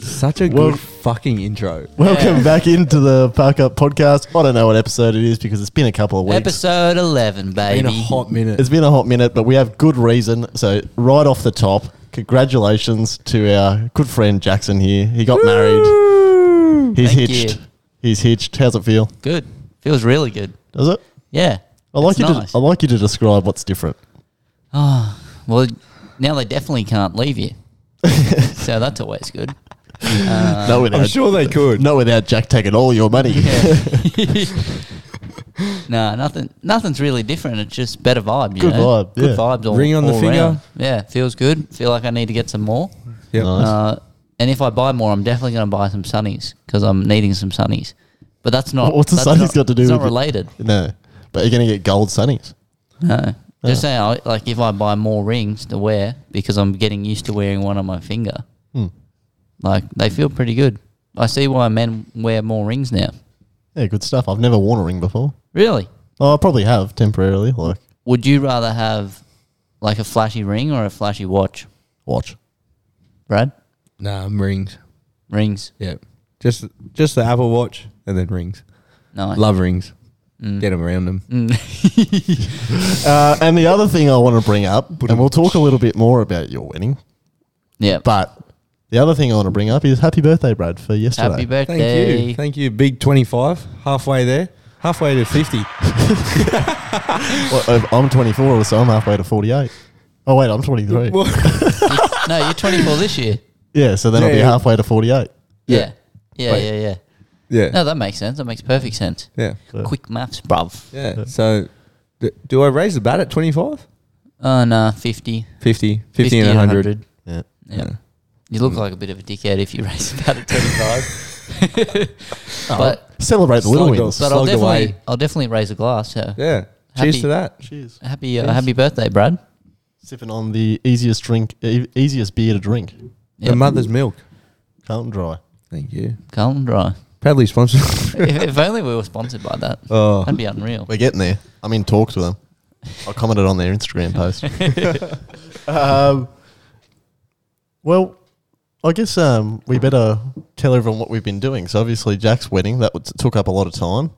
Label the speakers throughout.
Speaker 1: Such a
Speaker 2: Well-
Speaker 1: good fucking intro.
Speaker 2: Welcome
Speaker 3: Yeah.
Speaker 2: back into the Park Up Podcast. I don't know what episode it is because it's been a couple of weeks.
Speaker 3: Episode 11, baby.
Speaker 1: In a hot minute.
Speaker 2: It's been a hot minute, but we have good reason. So right off the top, congratulations to our good friend Jackson here. He got married. He's
Speaker 3: Thank
Speaker 2: hitched.
Speaker 3: you.
Speaker 2: He's hitched. How's it feel?
Speaker 3: Good. Feels really good.
Speaker 2: Does it?
Speaker 3: Yeah.
Speaker 2: I like
Speaker 3: It's
Speaker 2: you.
Speaker 3: nice.
Speaker 2: To, I like you to describe what's different.
Speaker 3: Oh, well, now they definitely can't leave you. so that's always good. Uh,
Speaker 2: no, without
Speaker 1: I'm sure they could.
Speaker 2: not without Jack taking all your money.
Speaker 3: yeah. no, nothing. Nothing's really different. It's just better vibe. You
Speaker 2: Good
Speaker 3: know?
Speaker 2: vibe,
Speaker 3: Good
Speaker 2: yeah.
Speaker 3: vibes. All,
Speaker 1: Ring on the
Speaker 3: all
Speaker 1: finger.
Speaker 3: round. Yeah, feels good. Feel like I need to get some more.
Speaker 1: Yep.
Speaker 2: Nice.
Speaker 3: Uh, and if I buy more, I'm definitely going to buy some sunnies because I'm needing some sunnies. But that's not.
Speaker 2: What's the
Speaker 3: that's
Speaker 2: sunnies
Speaker 3: not-
Speaker 2: got to do
Speaker 3: It's
Speaker 2: with
Speaker 3: not
Speaker 2: it?
Speaker 3: related.
Speaker 2: No, but you're gonna get gold sunnies.
Speaker 3: No. Just saying, I, like if I buy more rings to wear because I'm getting used to wearing one on my finger,
Speaker 2: Hmm.
Speaker 3: like they feel pretty good. I see why men wear more rings now.
Speaker 2: Yeah, good stuff. I've never worn a ring before.
Speaker 3: Really?
Speaker 2: Oh, I probably have temporarily. Like
Speaker 3: Would you rather have like a flashy ring or a flashy watch,
Speaker 2: watch.
Speaker 3: Brad?
Speaker 1: Nah, um, rings.
Speaker 3: Rings.
Speaker 1: Yeah. Just just the Apple Watch and then rings.
Speaker 3: No.
Speaker 1: Love rings.
Speaker 3: Mm.
Speaker 1: Get them around them.
Speaker 2: Uh, and the other thing I want to bring up, and we'll talk a little bit more about your wedding,
Speaker 3: Yeah.
Speaker 2: but the other thing I want to bring up is happy birthday, Brad, for yesterday.
Speaker 3: Happy
Speaker 1: Thank
Speaker 3: birthday.
Speaker 1: you. Thank you. Big 25. Halfway there. Halfway to 50.
Speaker 2: Well, uh, I'm 24, so I'm halfway to 48. Oh wait, I'm 23.
Speaker 1: Well,
Speaker 3: no, you're 24 this year.
Speaker 2: yeah, so then I'll
Speaker 1: Yeah,
Speaker 2: be
Speaker 1: yeah.
Speaker 2: halfway to 48.
Speaker 1: Yeah.
Speaker 3: Yeah. Yeah, yeah,
Speaker 1: Wait.
Speaker 3: yeah,
Speaker 1: yeah.
Speaker 3: No, that makes sense. That makes perfect sense.
Speaker 1: Yeah.
Speaker 2: Yeah.
Speaker 3: Quick maths, bruv.
Speaker 1: Yeah. So d- do I raise the bat at 25?
Speaker 3: Oh, no, 50.
Speaker 1: 50. 50, and 100.
Speaker 2: Yeah.
Speaker 3: Yeah. You
Speaker 1: Hmm.
Speaker 3: look like a bit of a dickhead if you raise about a 25. but
Speaker 2: Celebrate the little
Speaker 1: Slug
Speaker 2: wins.
Speaker 3: but I'll
Speaker 1: slugged
Speaker 3: definitely
Speaker 1: away.
Speaker 3: I'll definitely raise a glass. So.
Speaker 1: Yeah. Cheers
Speaker 3: Happy-
Speaker 1: to that.
Speaker 2: Cheers.
Speaker 3: Happy uh,
Speaker 2: Yes.
Speaker 3: happy birthday, Brad.
Speaker 2: Sipping on the easiest drink, e- easiest beer to drink.
Speaker 1: The
Speaker 3: Yep.
Speaker 1: mother's milk.
Speaker 2: Carlton Dry.
Speaker 1: Thank you.
Speaker 3: Calm dry.
Speaker 1: Proudly sponsored.
Speaker 3: if, if only we were sponsored by that.
Speaker 1: Oh.
Speaker 3: That'd be unreal.
Speaker 2: We're getting there. I'm in talks with them. I commented on their Instagram post. um, well, I guess um, we better tell everyone what we've been doing. So obviously, Jack's wedding that would- took up a lot of time.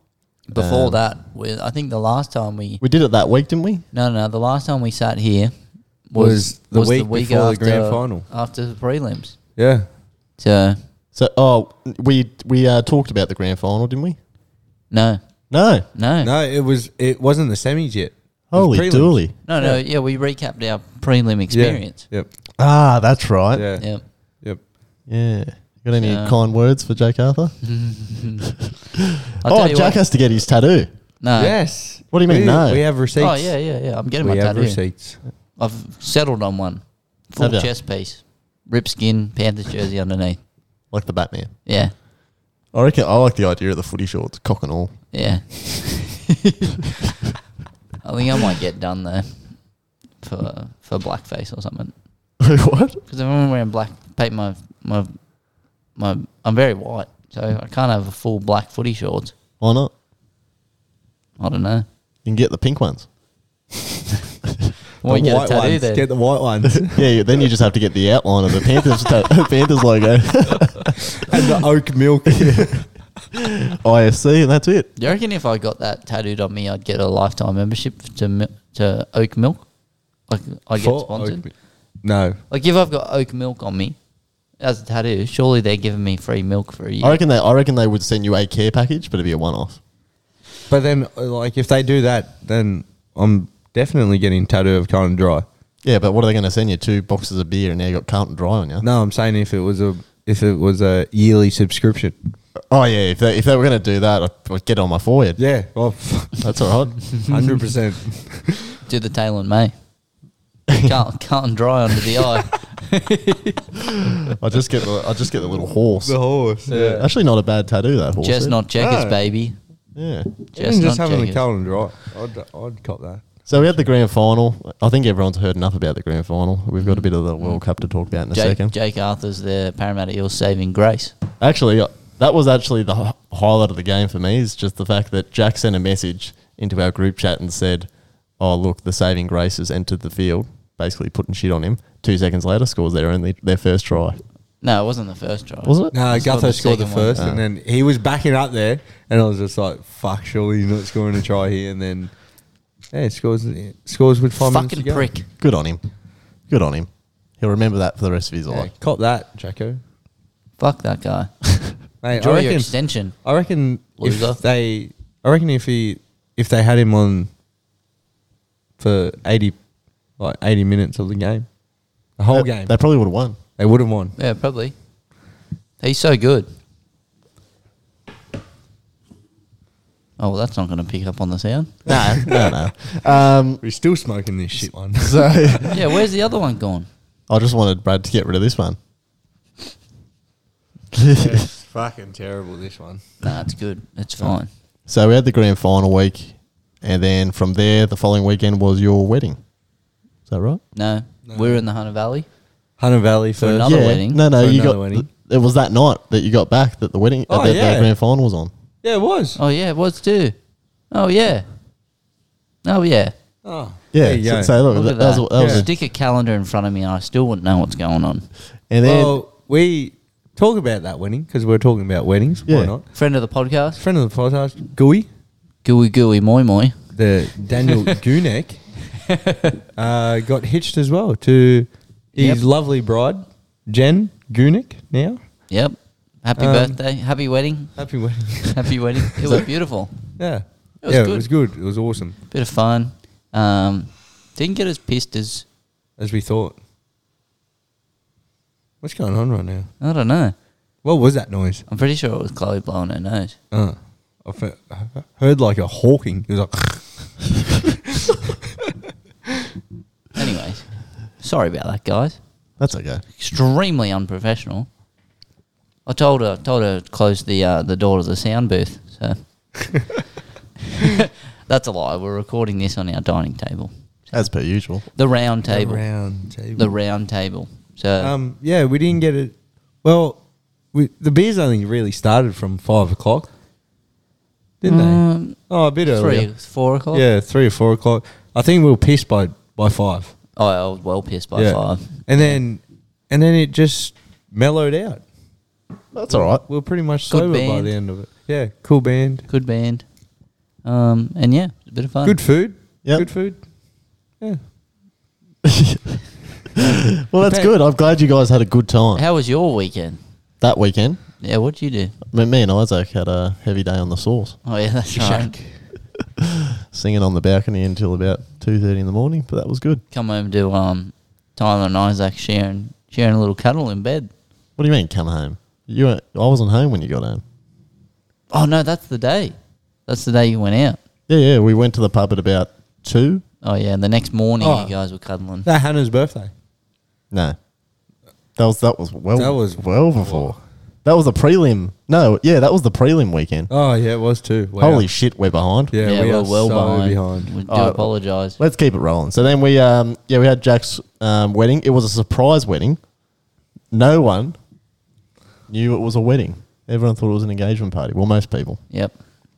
Speaker 3: Before
Speaker 2: Um,
Speaker 3: that, we, I think the last time we
Speaker 2: we did it that week, didn't we?
Speaker 3: no no the last time we sat here
Speaker 1: Was
Speaker 3: was
Speaker 1: the week before the grand
Speaker 3: after-
Speaker 1: final.
Speaker 3: after the prelims.
Speaker 1: Yeah.
Speaker 3: So
Speaker 2: So oh, we we uh, talked about the grand final, didn't we?
Speaker 3: no
Speaker 2: No,
Speaker 3: no no
Speaker 1: No, it was it wasn't the semis yet. It was
Speaker 2: holy
Speaker 1: prelims.
Speaker 2: dooly!
Speaker 3: no, yeah we recapped our prelim
Speaker 1: Yeah.
Speaker 3: experience.
Speaker 1: Yep.
Speaker 2: Ah, that's right. Yeah.
Speaker 1: Yeah.
Speaker 3: Yeah.
Speaker 1: Yep.
Speaker 2: Got any
Speaker 3: Yeah.
Speaker 2: kind words for Jake Arthur?
Speaker 3: I'll
Speaker 2: oh,
Speaker 3: tell you
Speaker 2: Jack
Speaker 3: what-
Speaker 2: has to get his tattoo.
Speaker 3: No.
Speaker 1: Yes.
Speaker 2: What do you mean,
Speaker 1: We,
Speaker 2: no?
Speaker 1: We have receipts.
Speaker 3: Uh, Oh yeah, yeah, yeah. I'm getting
Speaker 1: We
Speaker 3: my
Speaker 1: have
Speaker 3: tattoo.
Speaker 1: receipts.
Speaker 3: I've settled on one. Full
Speaker 2: Have ya?
Speaker 3: chest piece, rip skin, Panthers jersey underneath.
Speaker 2: Like the Batman.
Speaker 3: Yeah,
Speaker 2: I reckon I like the idea of the footy shorts, cock and all.
Speaker 3: yeah. I think I might get done though for for blackface or something
Speaker 2: what?
Speaker 3: because I'm wearing black. Paint my my my. I'm very white, so I can't have a full black footy shorts.
Speaker 2: Why not?
Speaker 3: I don't know.
Speaker 2: You can get the pink ones.
Speaker 3: Well, you get a tattoo
Speaker 1: ones.
Speaker 3: then.
Speaker 1: Get the white ones. and
Speaker 2: yeah, you- then you just have to get the outline of the Panthers ta- Panthers logo,
Speaker 1: the oak milk.
Speaker 2: IFC, and that's it.
Speaker 3: Do you reckon if I got that tattooed on me, I'd get a lifetime membership to mi- to Oak Milk? Like I
Speaker 1: For
Speaker 3: get
Speaker 1: oak
Speaker 3: sponsored.
Speaker 1: mi- No.
Speaker 3: Like if I've got oak milk on me as a tattoo, surely they're giving me free milk for a year.
Speaker 2: I reckon they. I reckon they would send you a care package, but it'd be a one-off.
Speaker 1: But then uh, like if they do that, then I'm definitely getting tattoo of Carlton Dry.
Speaker 2: Yeah, but what are they going to send you? Two boxes of beer, and now you got Carlton Dry on you.
Speaker 1: No, I'm saying if it was a if it was a yearly subscription.
Speaker 2: Oh yeah, if they, if they were going to do that, I'd- I'd get it on my forehead.
Speaker 1: Yeah. Well,
Speaker 2: That's all right.
Speaker 1: hundred percent.
Speaker 3: Do the tail on May. can't can't dry under the eye.
Speaker 2: I just get the I just get the little horse.
Speaker 1: The horse. Yeah.
Speaker 2: Actually, not a bad tattoo that horse.
Speaker 3: Chestnut checkers,
Speaker 1: No.
Speaker 3: baby.
Speaker 2: Yeah.
Speaker 3: Chestnut
Speaker 1: Even Oh. just having
Speaker 3: checkers.
Speaker 1: the Carlton Dry, I'd I'd cop that.
Speaker 2: So we had the grand final. I think everyone's heard enough about the grand final. We've got a bit of the World Cup to talk about in a
Speaker 3: Jake,
Speaker 2: second.
Speaker 3: Jake Arthur's the Parramatta Eels saving grace.
Speaker 2: Actually, uh, that was actually the hi- highlight of the game for me is just the fact that Jack sent a message into our group chat and said, "Oh, look, the saving grace has entered the field." Basically, putting shit on him. Two seconds later, scores their only their first try.
Speaker 3: No, it wasn't the first try.
Speaker 2: Was it?
Speaker 1: No,
Speaker 3: Scored
Speaker 1: Gutho
Speaker 3: the
Speaker 1: scored the
Speaker 3: second one. Ah.
Speaker 1: first, and then he was backing up there, and I was just like, "Fuck, surely he's not scoring a try here." And then, yeah, he scores scores with five minutes to
Speaker 3: Fucking
Speaker 1: go.
Speaker 3: prick.
Speaker 2: Good on him. Good on him. He'll remember that for the rest of his
Speaker 1: Yeah,
Speaker 2: life.
Speaker 1: cop that, Jacko.
Speaker 3: Fuck that guy.
Speaker 1: Mate,
Speaker 3: Enjoy
Speaker 1: I
Speaker 3: your
Speaker 1: reckon.
Speaker 3: extension.
Speaker 1: I reckon
Speaker 3: Loser.
Speaker 1: if they, I reckon if he, if they had him on for eighty, like eighty minutes of the game, the whole
Speaker 2: They-
Speaker 1: game,
Speaker 2: They probably would have won.
Speaker 1: they would have won.
Speaker 3: Yeah, probably. He's so good. Oh, well, that's not going to pick up on the sound.
Speaker 2: No, no, no. Um,
Speaker 1: We're still smoking this shit one.
Speaker 2: so
Speaker 3: Yeah, where's the other one gone?
Speaker 2: I just wanted Brad to get rid of this one.
Speaker 1: it's fucking terrible. This one.
Speaker 3: Nah, it's good. It's fine.
Speaker 2: So we had the grand final week, and then from there, the following weekend was your wedding. Is that right?
Speaker 3: No, we're in the Hunter Valley.
Speaker 1: Hunter Valley
Speaker 3: For
Speaker 1: first.
Speaker 3: Another wedding?
Speaker 2: No, no,
Speaker 1: So
Speaker 2: you
Speaker 1: another
Speaker 2: got.
Speaker 1: wedding.
Speaker 2: It was that night that you got back that the wedding,
Speaker 1: Oh,
Speaker 2: that
Speaker 1: yeah.
Speaker 2: the grand final was on.
Speaker 1: Yeah, it was.
Speaker 3: Oh, yeah, it was too. Oh, yeah. Oh, yeah.
Speaker 1: Oh,
Speaker 2: Yeah.
Speaker 1: there you
Speaker 2: So,
Speaker 1: go.
Speaker 2: so look,
Speaker 3: Look
Speaker 2: that,
Speaker 3: at
Speaker 2: that was,
Speaker 3: that.
Speaker 2: that was
Speaker 1: Yeah.
Speaker 3: Stick a calendar in front of me and I still wouldn't know what's going on.
Speaker 2: and then
Speaker 1: well, we talk about that wedding because we're talking about weddings.
Speaker 2: Yeah.
Speaker 1: Why not?
Speaker 3: Friend of the podcast,
Speaker 1: Friend of the podcast, Gooey,
Speaker 3: Gooey Gooey Moi Moi.
Speaker 1: the Daniel Gunek, uh, got hitched as well to his
Speaker 3: Yep.
Speaker 1: lovely bride, Jen Gunek. Now,
Speaker 3: Yep. Happy
Speaker 1: Um,
Speaker 3: birthday. Happy wedding.
Speaker 1: happy wedding.
Speaker 3: Happy wedding. It was beautiful.
Speaker 1: yeah,
Speaker 3: It was
Speaker 1: yeah,
Speaker 3: good.
Speaker 1: it was good. It was awesome,
Speaker 3: Bit of fun. Um, didn't get as pissed as
Speaker 1: as we thought. What's going on right now?
Speaker 3: I don't know.
Speaker 1: What was that noise?
Speaker 3: I'm pretty sure it was Chloe blowing her nose.
Speaker 1: Uh, I fe- I heard like a hawking. It was like.
Speaker 3: Anyways, sorry about that, guys.
Speaker 2: that's okay.
Speaker 3: Extremely unprofessional. I told her told her to close the uh, the door to the sound booth. So that's a lie. We're recording this on our dining table,
Speaker 2: As per usual.
Speaker 3: the round table,
Speaker 1: The round table.
Speaker 3: the round table. So
Speaker 1: um, yeah, we didn't get it. Well, we, the beers only really started from five o'clock, didn't
Speaker 3: Um,
Speaker 1: they? Oh, a bit
Speaker 3: three,
Speaker 1: earlier.
Speaker 3: four o'clock.
Speaker 1: Yeah, three or four o'clock. I think we were pissed by by five.
Speaker 3: Oh, I was well pissed by
Speaker 1: yeah.
Speaker 3: five.
Speaker 1: and then and then it just mellowed out.
Speaker 2: That's all right.
Speaker 1: We were pretty much
Speaker 3: Good
Speaker 1: sober by
Speaker 3: band.
Speaker 1: the end of it. Yeah, cool band.
Speaker 3: Good band. Um, and yeah, it's a bit of fun.
Speaker 1: Good food.
Speaker 2: Yep.
Speaker 1: Good food. Yeah.
Speaker 2: Well, that's
Speaker 1: Depend-
Speaker 2: good. I'm glad you guys had a good time
Speaker 3: How was your weekend?
Speaker 2: that weekend.
Speaker 3: Yeah, what'd you do?
Speaker 2: I mean, me and Isaac had a heavy day on the sauce,
Speaker 3: Oh yeah, that's right.
Speaker 2: singing on the balcony until about two thirty in the morning. But that was good.
Speaker 3: Come home to um, Tyler and Isaac sharing sharing a little cuddle in bed.
Speaker 2: What do you mean, come home? You, weren't- I wasn't home when you got home.
Speaker 3: Oh no, that's the day. That's the day you went out.
Speaker 2: Yeah, yeah. We went to the pub at about two.
Speaker 3: Oh yeah, and the next morning
Speaker 1: Oh.
Speaker 3: you guys were cuddling.
Speaker 1: That Hannah's birthday.
Speaker 2: No, that was that was well
Speaker 1: That was-
Speaker 2: well before. That was the prelim. No, yeah, that was the prelim weekend.
Speaker 1: Oh yeah, it was too. Wow.
Speaker 2: Holy shit, we're behind.
Speaker 1: yeah, we are so behind. Uh,
Speaker 3: We do
Speaker 2: Oh.
Speaker 3: apologise.
Speaker 2: Let's keep it rolling. So then we, um, yeah, we had Jack's um, wedding. It was a surprise wedding. No one knew it was a wedding. Everyone thought it was an engagement party. Well, most people.
Speaker 3: Yep,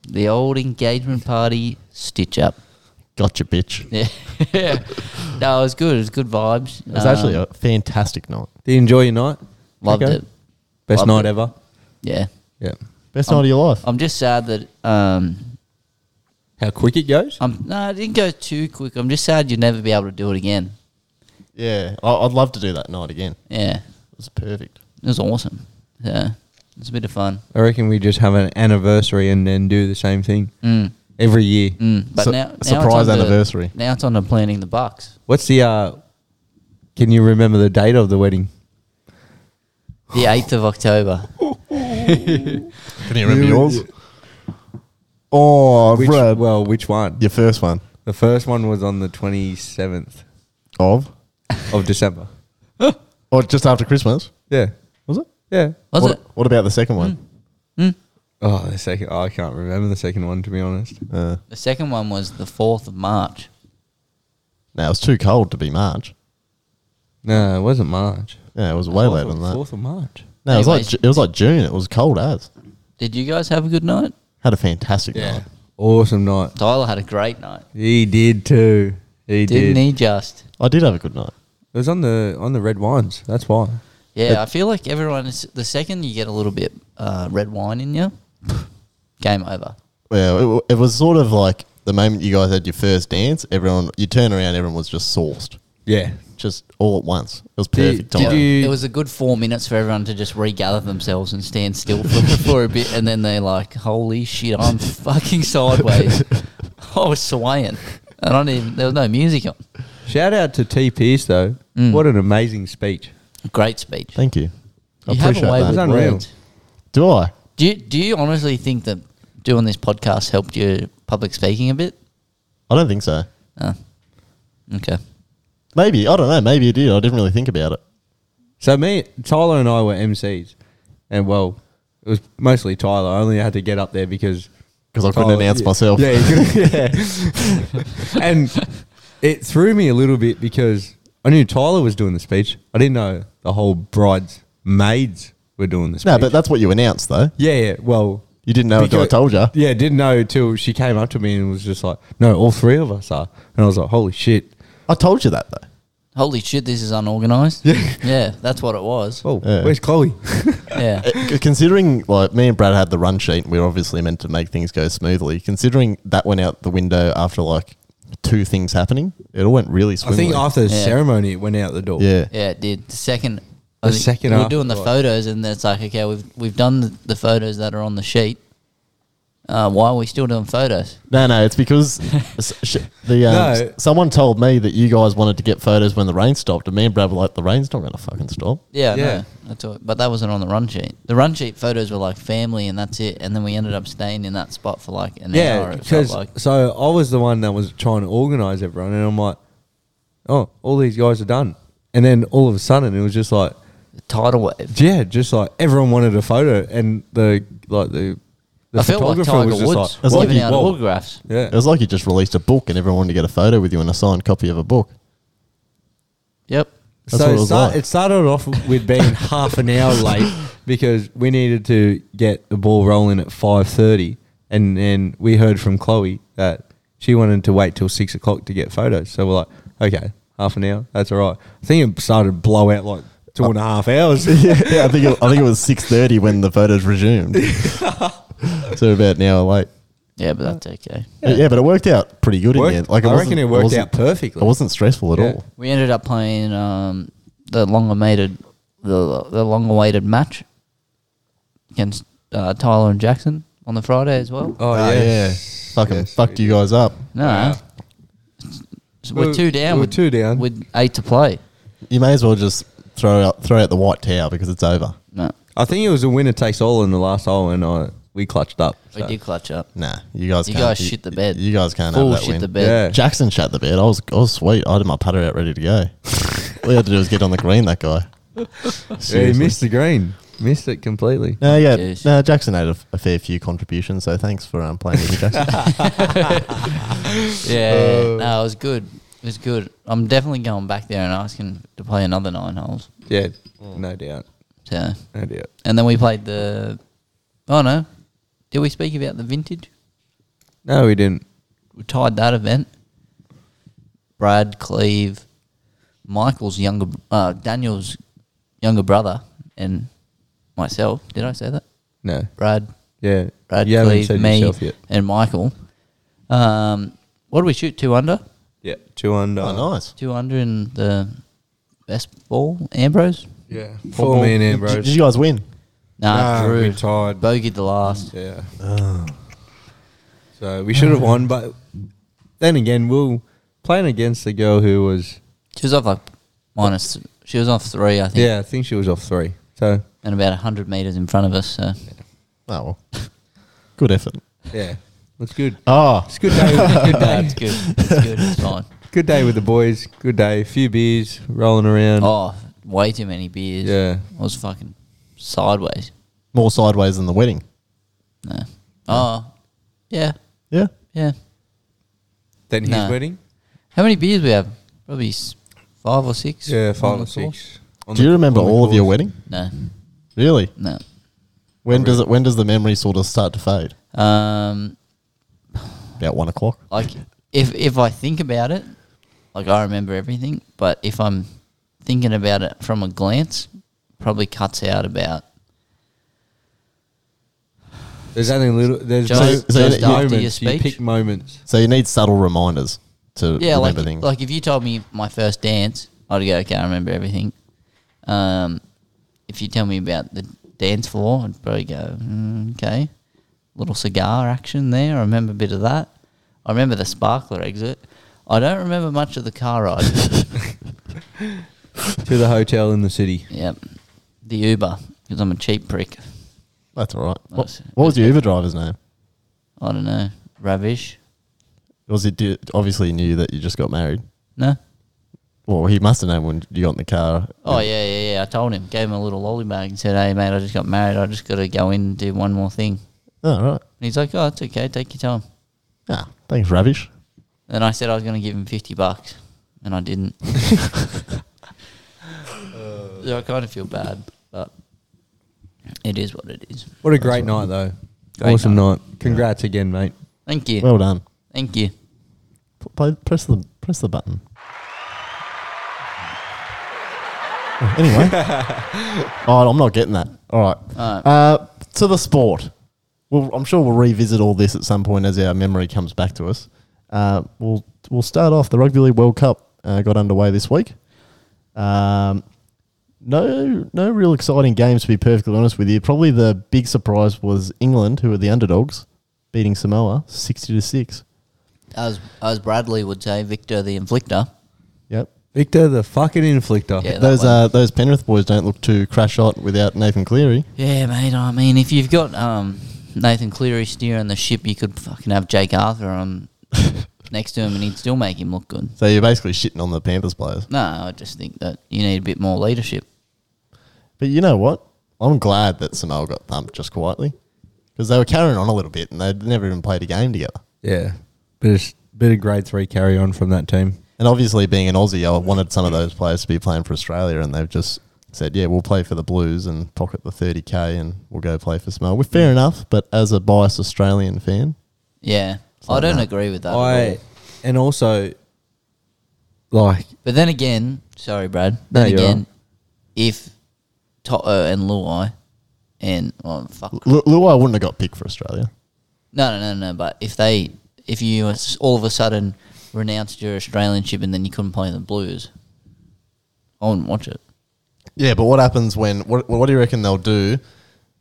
Speaker 3: the old engagement party stitch up.
Speaker 2: Gotcha, bitch.
Speaker 3: Yeah, no, it was good. It was good vibes. Uh,
Speaker 2: It was
Speaker 1: Um,
Speaker 2: actually a fantastic night.
Speaker 1: Did you enjoy your night?
Speaker 3: loved
Speaker 1: Rico?
Speaker 3: it.
Speaker 1: Best
Speaker 3: Loved
Speaker 1: night
Speaker 3: it.
Speaker 1: ever.
Speaker 3: Yeah,
Speaker 1: Yeah.
Speaker 2: Best night of your life.
Speaker 3: I'm just sad that um,
Speaker 1: How quick it goes?
Speaker 3: I'm no, it didn't go too quick. I'm just sad you'd never be able to do it again.
Speaker 2: yeah, I- I'd love to do that night again.
Speaker 3: Yeah,
Speaker 2: It was perfect.
Speaker 3: it was awesome. Yeah, it's a bit of fun.
Speaker 1: I reckon we just have an anniversary and then do the same thing
Speaker 3: Mm,
Speaker 1: every year.
Speaker 3: mm. But
Speaker 2: Su-
Speaker 3: now, now it's
Speaker 2: surprise
Speaker 3: on to-
Speaker 2: anniversary.
Speaker 3: now it's on to planning the bucks.
Speaker 1: What's the? uh Can you remember the date of the wedding?
Speaker 3: The eighth of October.
Speaker 2: Can you
Speaker 1: remember yours?
Speaker 2: Oh,
Speaker 1: Which,
Speaker 2: Brad.
Speaker 1: well, which one?
Speaker 2: Your first one
Speaker 1: The first one was on the twenty seventh
Speaker 2: of,
Speaker 1: of December.
Speaker 2: or just after Christmas,
Speaker 1: Yeah,
Speaker 2: was it?
Speaker 1: yeah.
Speaker 3: Was
Speaker 2: what,
Speaker 3: it?
Speaker 2: What about the second one?
Speaker 1: Oh, the second. Oh, I can't remember the second one to be honest.
Speaker 2: Uh,
Speaker 3: The second one was the fourth of March.
Speaker 2: no, it was too cold to be March.
Speaker 1: No, it wasn't March.
Speaker 2: Yeah, it was way later than that.
Speaker 1: Fourth of March.
Speaker 2: No, it was like
Speaker 3: Anyways.
Speaker 2: Ju- it was like June. It was cold as.
Speaker 3: Did you guys have a good night?
Speaker 2: Had a fantastic night.
Speaker 1: Oh, awesome night.
Speaker 3: Tyler had a great night.
Speaker 1: He did too. He
Speaker 3: Didn't
Speaker 1: did.
Speaker 3: he just?
Speaker 2: I did have a good night.
Speaker 1: It was on the on the red wines. That's why.
Speaker 3: Yeah, I feel like everyone is the second you get a little bit uh, red wine in you, game over.
Speaker 2: Yeah, it, w- it was sort of like the moment you guys had your first dance, everyone, you turn around, everyone was just sourced,
Speaker 1: Yeah.
Speaker 2: just all at once. It was
Speaker 1: Did-
Speaker 2: perfect time.
Speaker 1: did you-
Speaker 3: It was a good four minutes for everyone to just regather themselves and stand still for, for a bit, and then they're like, "Holy shit, I'm fucking sideways." I was swaying, and I didn't. Even, there was no music on.
Speaker 1: Shout out to T Pierce though.
Speaker 3: Mm.
Speaker 1: What an amazing speech.
Speaker 3: Great speech.
Speaker 2: Thank you. I
Speaker 3: you have
Speaker 2: appreciate
Speaker 3: a way
Speaker 2: that.
Speaker 3: with
Speaker 1: It's unreal.
Speaker 3: words.
Speaker 2: Do I?
Speaker 3: Do you, do you honestly think that doing this podcast helped your public speaking a bit?
Speaker 2: I don't think so.
Speaker 3: Uh, okay.
Speaker 2: Maybe. I don't know. Maybe it did. I didn't really think about it.
Speaker 1: So me, Tyler, and I were MCs, and well, it was mostly Tyler. I only had to get up there because Oh,
Speaker 2: 'Cause I couldn't announce
Speaker 1: yeah.
Speaker 2: myself.
Speaker 1: Yeah, you couldn't- yeah. and it threw me a little bit because I knew Tyler was doing the speech. I didn't know the whole bride's maids were doing the speech.
Speaker 2: No, but that's what you announced, though.
Speaker 1: yeah, yeah. Well,
Speaker 2: You didn't know until I
Speaker 1: Because-
Speaker 2: told you.
Speaker 1: Yeah, didn't know till she came up to me and was just like, "No, all three of us are." And I was like, "Holy shit!"
Speaker 2: I told you that, though.
Speaker 3: Holy shit, this is unorganized. Yeah. Yeah, that's what it was.
Speaker 1: Oh,
Speaker 2: Yeah.
Speaker 1: where's Chloe?
Speaker 3: Yeah.
Speaker 2: Uh, c- considering like me and Brad had the run sheet, and we were obviously meant to make things go smoothly. Considering that went out the window after like two things happening, it all went really
Speaker 1: I
Speaker 2: smoothly.
Speaker 1: think after the
Speaker 3: Yeah.
Speaker 1: ceremony, it went out the door.
Speaker 2: yeah,
Speaker 3: Yeah, it did. The second,
Speaker 1: The
Speaker 3: think
Speaker 1: second
Speaker 3: we we're
Speaker 1: after,
Speaker 3: doing the
Speaker 1: right.
Speaker 3: photos, and it's like, okay, we've we've done the, the photos that are on the sheet. Uh, why are we still doing photos?
Speaker 2: no, no, it's because s- sh- the um,
Speaker 1: No.
Speaker 2: s- someone told me that you guys wanted to get photos when the rain stopped, and me and Brad were like, "The rain's not going to fucking stop."
Speaker 3: Yeah,
Speaker 1: Yeah.
Speaker 3: yeah, that's all. But that wasn't on the run sheet. The run sheet photos were like family, and that's it. And then we ended up staying in that spot for like an hour.
Speaker 1: Yeah,
Speaker 3: It felt
Speaker 1: because
Speaker 3: like
Speaker 1: so I was the one that was trying to organize everyone, and I'm like, oh, all these guys are done, and then all of a sudden it was just like,
Speaker 3: tidal wave.
Speaker 1: yeah, just like everyone wanted a photo, and the like the the
Speaker 3: I felt like
Speaker 1: photographer
Speaker 3: Tiger
Speaker 1: was just
Speaker 3: Woods
Speaker 1: like,
Speaker 2: It's like
Speaker 3: giving
Speaker 2: you-
Speaker 3: out
Speaker 1: whoa.
Speaker 3: autographs.
Speaker 1: yeah,
Speaker 2: It was like you just released a book, and everyone wanted to get a photo with you and a signed copy of a book.
Speaker 3: Yep.
Speaker 1: so
Speaker 2: That's what it
Speaker 1: it,
Speaker 2: was
Speaker 1: start,
Speaker 2: like.
Speaker 1: it started off with being half an hour late because we needed to get the ball rolling at five thirty, and then we heard from Chloe that she wanted to wait till six o'clock to get photos. So we're like, okay, half an hour, that's all right. I think it started to blow out like two and a half hours.
Speaker 2: yeah, I think it, I think it was six thirty when the photos resumed. so about an hour late.
Speaker 3: Yeah, but that's okay.
Speaker 2: Yeah. but it worked out pretty good
Speaker 1: Worked-
Speaker 2: in the end. Like
Speaker 1: I
Speaker 2: wasn't-
Speaker 1: reckon it worked
Speaker 2: wasn't-
Speaker 1: out perfectly.
Speaker 2: It wasn't stressful at
Speaker 1: Yeah.
Speaker 2: all.
Speaker 3: We ended up playing um, the long-awaited, the, the long-awaited match against uh, Tyler and Jackson on the Friday as well.
Speaker 1: Oh
Speaker 2: Ah,
Speaker 1: yes.
Speaker 2: yeah, fucking
Speaker 1: Yes,
Speaker 2: fucked
Speaker 1: we
Speaker 2: you guys up.
Speaker 3: No,
Speaker 1: Wow.
Speaker 3: So we're
Speaker 1: We-
Speaker 3: two down.
Speaker 1: we were
Speaker 3: with,
Speaker 1: two down.
Speaker 3: with eight to play.
Speaker 2: You may as well just throw out throw out the white towel because it's over.
Speaker 3: No,
Speaker 1: I think it was a winner takes all in the last hole, and I we clutched up.
Speaker 3: we
Speaker 1: so.
Speaker 3: did clutch up.
Speaker 2: Nah, you guys.
Speaker 3: You
Speaker 2: can't,
Speaker 3: guys shit the bed.
Speaker 2: You guys can't
Speaker 3: Full
Speaker 2: have that
Speaker 3: shit
Speaker 2: win.
Speaker 3: the bed.
Speaker 2: Jackson shut the bed. I was I was sweet. I had my putter out ready to go. all you had to do was get on the green. That guy.
Speaker 1: Yeah, he
Speaker 2: Seriously.
Speaker 1: missed the green, missed it completely.
Speaker 2: No, yeah,
Speaker 3: Jeez.
Speaker 2: no. Jackson had a, a fair few contributions, so thanks for um, playing with me, Jackson.
Speaker 3: Yeah, no, it was good. It was good. I'm definitely going back there and asking to play another nine holes.
Speaker 1: Yeah, no doubt,
Speaker 3: So,
Speaker 1: no doubt.
Speaker 3: and then we played the. Oh no, did we speak about the vintage?
Speaker 1: No, we didn't.
Speaker 3: We tied that event. Brad Cleve, Michael's younger, uh, Daniel's younger brother, and myself. Did I say that?
Speaker 1: No.
Speaker 3: Brad,
Speaker 1: Yeah.
Speaker 3: Brad
Speaker 1: you haven't
Speaker 3: Cleve,
Speaker 1: said
Speaker 3: me,
Speaker 1: yourself yet.
Speaker 3: and Michael. Um, what did we shoot? Two under,
Speaker 1: Yeah. Two under.
Speaker 2: oh, nice.
Speaker 3: two under in the best ball. Ambrose.
Speaker 1: Yeah. Four, men in, bro.
Speaker 2: Did, did you guys win?
Speaker 3: Nah, Drew.
Speaker 1: We tied.
Speaker 3: Bogeyed the last.
Speaker 1: yeah. So we should have won, but then again, we'll playing against the girl who was.
Speaker 3: She was off like minus. She was off three, I think,
Speaker 1: Yeah, I think she was off three. So
Speaker 3: and about hundred meters in front of us. So
Speaker 2: Oh, well. good effort.
Speaker 1: yeah, it's good.
Speaker 2: Oh,
Speaker 1: It's a good day. with- good
Speaker 3: no,
Speaker 1: day.
Speaker 3: it's good. It's good. It's fine.
Speaker 1: Good day with the boys. Good day. A few beers rolling around.
Speaker 3: Oh, way too many beers.
Speaker 1: Yeah.
Speaker 3: I was fucking sideways.
Speaker 2: more sideways than the wedding.
Speaker 3: No. Oh, yeah,
Speaker 2: Yeah.
Speaker 3: yeah.
Speaker 1: Then his
Speaker 3: Nah.
Speaker 1: wedding.
Speaker 3: How many beers we have? Probably s- five or six.
Speaker 1: Yeah, five
Speaker 3: on
Speaker 1: or
Speaker 3: the course.
Speaker 1: six. On
Speaker 2: Do
Speaker 1: the-
Speaker 2: you remember
Speaker 1: on the
Speaker 2: all of your
Speaker 1: course.
Speaker 2: wedding?
Speaker 3: No,
Speaker 2: Really?
Speaker 3: no.
Speaker 2: When
Speaker 1: Not
Speaker 2: does it? When does the memory sort of start to fade?
Speaker 3: Um,
Speaker 2: About one o'clock.
Speaker 3: like if if I think about it, like I remember everything, but if I'm thinking about it from a glance, probably cuts out about
Speaker 1: There's only little. There's
Speaker 3: Just-
Speaker 1: no,
Speaker 2: just
Speaker 1: there's
Speaker 2: after
Speaker 3: your
Speaker 1: moments. You
Speaker 3: speech?
Speaker 1: pick moments.
Speaker 2: So you need subtle reminders to
Speaker 3: yeah, like
Speaker 2: remember things.
Speaker 3: like if you told me my first dance, I'd go okay, I remember everything. Um, if you tell me about the dance floor, I'd probably go mm, okay. Little cigar action there. I remember a bit of that. I remember the sparkler exit. I don't remember much of the car ride.
Speaker 1: to the hotel in the city.
Speaker 3: yep, the Uber because I'm a cheap prick.
Speaker 2: That's all right. What,
Speaker 3: Nice.
Speaker 2: what was your Uber driver's name?
Speaker 3: I don't know. Ravish?
Speaker 2: Was it di- obviously you knew that you just got married?
Speaker 3: No.
Speaker 2: Well, he must have known when you got in the car.
Speaker 3: Oh yeah, yeah, yeah. I told him, gave him a little lolly bag, and said, "Hey, mate, I just got married. I just got to go in and do one more thing." And
Speaker 2: Oh, right.
Speaker 3: he's like, "Oh, it's okay. Take your time."
Speaker 2: Yeah. Thanks, Ravish.
Speaker 3: And I said I was going to give him 50 bucks, and I didn't. so I kind of feel bad, but it is what it is.
Speaker 1: What a great night though.
Speaker 3: Great
Speaker 1: awesome night. Congrats again, mate.
Speaker 3: Thank you.
Speaker 2: Well done.
Speaker 3: Thank you.
Speaker 2: P- play- press the press the button. Oh, anyway, all right, I'm not getting that. All right,
Speaker 3: All
Speaker 2: Uh, to the sport. Well, I'm sure we'll revisit all this at some point as our memory comes back to us. Uh, we'll we'll start off the Rugby League World Cup uh, got underway this week. Um, no, no real exciting games to be perfectly honest with you. Probably the big surprise was England, who were the underdogs, beating Samoa sixty to six.
Speaker 3: As as Bradley would say, Victor the Inflictor.
Speaker 2: Yep.
Speaker 1: Victor, the fucking inflictor.
Speaker 3: Yeah. that
Speaker 2: those
Speaker 3: one.
Speaker 2: uh, those Penrith boys don't look too crash hot without Nathan Cleary.
Speaker 3: Yeah, mate. I mean, if you've got um, Nathan Cleary steering the ship, you could fucking have Jake Arthur on next to him, and he'd still make him look good.
Speaker 2: So you're basically shitting on the Panthers players.
Speaker 3: No, I just think that you need a bit more leadership.
Speaker 2: But you know what? I'm glad that Samoa got thumped just quietly because they were carrying on a little bit and they'd never even played a game together.
Speaker 1: Yeah. Bit of, bit of grade three carry on from that team.
Speaker 2: And obviously, being an Aussie, I wanted some of those players to be playing for Australia, and they've just said, "Yeah, we'll play for the Blues and pocket the 30k, and we'll go play for Samoa." Well,
Speaker 3: Mm.
Speaker 2: fair enough, but as a biased Australian fan,
Speaker 3: Yeah, I
Speaker 2: like
Speaker 3: don't
Speaker 2: that.
Speaker 3: agree with that. at all.
Speaker 1: I and also like
Speaker 3: But then again, sorry, Brad.
Speaker 1: No,
Speaker 3: Then
Speaker 1: you're
Speaker 3: again,
Speaker 1: right.
Speaker 3: if Toto and Luai and oh fuck,
Speaker 2: Lu- Luai wouldn't have got picked for Australia.
Speaker 3: no, no, no, no. But if they, if you s- all of a sudden renounced your Australianship and then you couldn't play the Blues, I wouldn't watch it.
Speaker 2: Yeah, but what happens when? What, what do you reckon they'll do?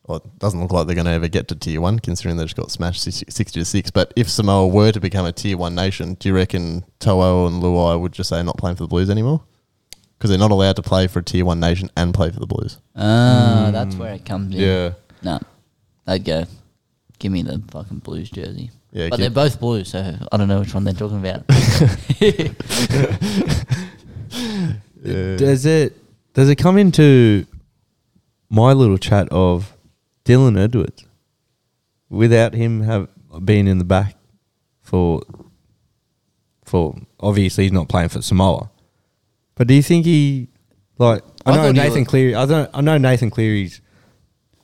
Speaker 2: Well, it doesn't look like they're going to ever get to tier one, considering they just got smashed si- sixty to six. But if Samoa were to become a tier one nation, do you reckon To'o and Luai would just say not playing for the Blues anymore? Because they're not allowed to play for a tier one nation and play for the Blues.
Speaker 1: Hmm.
Speaker 3: Ah, that's where it comes in. No, they'd go. Give me the fucking Blues jersey.
Speaker 2: Yeah,
Speaker 3: but
Speaker 2: give-
Speaker 3: they're both blue, so I don't know which one they're talking about.
Speaker 1: does it does it come into my little chat of Dylan Edwards without him have being in the back for for obviously he's not playing for Samoa. But do you think he like I,
Speaker 3: I
Speaker 1: know
Speaker 3: thought he
Speaker 1: Nathan
Speaker 3: was-
Speaker 1: Cleary I don't I know Nathan Cleary's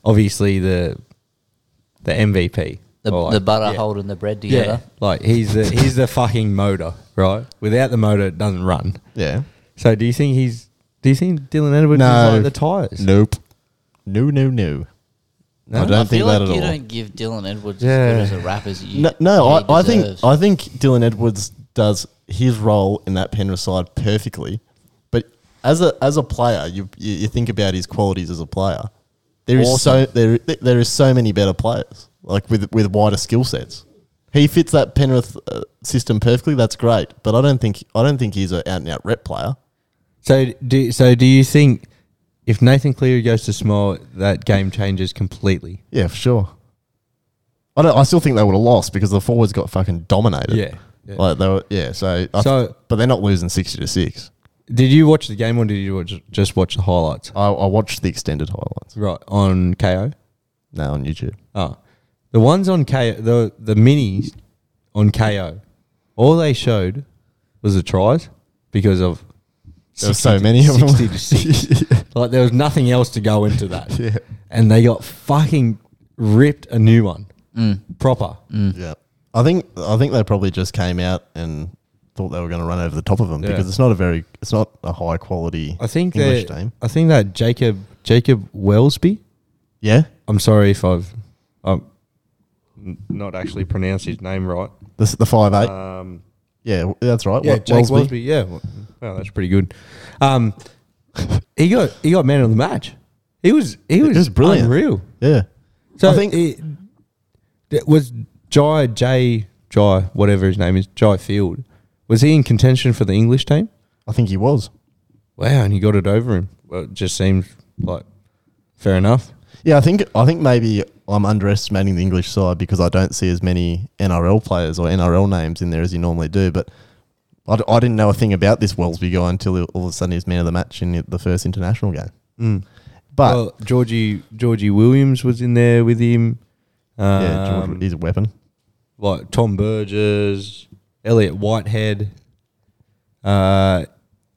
Speaker 1: obviously the the MVP.
Speaker 3: The,
Speaker 1: or like-
Speaker 3: the butter
Speaker 1: yeah.
Speaker 3: holding the bread
Speaker 1: Yeah.
Speaker 3: together.
Speaker 1: Like he's the he's the fucking motor, right? Without the motor it doesn't run.
Speaker 2: Yeah.
Speaker 1: So do you think he's? Do you think Dylan Edwards
Speaker 2: No.
Speaker 1: is like the tires?
Speaker 2: Nope. No, no, no.
Speaker 1: No?
Speaker 2: I don't
Speaker 3: I
Speaker 2: think
Speaker 3: feel
Speaker 2: that
Speaker 3: like
Speaker 2: at
Speaker 3: you
Speaker 2: all.
Speaker 3: don't give Dylan Edwards
Speaker 1: Yeah.
Speaker 3: as good as a rap as you.
Speaker 2: No, no
Speaker 3: he
Speaker 2: I, I think
Speaker 3: deserves.
Speaker 2: I think Dylan Edwards does his role in that Penrith side perfectly, but as a as a player, you you, you think about his qualities as a player. There is so there there is so many better players like with with wider skill sets. He fits that Penrith uh, system perfectly. That's great, but I don't think I don't think he's an out and out rep player.
Speaker 1: So do so do you think if Nathan Cleary goes to Small, that game changes completely?
Speaker 2: Yeah, for sure. I don't. I still think they would have lost because the forwards got fucking dominated.
Speaker 1: Yeah, yeah.
Speaker 2: like they were. Yeah, so I
Speaker 1: So-
Speaker 2: th- but they're not losing sixty to six.
Speaker 1: Did you watch the game or did you watch, just watch the highlights?
Speaker 2: I, I watched the extended highlights
Speaker 1: Right on KO.
Speaker 2: now on YouTube.
Speaker 1: Oh, the ones on KO, the the minis on KO, all they showed was the tries because of
Speaker 2: There were so many of them.
Speaker 1: sixty to six. Like there was nothing else to go into that.
Speaker 2: Yeah.
Speaker 1: and they got fucking ripped a new one, proper.
Speaker 2: Mm. Yeah, I think I think they probably just came out and thought they were going to run over the top of them
Speaker 1: Yeah.
Speaker 2: because it's not a very, it's not a high quality
Speaker 1: I think
Speaker 2: English
Speaker 1: that
Speaker 2: team.
Speaker 1: I think that Jacob Jacob Wellsby.
Speaker 2: Yeah,
Speaker 1: I'm sorry if I've um, n- not actually pronounced his name right.
Speaker 2: the s- the five eight.
Speaker 1: Um,
Speaker 2: yeah, w- that's right.
Speaker 1: yeah,
Speaker 2: Wel-
Speaker 1: Jake
Speaker 2: Welsby.
Speaker 1: Wellsby. Yeah, well, well, that's pretty good. Um, he got he got man of the match. He was he was,
Speaker 2: was brilliant.
Speaker 1: unreal.
Speaker 2: Yeah,
Speaker 1: So
Speaker 2: I
Speaker 1: I
Speaker 2: think-
Speaker 1: think it, it was Jai J Jai whatever his name is Jai Field. Was he in contention for the English team?
Speaker 2: I think he was.
Speaker 1: Wow, and he got it over him. Well, it just seems like fair enough.
Speaker 2: Yeah, I think I think maybe I'm underestimating the English side because I don't see as many NRL players or NRL names in there as you normally do. But I, d- I didn't know a thing about this Wellsby guy until all of a sudden he's man of the match in the first international game. But
Speaker 1: Mm. well, Georgie Georgie Williams was in there with him. Um,
Speaker 2: yeah, George, he's a weapon.
Speaker 1: like Tom Burgess, Elliot Whitehead. Uh,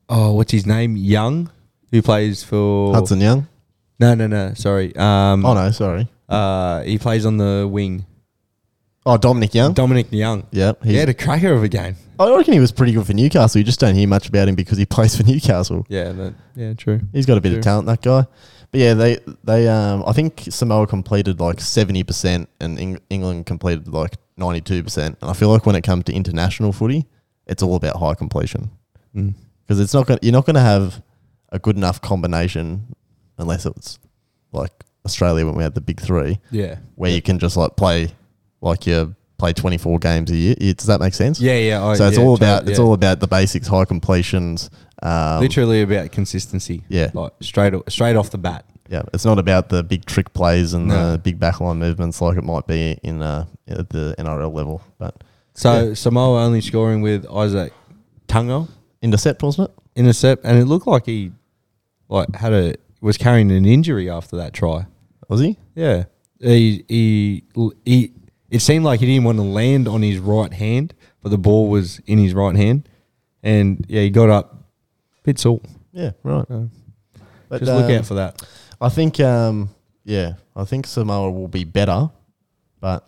Speaker 1: oh, what's his name? Young, who plays for
Speaker 2: Hudson Young.
Speaker 1: No, no, no. Sorry. Um,
Speaker 2: Oh no, sorry.
Speaker 1: uh, he plays on the wing.
Speaker 2: Oh Dominic Young.
Speaker 1: Dominic Young.
Speaker 2: yeah,
Speaker 1: He
Speaker 2: he's,
Speaker 1: had a cracker of a game.
Speaker 2: I reckon he was pretty good for Newcastle. You just don't hear much about him because he plays for Newcastle.
Speaker 1: Yeah, that, yeah, true.
Speaker 2: He's got a bit
Speaker 1: True.
Speaker 2: of talent, that guy. But yeah, they they um I think Samoa completed like seventy percent and Eng- England completed like ninety two percent. And I feel like when it comes to international footy, it's all about high completion
Speaker 1: Mm.
Speaker 2: because it's not going you're not going to have a good enough combination unless it's like Australia when we had the big three
Speaker 1: Yeah.
Speaker 2: where you can just like play like you play twenty four games a year. Yeah, Does that make sense?
Speaker 1: Yeah, yeah. I-
Speaker 2: So it's
Speaker 1: yeah,
Speaker 2: all
Speaker 1: totally,
Speaker 2: about it's
Speaker 1: yeah.
Speaker 2: all about the basics, high completions. Um,
Speaker 1: literally about consistency.
Speaker 2: Yeah.
Speaker 1: like straight o- straight off the bat.
Speaker 2: Yeah, it's not about the big trick plays and
Speaker 1: No.
Speaker 2: the big backline movements like it might be in uh, at the NRL level, but
Speaker 1: So Samoa only scoring with Isaac Tungo
Speaker 2: intercept wasn't it?
Speaker 1: intercept, and it looked like he like had a was carrying an injury after that try.
Speaker 2: Was he?
Speaker 1: Yeah, he he he. It seemed like he didn't want to land on his right hand, but the ball was in his right hand, and yeah, he got up. It's all.
Speaker 2: Yeah, right.
Speaker 1: So
Speaker 2: But,
Speaker 1: just look
Speaker 2: um,
Speaker 1: out for that.
Speaker 2: I think, um, yeah, I think Samoa will be better, but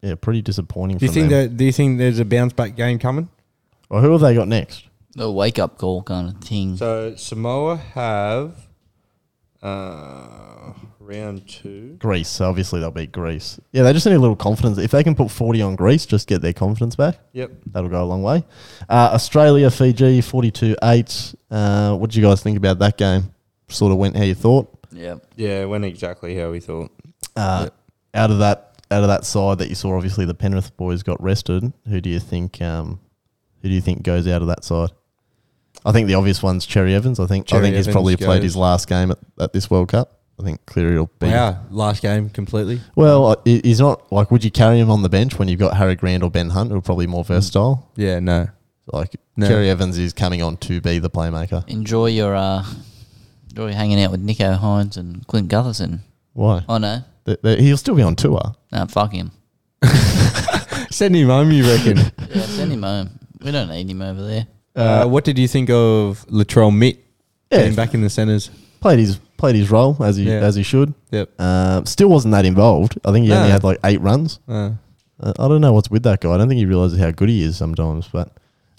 Speaker 2: yeah, pretty disappointing.
Speaker 1: Do you
Speaker 2: from
Speaker 1: think
Speaker 2: them.
Speaker 1: that? Do you think there's a bounce back game coming?
Speaker 2: Well, who have they got next?
Speaker 3: A wake up call kind of thing.
Speaker 1: Mm. So Samoa have uh, round two.
Speaker 2: Greece. So obviously they'll beat Greece. Yeah, they just need a little confidence. If they can put forty on Greece, just get their confidence back.
Speaker 1: Yep.
Speaker 2: That'll go a long way. Uh, Australia, Fiji, 42 8. Uh, what did you guys think about that game? Sort of went how you thought.
Speaker 3: yeah.
Speaker 1: Yeah, it went exactly how we thought.
Speaker 2: Uh, Out of that out of that side that you saw, obviously the Penrith boys got rested. Who do you think? Um, who do you think goes out of that side? I think the obvious one's Cherry Evans. I think I
Speaker 1: Cherry
Speaker 2: think he's
Speaker 1: Evans
Speaker 2: probably played
Speaker 1: goes.
Speaker 2: his last game at, at this World Cup. I think Cleary will be.
Speaker 1: Yeah, last game completely.
Speaker 2: Well, uh, he- he's not like. Would you carry him on the bench when you've got Harry Grant or Ben Hunt, who are probably more versatile?
Speaker 1: Yeah, no.
Speaker 2: Like
Speaker 1: No.
Speaker 2: Cherry Evans is coming on to be the playmaker.
Speaker 3: Enjoy your uh, enjoy hanging out with Nico Hines and Clint Gutherson.
Speaker 2: Why?
Speaker 3: Oh no,
Speaker 2: Th- th- he'll still be on tour.
Speaker 3: no, fuck him.
Speaker 1: Send him home, you reckon?
Speaker 3: Yeah, send him home. We don't need him over there.
Speaker 1: uh, what did you think of Latrell Mitt
Speaker 2: Yeah.
Speaker 1: being back in the centres?
Speaker 2: Played his played his role as he
Speaker 1: Yeah.
Speaker 2: as he should.
Speaker 1: Yep.
Speaker 2: Uh, still wasn't that involved. I think he only
Speaker 1: No.
Speaker 2: had like eight runs.
Speaker 1: Uh,
Speaker 2: Uh, I don't know what's with that guy. I don't think he realizes how good he is sometimes. But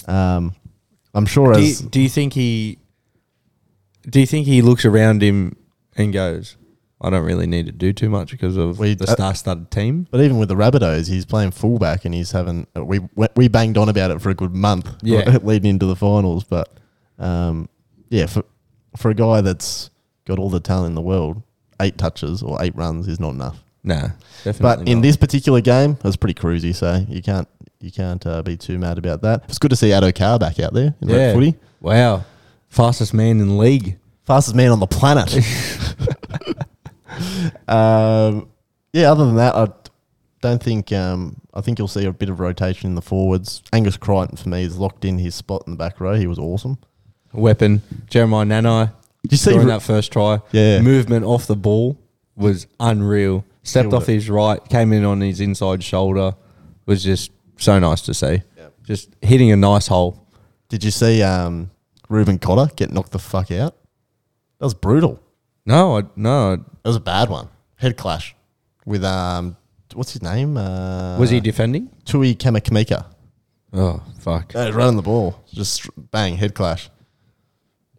Speaker 2: um, I'm sure
Speaker 1: do, you,
Speaker 2: as
Speaker 1: do you think he? Do you think he looks around him and goes, "I don't really need to do too much because of
Speaker 2: We-
Speaker 1: the
Speaker 2: uh,
Speaker 1: star-studded team"?
Speaker 2: but even with the Rabbitohs, he's playing fullback and he's having uh, we we- we banged on about it for a good month.
Speaker 1: Yeah.
Speaker 2: leading into the finals. But um, yeah, for for a guy that's got all the talent in the world, eight touches or eight runs is not enough.
Speaker 1: Nah, definitely.
Speaker 2: But in
Speaker 1: not.
Speaker 2: this particular game, it was pretty cruisy, so you can't you can't uh, be too mad about that. It's good to see Addo Carr back out there in red
Speaker 1: Yeah.
Speaker 2: footy.
Speaker 1: wow, fastest man in the league.
Speaker 2: Fastest man on the planet. um, yeah, other than that, I don't think um, I think you'll see a bit of rotation in the forwards. Angus Crichton for me is locked in his spot in the back row. He was awesome.
Speaker 1: Weapon. Jeremiah Nanai
Speaker 2: Did you see
Speaker 1: during
Speaker 2: Ru-
Speaker 1: that first try.
Speaker 2: Yeah.
Speaker 1: Movement off the ball was unreal. Stepped
Speaker 2: Killed
Speaker 1: off
Speaker 2: it.
Speaker 1: his right, came in on his inside shoulder. Was just so nice to see. Just hitting a nice hole.
Speaker 2: Did you see um, Ruben Cotter get knocked the fuck out? That was brutal.
Speaker 1: No, I, no. I-
Speaker 2: That was a bad one. Head clash with um, what's his name? Uh,
Speaker 1: Was he defending?
Speaker 2: Tui Kamakamika.
Speaker 1: Oh fuck!
Speaker 2: No, Uh, running the ball, just bang head clash.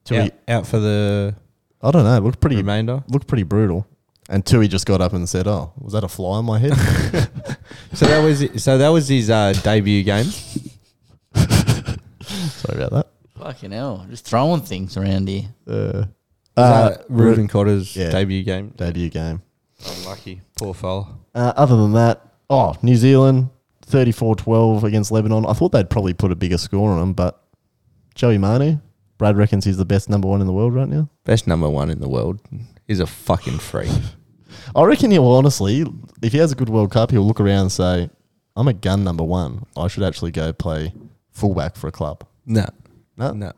Speaker 2: Tui,
Speaker 1: Out, out for the
Speaker 2: I don't know. It looked pretty
Speaker 1: remainder.
Speaker 2: looked pretty brutal. And Tui just got up and said, "Oh, was that a fly on my head?"
Speaker 1: So that was so that was his uh, debut game.
Speaker 2: Sorry about
Speaker 3: Fucking hell. Just throwing things around here.
Speaker 2: that. Uh,
Speaker 1: Uh, Ruben
Speaker 2: Ru-
Speaker 1: Cotter's
Speaker 2: yeah.
Speaker 1: debut game.
Speaker 2: debut game.
Speaker 1: Unlucky, poor fella.
Speaker 2: Uh, other than that, oh, New Zealand 34-12 against Lebanon. I thought they'd probably put a bigger score on them, but Joey Manu, Brad reckons he's the best number one in the world right now.
Speaker 1: Best number one in the world. He's a fucking freak.
Speaker 2: I reckon he'll honestly, if he has a good World Cup, he'll look around and say, "I'm a gun number one. I should actually go play fullback for a club."
Speaker 1: no,
Speaker 2: No,
Speaker 1: no,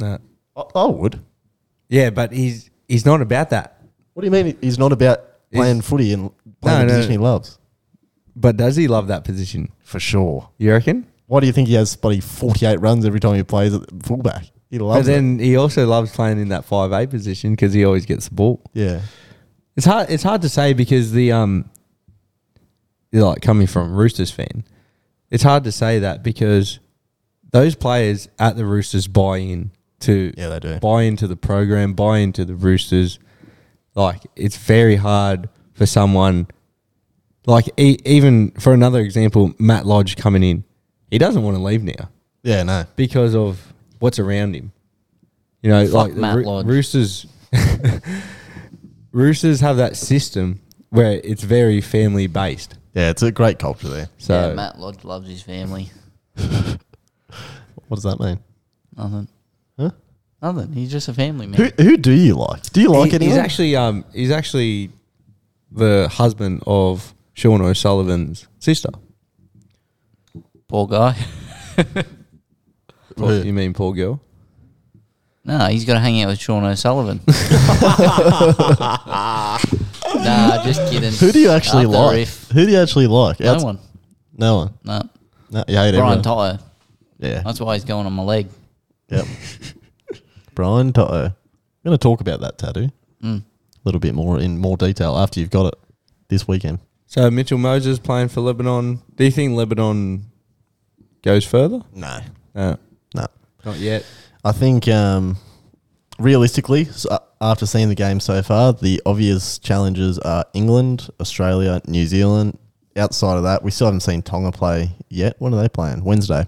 Speaker 1: no.
Speaker 2: I, I would.
Speaker 1: Yeah, but he's he's not about that.
Speaker 2: What do you mean he's not about
Speaker 1: He's-
Speaker 2: playing footy and playing
Speaker 1: No,
Speaker 2: the
Speaker 1: no.
Speaker 2: position he loves?
Speaker 1: But does he love that position?
Speaker 2: For sure.
Speaker 1: You reckon?
Speaker 2: Why do you think he has bloody 48 runs every time he plays at fullback? He
Speaker 1: But
Speaker 2: loves it.
Speaker 1: then he also loves playing in that five A position because he always gets the ball.
Speaker 2: Yeah.
Speaker 1: It's hard. It's hard to say because the um, you know, like coming from Roosters fan, it's hard to say that because those players at the Roosters buy in to
Speaker 2: Yeah, they do.
Speaker 1: buy into the program, buy into the Roosters. Like it's very hard for someone, like e- even for another example, Matt Lodge coming in, he doesn't want to leave now
Speaker 2: Yeah, no.
Speaker 1: because of what's around him. You know,
Speaker 3: Fuck
Speaker 1: like the
Speaker 3: Matt
Speaker 1: Roo-
Speaker 3: Lodge.
Speaker 1: Roosters. Roosters have that system where it's very family based.
Speaker 2: Yeah, it's a great culture there.
Speaker 1: So
Speaker 3: yeah, Matt Lodge loves his family.
Speaker 2: What does that mean?
Speaker 3: Nothing.
Speaker 2: Huh?
Speaker 3: Nothing. He's just a family man.
Speaker 2: Who, who do you like? Do you like
Speaker 1: he-
Speaker 2: anyone?
Speaker 1: he's actually um he's actually the husband of Sean O'Sullivan's sister.
Speaker 3: Poor guy.
Speaker 1: Paul-
Speaker 2: Yeah.
Speaker 1: You mean Paul Gill?
Speaker 3: No, he's got to hang out with Sean O'Sullivan. nah, just kidding.
Speaker 2: who do you actually
Speaker 3: After
Speaker 2: like?
Speaker 3: Riff.
Speaker 2: Who do you actually like?
Speaker 3: No
Speaker 2: Outs-
Speaker 3: one.
Speaker 2: No one.
Speaker 3: No.
Speaker 2: No, you hate
Speaker 3: Brian
Speaker 2: everyone.
Speaker 3: Tyre.
Speaker 2: yeah.
Speaker 3: That's why he's going on my leg.
Speaker 2: Yep. Brian Toto. We're going to talk about that tattoo
Speaker 3: Mm.
Speaker 2: a little bit more in more detail after you've got it this weekend.
Speaker 1: So Mitchell Moses playing for Lebanon. Do you think Lebanon goes further?
Speaker 2: No.
Speaker 1: No,
Speaker 2: No.
Speaker 1: not yet.
Speaker 2: I think um, realistically, s- uh, after seeing the game so far, the obvious challenges are England, Australia, New Zealand. Outside of that, we still haven't seen Tonga play yet. When are they playing? Wednesday.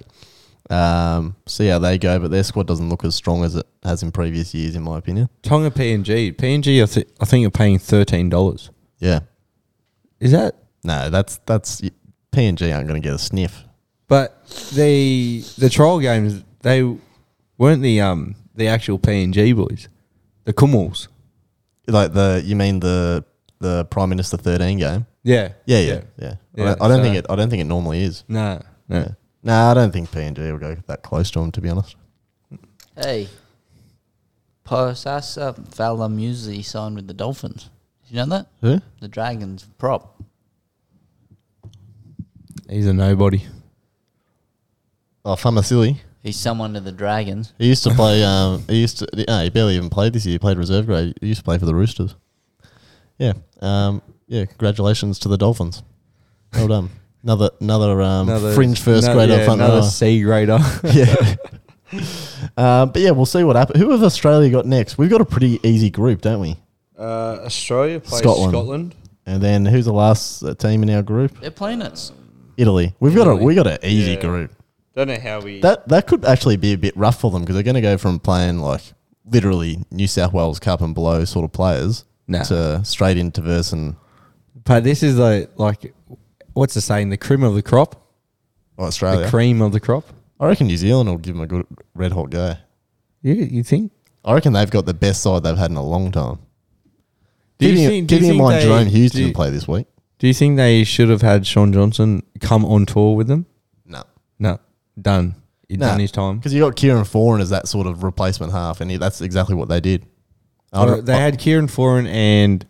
Speaker 2: Um, see how they go, but their squad doesn't look as strong as it has in previous years, in my opinion.
Speaker 1: Tonga PNG. PNG, I, th- I think you're paying thirteen dollars.
Speaker 2: Yeah,
Speaker 1: Is that?
Speaker 2: no, that's that's PNG aren't going to get a sniff.
Speaker 1: But the the trial games they weren't the um the actual PNG boys, the Kumuls.
Speaker 2: Like the you mean the the Prime Minister thirteen game?
Speaker 1: Yeah,
Speaker 2: Yeah, yeah, yeah. I
Speaker 1: Yeah,
Speaker 2: don't, I don't
Speaker 1: so-
Speaker 2: think it. I don't think it normally is.
Speaker 1: No, no.
Speaker 2: Yeah. No, I don't think PNG will go that close to them. To be honest.
Speaker 3: Hey, Posasa Valamuzi signed with the Dolphins. You know that?
Speaker 2: Who?
Speaker 3: The Dragons prop.
Speaker 1: He's a nobody.
Speaker 2: Oh, Famasili.
Speaker 3: He's someone to the Dragons.
Speaker 2: He used to play. Um, he used to. No, he barely even played this year. He played reserve grade. He used to play for the Roosters. Yeah. Um, yeah. Congratulations to the Dolphins. Well done. Another another, um, fringe first
Speaker 1: no-
Speaker 2: grader
Speaker 1: yeah,
Speaker 2: front
Speaker 1: another
Speaker 2: runner.
Speaker 1: C grader.
Speaker 2: yeah. um, but yeah, we'll see what happens. Who have Australia got next? We've got a pretty easy group, don't we?
Speaker 1: Uh, Australia
Speaker 2: plays Scotland. Scotland. And then who's the last uh, team in our group?
Speaker 3: They're planets.
Speaker 2: Italy. We've got a
Speaker 1: Italy.
Speaker 2: we got an easy
Speaker 1: Yeah.
Speaker 2: group.
Speaker 1: Don't know how we.
Speaker 2: That that could actually be a bit rough for them because they're going to go from playing like literally New South Wales Cup and below sort of players
Speaker 1: Nah.
Speaker 2: to straight into verse and
Speaker 1: but this is the like, what's the saying? The cream of the crop.
Speaker 2: oh,
Speaker 1: The
Speaker 2: Australia.
Speaker 1: cream of the crop.
Speaker 2: I reckon New Zealand will give them a good red hot go.
Speaker 1: You you think?
Speaker 2: I reckon they've got the best side they've had in a long time.
Speaker 1: Do you
Speaker 2: Keeping,
Speaker 1: think- do you
Speaker 2: keeping in
Speaker 1: think
Speaker 2: mind
Speaker 1: they-
Speaker 2: Jerome
Speaker 1: do
Speaker 2: Hughes didn't
Speaker 1: you-
Speaker 2: play this week.
Speaker 1: Do you think they should have had Sean Johnson come on tour with them?
Speaker 2: No.
Speaker 1: No, done. He
Speaker 2: Nah.
Speaker 1: done his time.
Speaker 2: Because you got Kieran Foran as that sort of replacement half, and he, that's exactly what they did. I,
Speaker 1: Uh,
Speaker 2: don't-
Speaker 1: they
Speaker 2: I-
Speaker 1: had Kieran Foran and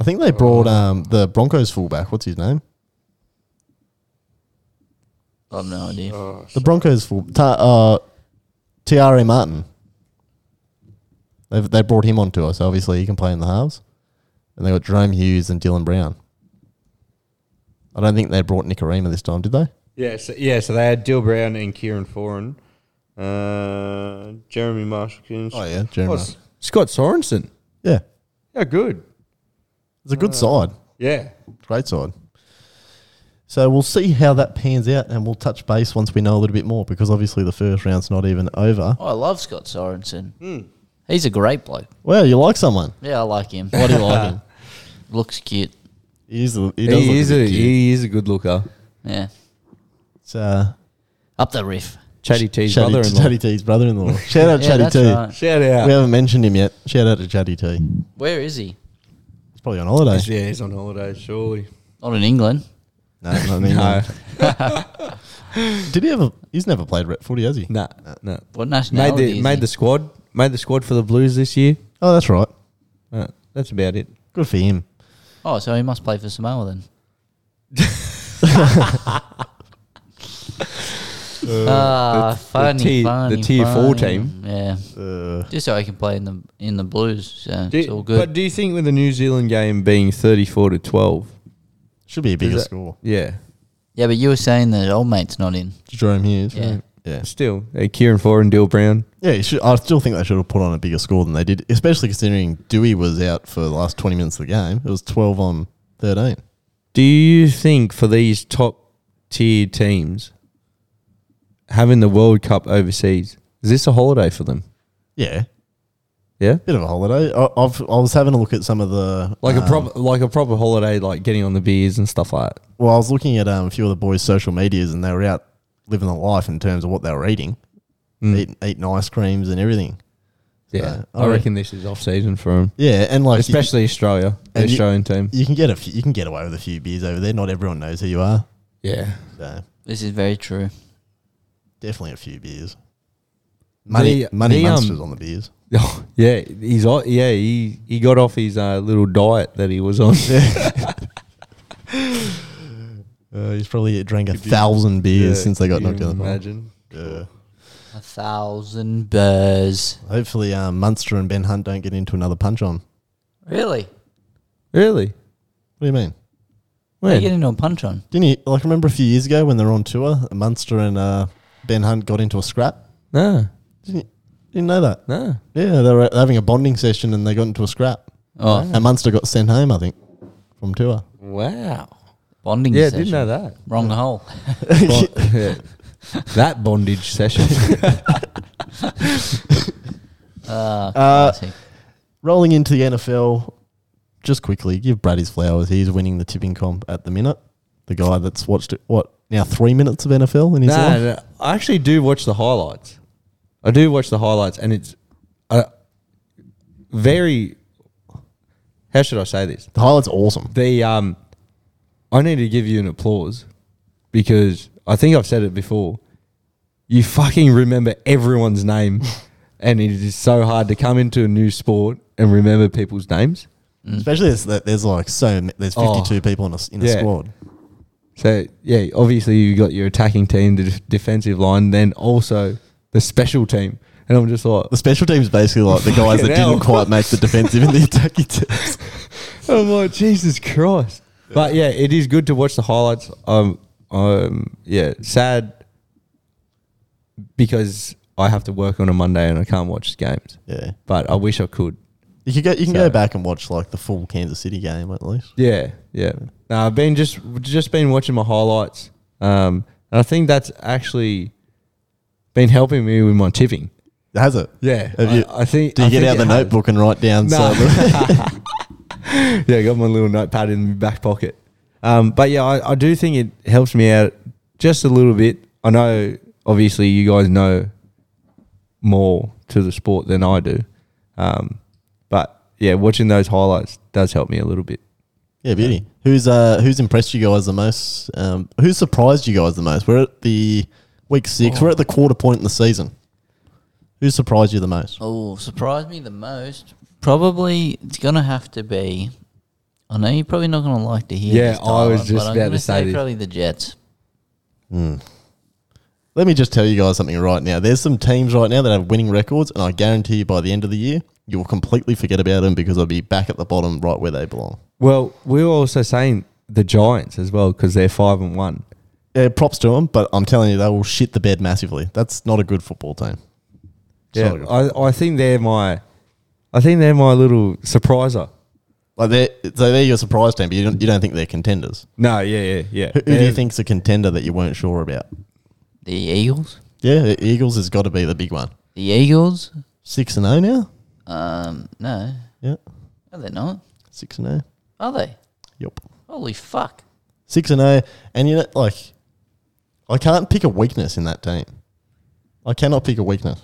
Speaker 2: I think they brought um, the Broncos fullback. What's his name?
Speaker 3: I've no idea. Oh,
Speaker 2: The Broncos full ta, uh, T.R.A. Martin. They've, they brought him on tour, so obviously he can play in the halves. And they got Jerome Hughes and Dylan Brown. I don't think they brought Nicarima this time, did they?
Speaker 1: Yeah, so, yeah, so they had Dill Brown and Kieran Foran, uh, Jeremy Marshall.
Speaker 2: Oh, yeah, Jeremy
Speaker 1: S- Scott Sorensen.
Speaker 2: Yeah.
Speaker 1: Yeah, good.
Speaker 2: It's a
Speaker 1: Uh.
Speaker 2: good side.
Speaker 1: Yeah.
Speaker 2: Great side. So we'll see how that pans out and we'll touch base once we know a little bit more because obviously the first round's not even over.
Speaker 3: I love Scott Sorensen. He's a great bloke.
Speaker 2: Well, you like someone.
Speaker 3: Yeah, I like him. What do you like him? Looks cute.
Speaker 2: He is, a- he does
Speaker 1: He
Speaker 2: look
Speaker 1: is
Speaker 2: a,
Speaker 1: a,
Speaker 2: bit cute.
Speaker 1: he is a good looker.
Speaker 3: Yeah.
Speaker 2: It's, uh,
Speaker 3: Up the riff.
Speaker 1: Chatty T's
Speaker 2: Chatty,
Speaker 1: brother in law.
Speaker 2: Chatty T's brother-in-law. Shout out
Speaker 3: Yeah,
Speaker 2: Chatty
Speaker 3: that's
Speaker 2: T.
Speaker 3: right.
Speaker 1: Shout out.
Speaker 2: We haven't mentioned him yet. Shout out to Chatty T.
Speaker 3: Where is he?
Speaker 2: He's probably on holiday.
Speaker 1: yeah, he's on holiday, surely.
Speaker 3: Not in England.
Speaker 2: No, not in
Speaker 1: No.
Speaker 2: England. Did he ever? He's never played rep footy, has he?
Speaker 1: Nah, nah.
Speaker 3: What
Speaker 1: Made
Speaker 3: nationality
Speaker 1: the
Speaker 3: is
Speaker 1: made
Speaker 3: he?
Speaker 1: the squad. Made the squad for the Blues this year.
Speaker 2: Oh, that's right.
Speaker 1: Uh, that's about it.
Speaker 2: Good for him.
Speaker 3: Oh, so he must play for Samoa then. Ah,
Speaker 1: Uh, the- the
Speaker 3: funny,
Speaker 1: tier- the
Speaker 3: funny,
Speaker 1: tier four
Speaker 3: funny.
Speaker 1: team.
Speaker 3: Yeah,
Speaker 2: Uh,
Speaker 3: just so he can play in the in the Blues. So
Speaker 1: Do-
Speaker 3: it's all good.
Speaker 1: But do you think with the New Zealand game being thirty-four to twelve?
Speaker 2: should be a bigger
Speaker 1: that-
Speaker 2: score.
Speaker 1: Yeah.
Speaker 3: yeah, but you were saying that old mate's not in.
Speaker 2: Jerome Hughes.
Speaker 3: Yeah.
Speaker 2: right? Yeah.
Speaker 1: Still, uh, Kieran Foran, Dill Brown.
Speaker 2: Yeah, you should, I still think they should have put on a bigger score than they did, especially considering Dewey was out for the last 20 minutes of the game. It was 12 on 13.
Speaker 1: Do you think for these top tier teams having the World Cup overseas is this a holiday for them?
Speaker 2: Yeah,
Speaker 1: Yeah,
Speaker 2: bit of a holiday. I, I've, I was having a look at some of the.
Speaker 1: like a
Speaker 2: um,
Speaker 1: proper like a proper holiday, like getting on the beers and stuff like that.
Speaker 2: Well, I was looking at um, a few of the boys' social medias and they were out living the life in terms of what they were eating, eating, eating ice creams and everything.
Speaker 1: Mm. Yeah,
Speaker 2: uh, I
Speaker 1: I
Speaker 2: re-
Speaker 1: reckon this is off season for them,
Speaker 2: Yeah, and like. you-
Speaker 1: especially Australia, the
Speaker 2: and you-
Speaker 1: Australian team.
Speaker 2: you can get a few, you can get away with a few beers over there. Not everyone knows who you are.
Speaker 1: Yeah,
Speaker 2: So
Speaker 3: This is very true.
Speaker 2: definitely a few beers. Money,
Speaker 1: The-
Speaker 2: money
Speaker 1: the, um,
Speaker 2: monsters on the beers.
Speaker 1: yeah, he's o- yeah he he got off his uh, little diet that he was on.
Speaker 2: Uh, he's probably drank a thousand beers since they got
Speaker 1: you
Speaker 2: knocked out. of the final.
Speaker 1: Imagine.
Speaker 2: Yeah.
Speaker 3: A thousand burrs.
Speaker 2: Hopefully, um, Munster and Ben Hunt don't get into another punch on.
Speaker 3: Really?
Speaker 1: Really?
Speaker 2: What do you mean?
Speaker 3: They
Speaker 1: When?
Speaker 3: get into a punch on.
Speaker 2: Didn't you like remember a few years ago when they were on tour? Munster and uh, Ben Hunt got into a scrap.
Speaker 1: No,
Speaker 2: Didn't you, didn't know that?
Speaker 1: no.
Speaker 2: Yeah, they were having a bonding session and they got into a scrap.
Speaker 3: Oh,
Speaker 1: Hmm.
Speaker 2: And Munster got sent home, I think, from tour.
Speaker 1: Wow.
Speaker 3: bonding.
Speaker 1: Yeah,
Speaker 3: session.
Speaker 1: didn't know that.
Speaker 3: Wrong hole.
Speaker 1: Bon- yeah. That bondage session.
Speaker 3: Uh,
Speaker 2: Uh,
Speaker 3: classic.
Speaker 2: Rolling into the NFL, just quickly give Brad his flowers. He's winning the tipping comp at the minute. The guy that's watched it, what now three minutes of NFL in
Speaker 1: no,
Speaker 2: his life.
Speaker 1: no, I actually do watch the highlights. I do watch the highlights, and it's uh, very. How should I say this?
Speaker 2: The highlight's awesome.
Speaker 1: The um, I need to give you an applause because I think I've said it before. You fucking remember everyone's name, and it is so hard to come into a new sport and remember people's names.
Speaker 2: Especially there's, that there's like so ma- there's
Speaker 1: Hmm. Oh.
Speaker 2: 52 people in a, s- in a
Speaker 1: Yeah.
Speaker 2: squad.
Speaker 1: So yeah, obviously you got your attacking team, the def- defensive line, then also the special team, and I'm just like,
Speaker 2: The special team's basically like the guys that
Speaker 1: Fucking hell.
Speaker 2: didn't quite make the defensive and the attacking teams.
Speaker 1: I'm like Oh Jesus Christ. But yeah, it is good to watch the highlights. Um, um, yeah, sad because I have to work on a Monday and I can't watch games.
Speaker 2: Yeah,
Speaker 1: But I wish I could.
Speaker 2: you can go you can
Speaker 1: So-
Speaker 2: go back and watch like the full Kansas City game at least.
Speaker 1: Yeah, yeah. No, I've been just just been watching my highlights, um, and I think that's actually been helping me with my tipping.
Speaker 2: Has it?
Speaker 1: Yeah,
Speaker 2: Have
Speaker 1: I,
Speaker 2: you-
Speaker 1: I think.
Speaker 2: Do you
Speaker 1: I
Speaker 2: get
Speaker 1: think
Speaker 2: out the
Speaker 1: it has.
Speaker 2: notebook and write down?
Speaker 1: No.
Speaker 2: some-
Speaker 1: yeah, I got my little notepad in my back pocket. Um, but yeah, I, I do think it helps me out just a little bit. I know, obviously, you guys know more to the sport than I do. Um, but yeah, watching those highlights does help me a little bit.
Speaker 2: Yeah, beauty. Who's uh who's impressed you guys the most? Um, who surprised you guys the most? We're at the week six. We're at the quarter point in the season. Who surprised you the most?
Speaker 3: Oh, surprised me the most. Probably it's gonna have to be. I know you're probably not gonna like to hear.
Speaker 1: Yeah,
Speaker 3: this,
Speaker 1: I was
Speaker 3: Tyler,
Speaker 1: just
Speaker 3: but I'm
Speaker 1: about to
Speaker 3: gonna
Speaker 1: say this.
Speaker 3: probably the Jets.
Speaker 2: Let me just tell you guys something right now. There's some teams right now that have winning records, and I guarantee you by the end of the year, you will completely forget about them because they'll be back at the bottom, right where they belong.
Speaker 1: Well, we were also saying the Giants as well because they're five and one,
Speaker 2: yeah, props to them, but I'm telling you, they will shit the bed massively. That's not a good football team. It's not a
Speaker 1: Yeah,
Speaker 2: good-
Speaker 1: I, I think they're my, I think they're my little surpriser.
Speaker 2: like they're, so they're your surprise team, but you don't, you don't think they're contenders.
Speaker 1: No, yeah, yeah, yeah.
Speaker 2: Who, who do
Speaker 1: They're-
Speaker 2: you think's a contender that you weren't sure about?
Speaker 3: The Eagles.
Speaker 2: Yeah, the Eagles has got to be the big one.
Speaker 3: The Eagles.
Speaker 2: Six and zero now.
Speaker 3: Um, no,
Speaker 2: Yeah,
Speaker 3: no, they're not.
Speaker 2: six and oh. zero.
Speaker 3: Are they?
Speaker 2: Yep,
Speaker 3: Holy fuck!
Speaker 2: six and zero. And you know, like, I can't pick a weakness in that team. I cannot pick a weakness.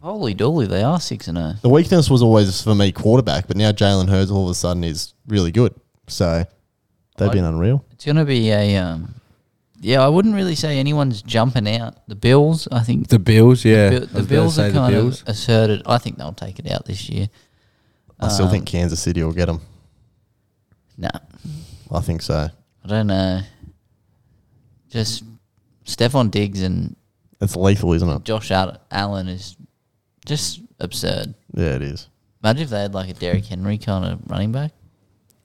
Speaker 3: Holy dooly, they are six and oh. zero.
Speaker 2: The weakness was always for me quarterback, but now Jalen Hurts all of a sudden is really good. So they've been unreal.
Speaker 3: It's gonna be a um. Yeah, I wouldn't really say anyone's jumping out. The Bills, I think
Speaker 1: the Bills, yeah. I
Speaker 3: Bill-
Speaker 1: was
Speaker 3: the
Speaker 1: gonna
Speaker 3: Bills
Speaker 1: say
Speaker 3: are
Speaker 1: the
Speaker 3: kind
Speaker 1: Bills.
Speaker 3: of asserted. I think they'll take it out this year. Um,
Speaker 2: I still think Kansas City will get them.
Speaker 3: No,
Speaker 2: I think so.
Speaker 3: I don't know. Just Stephon Diggs and
Speaker 2: It's lethal, isn't it?
Speaker 3: Josh Al- Allen is just absurd.
Speaker 2: Yeah, it is.
Speaker 3: Imagine if they had like a Derrick Henry kind of running back.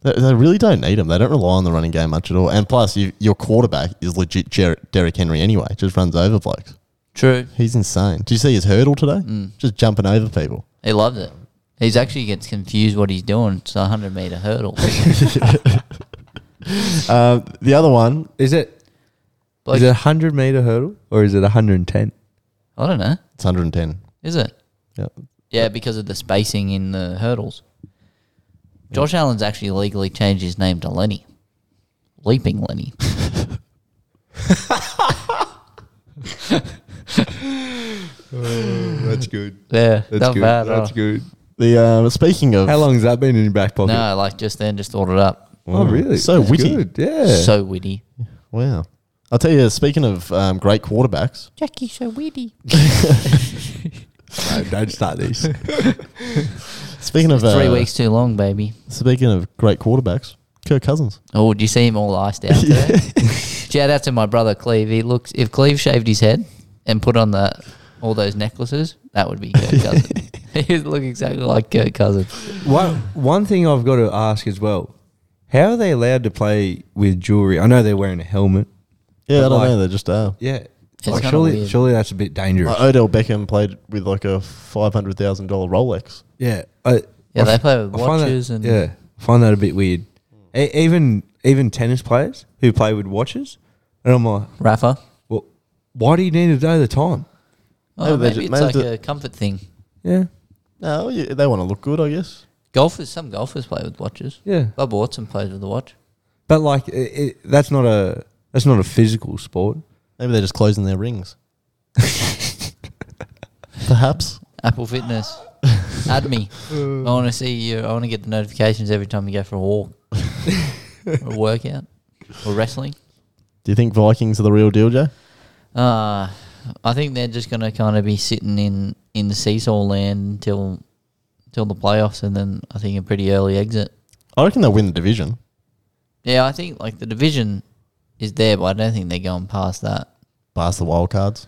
Speaker 2: They, they really don't need him. They don't rely on the running game much at all. And plus, you, your quarterback is legit Jer- Derrick Henry anyway. Just runs over blokes.
Speaker 3: True.
Speaker 2: He's insane. Do you see his hurdle today? Just jumping over people.
Speaker 3: Mm. He loved it. He's actually gets confused what he's doing. It's a hundred meter hurdle.
Speaker 1: Uh,
Speaker 2: Um, the other one,
Speaker 1: Is it? Is
Speaker 3: Like-
Speaker 1: it a hundred meter hurdle or is it hundred and ten?
Speaker 3: I don't know.
Speaker 2: it's 110.
Speaker 3: Is it?
Speaker 2: Yeah.
Speaker 3: Yeah, because of the spacing in the hurdles. Josh Allen's actually legally changed his name to Lenny. Leaping Lenny.
Speaker 1: Oh, That's good.
Speaker 3: Yeah,
Speaker 1: That's
Speaker 3: not
Speaker 1: good.
Speaker 3: bad.
Speaker 1: That's
Speaker 3: huh?
Speaker 1: good
Speaker 2: The uh, speaking of
Speaker 1: How long's that been in your back pocket?
Speaker 3: No, like just then, just thought it up.
Speaker 1: Oh, really?
Speaker 2: So
Speaker 1: That's
Speaker 2: witty.
Speaker 1: good, Yeah.
Speaker 3: So witty.
Speaker 2: wow, I'll tell you. Speaking of um, great quarterbacks,
Speaker 3: Jackie, so witty.
Speaker 1: No, don't start these.
Speaker 2: speaking of
Speaker 3: Three
Speaker 2: uh,
Speaker 3: weeks too long, baby.
Speaker 2: Speaking of great quarterbacks, Kirk Cousins.
Speaker 3: Oh, did you see him all iced out there? Shout out to my brother Cleve. He looks if Cleve shaved his head and put on the all those necklaces, that would be Kirk Cousins. He'd look exactly like Kirk Cousins.
Speaker 1: one one thing I've got to ask as well: How are they allowed to play with jewelry? I know they're wearing a helmet.
Speaker 2: Yeah, I
Speaker 1: But
Speaker 2: don't
Speaker 1: like-
Speaker 2: know. They just are.
Speaker 1: Yeah.
Speaker 3: It's
Speaker 1: Like,
Speaker 3: kinda
Speaker 1: Oh, surely,
Speaker 3: weird.
Speaker 1: surely that's a bit dangerous.
Speaker 2: Like Odell Beckham played with like a five hundred thousand dollar Rolex.
Speaker 1: yeah. I, I
Speaker 3: Yeah, they
Speaker 1: f-
Speaker 3: play with
Speaker 1: I find that-
Speaker 3: watches and-
Speaker 1: yeah, I find that a bit weird. E- even even tennis players who play with watches, and I'm like,
Speaker 3: Rafa.
Speaker 1: well, why do you need to know the time?
Speaker 2: Maybe they
Speaker 3: Oh, maybe
Speaker 2: ju-
Speaker 3: it's
Speaker 2: maybe
Speaker 3: like
Speaker 2: the-
Speaker 3: a comfort thing.
Speaker 1: Yeah,
Speaker 2: No, yeah, they want to look good, I guess.
Speaker 3: Golfers, some golfers play with watches.
Speaker 1: yeah.
Speaker 3: Bob Watson plays with a watch.
Speaker 1: But like, i i that's not a that's not a physical sport.
Speaker 2: Maybe they're just closing their rings. Perhaps.
Speaker 3: Apple Fitness. Add me. I want to see you. I want to get the notifications every time you go for a walk, or a workout, or wrestling.
Speaker 2: Do you think Vikings are the real deal, Joe?
Speaker 3: Uh, I think they're just going to kind of be sitting in in the seesaw land until till the playoffs, and then I think a pretty early exit.
Speaker 2: I reckon they'll win the division.
Speaker 3: Yeah, I think like the division is there, but I don't think they're going past that.
Speaker 2: Past the wild cards.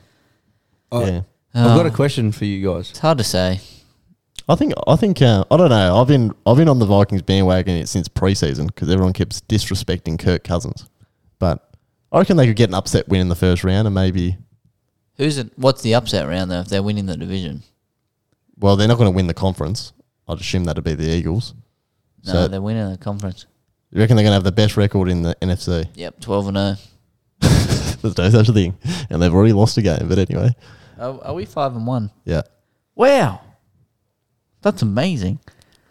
Speaker 1: I,
Speaker 2: yeah.
Speaker 1: I've got
Speaker 3: Uh,
Speaker 1: a question for you guys.
Speaker 3: It's hard to say.
Speaker 2: I think I think uh, I don't know. I've been I've been on the Vikings bandwagon since preseason because everyone keeps disrespecting Kirk Cousins, but I reckon they could get an upset win in the first round and maybe
Speaker 3: Who's it, what's the upset round though? If they're winning the division,
Speaker 2: Well, they're not going to win the conference. I'd assume that'd be the Eagles.
Speaker 3: no,
Speaker 2: So-
Speaker 3: they're winning the conference.
Speaker 2: You reckon they're going to have the best record in the NFC?
Speaker 3: Yep, twelve and oh. zero.
Speaker 2: There's no such thing, and they've already lost a game. But anyway,
Speaker 3: Are, are we five and one?
Speaker 2: yeah.
Speaker 3: Wow, that's amazing.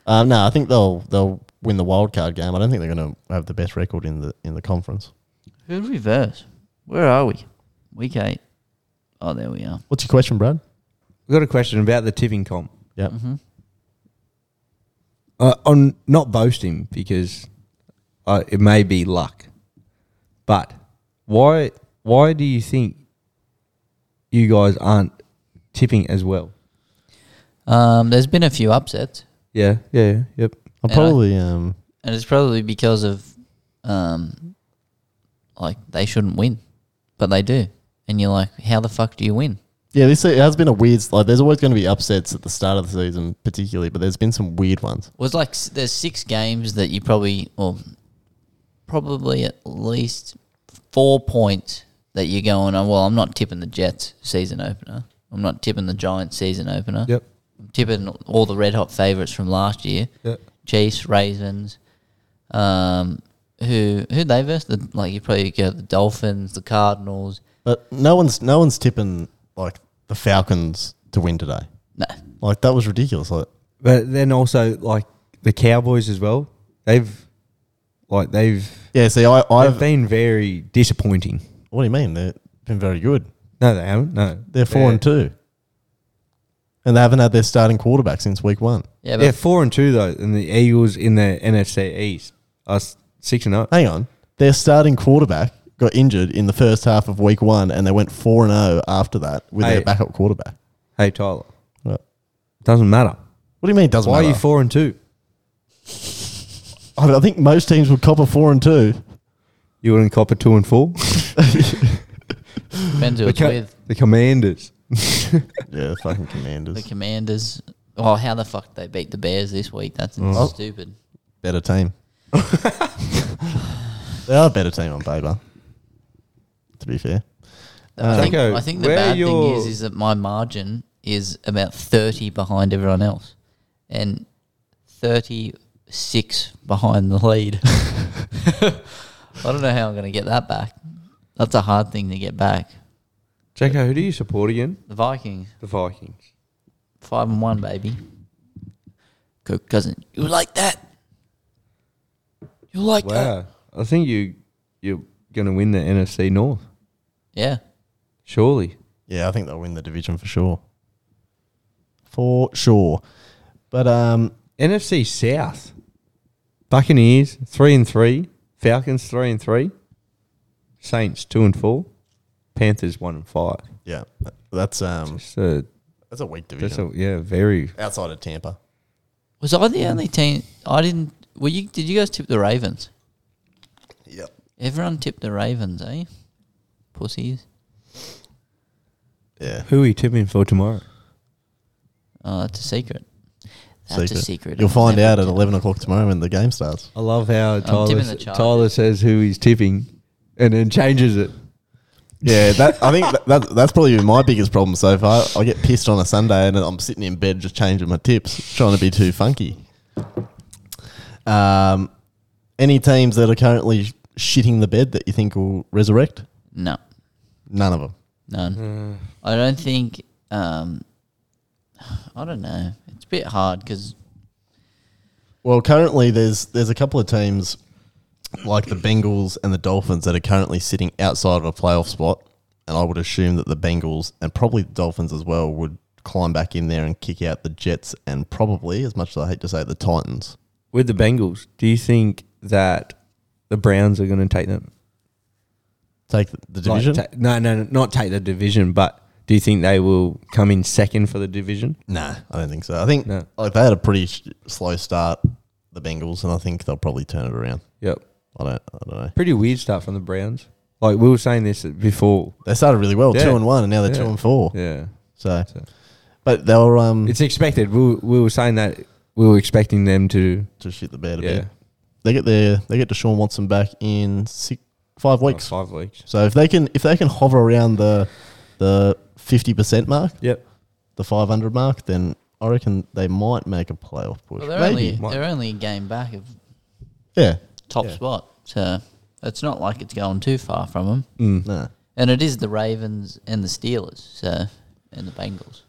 Speaker 2: Um, no, I think they'll they'll win the wild card game. I don't think they're going to have the best record in the in the conference.
Speaker 3: Who reverse? Where are we? Week eight. Oh, there we are.
Speaker 2: What's your question, Brad?
Speaker 1: I've got a question about the tipping comp.
Speaker 2: Yeah.
Speaker 3: Mm-hmm.
Speaker 1: Uh, I'm not boasting because uh, it may be luck, but why why do you think you guys aren't tipping as well?
Speaker 3: Um, there's been a few upsets,
Speaker 1: Yeah, yeah, yeah, yep.
Speaker 2: I'm
Speaker 3: Yeah.
Speaker 2: probably um
Speaker 3: and it's probably because of, um, like they shouldn't win, but they do, and you're like, how the fuck do you win?
Speaker 2: yeah. This it has been a weird like. There's always going to be upsets at the start of the season, particularly, but there's been some weird ones.
Speaker 3: Well, it's like s- there's six games that you probably, or probably at least four points that you're going, oh, well, I'm not tipping the Jets season opener. I'm not tipping the Giants season opener.
Speaker 1: Yep.
Speaker 3: I'm tipping all the red hot favourites from last year.
Speaker 1: Yep.
Speaker 3: Chiefs, Ravens, um, who who they verse? The, like you probably go the Dolphins, the Cardinals.
Speaker 2: But no one's no one's tipping like the Falcons to win today.
Speaker 3: No,
Speaker 2: Like that was ridiculous. Like
Speaker 1: But then also like the Cowboys as well. They've like they've
Speaker 2: yeah, see, I I've
Speaker 1: they've been very disappointing.
Speaker 2: what do you mean? They've been very good.
Speaker 1: No, they haven't. No,
Speaker 2: They're 4 and two, and they haven't had their starting quarterback since week one.
Speaker 3: yeah, but
Speaker 1: Yeah, four and two though, and the Eagles in the NFC East are s- six and zero.
Speaker 2: Hang on, their starting quarterback got injured in the first half of week one, and they went four and zero after that with
Speaker 1: Hey.
Speaker 2: their backup quarterback.
Speaker 1: Hey Tyler,
Speaker 2: What
Speaker 1: doesn't matter.
Speaker 2: What do you mean? It doesn't
Speaker 1: Why
Speaker 2: matter?
Speaker 1: are you four and two?
Speaker 2: I, mean, I think most teams would cop a four and two.
Speaker 1: You wouldn't cop a two and four.
Speaker 3: depends who
Speaker 1: the,
Speaker 3: it's
Speaker 1: co-
Speaker 3: with.
Speaker 1: the Commanders.
Speaker 2: Yeah, the fucking
Speaker 3: The
Speaker 2: Commanders,
Speaker 3: Commanders. Oh, how the fuck they beat the Bears this week? That's
Speaker 1: Mm.
Speaker 2: Oh.
Speaker 3: stupid.
Speaker 2: better team. they are a better team on paper. To be fair,
Speaker 3: I, think,
Speaker 1: Uh, Jacko,
Speaker 3: I think the
Speaker 1: where
Speaker 3: bad thing
Speaker 1: your-
Speaker 3: is is that my margin is about thirty behind everyone else, and thirty six behind the lead. I don't know how I'm going to get that back. That's a hard thing to get back.
Speaker 1: Jacko, who do you support again?
Speaker 3: The Vikings.
Speaker 1: The Vikings.
Speaker 3: Five and one, baby. Kirk Cousin. You like that? You like that?
Speaker 1: Wow, I think you you're gonna win the NFC North.
Speaker 3: Yeah.
Speaker 1: Surely.
Speaker 2: yeah, I think they'll win the division for sure. For sure, but um,
Speaker 1: NFC South. Buccaneers three and three. Falcons three and three. Saints two and four. Panthers one and five.
Speaker 2: yeah, that- that's um,
Speaker 1: Just a,
Speaker 2: that's a weak
Speaker 1: that's
Speaker 2: division
Speaker 1: a yeah, very
Speaker 2: outside of Tampa.
Speaker 3: Was I the only team? I didn't. Were you? Did you guys tip the Ravens?
Speaker 2: Yep.
Speaker 3: Everyone tipped the Ravens, eh? Pussies.
Speaker 2: Yeah.
Speaker 1: who are you tipping for tomorrow?
Speaker 3: Oh, that's a secret. That's a secret.
Speaker 2: You'll
Speaker 3: I'll
Speaker 2: find
Speaker 3: never
Speaker 2: out at
Speaker 3: tell.
Speaker 2: 11 o'clock tomorrow when the game starts.
Speaker 1: I love how Tyler,
Speaker 3: tipping the
Speaker 1: s-
Speaker 3: Chargers.
Speaker 1: Tyler says who he's tipping and then changes it.
Speaker 2: Yeah, that I think that, that, that's probably been my biggest problem so far. I get pissed on a Sunday and I'm sitting in bed just changing my tips, trying to be too funky. Um, any teams that are currently shitting the bed that you think will resurrect?
Speaker 3: No,
Speaker 2: None of them.
Speaker 3: none.
Speaker 2: Mm.
Speaker 3: I don't think. Um, I don't know. It's a bit hard because
Speaker 2: Well, currently there's there's a couple of teams like the Bengals and the Dolphins that are currently sitting outside of a playoff spot, and I would assume that the Bengals and probably the Dolphins as well would climb back in there and kick out the Jets and probably, as much as I hate to say, it, the Titans.
Speaker 1: With the Bengals, do you think that the Browns are going to take them?
Speaker 2: Take the, the
Speaker 1: Like,
Speaker 2: division?
Speaker 1: ta- no, no, no, not take the division, but do you think they will come in second for the division?
Speaker 2: nah, I don't think so. I think
Speaker 1: No.
Speaker 2: like they had a pretty sh- slow start, the Bengals, and I think they'll probably turn it around.
Speaker 1: Yep.
Speaker 2: I don't, I don't know.
Speaker 1: Pretty weird start from the Browns. Like we were saying this before.
Speaker 2: They started really well,
Speaker 1: Yeah.
Speaker 2: two and one, and now they're
Speaker 1: Yeah.
Speaker 2: two and four.
Speaker 1: Yeah.
Speaker 2: So,
Speaker 1: So-
Speaker 2: but they'll um
Speaker 1: It's expected. We, we were saying that we were expecting them to.
Speaker 2: to shit the bed a
Speaker 1: Yeah.
Speaker 2: bit. they get their they get Deshaun Watson back in six five
Speaker 1: Like
Speaker 2: weeks.
Speaker 1: five weeks.
Speaker 2: So if they can if they can hover around the the fifty percent mark,
Speaker 1: Yep.
Speaker 2: the five hundred mark, then I reckon they might make a playoff push.
Speaker 3: well, they're
Speaker 2: Maybe.
Speaker 3: only they're only a game back of
Speaker 2: yeah.
Speaker 3: top
Speaker 2: Yeah.
Speaker 3: spot, so it's not like it's going too far from them.
Speaker 1: Mm.
Speaker 2: Nah.
Speaker 3: And it is the Ravens and the Steelers, so and the Bengals.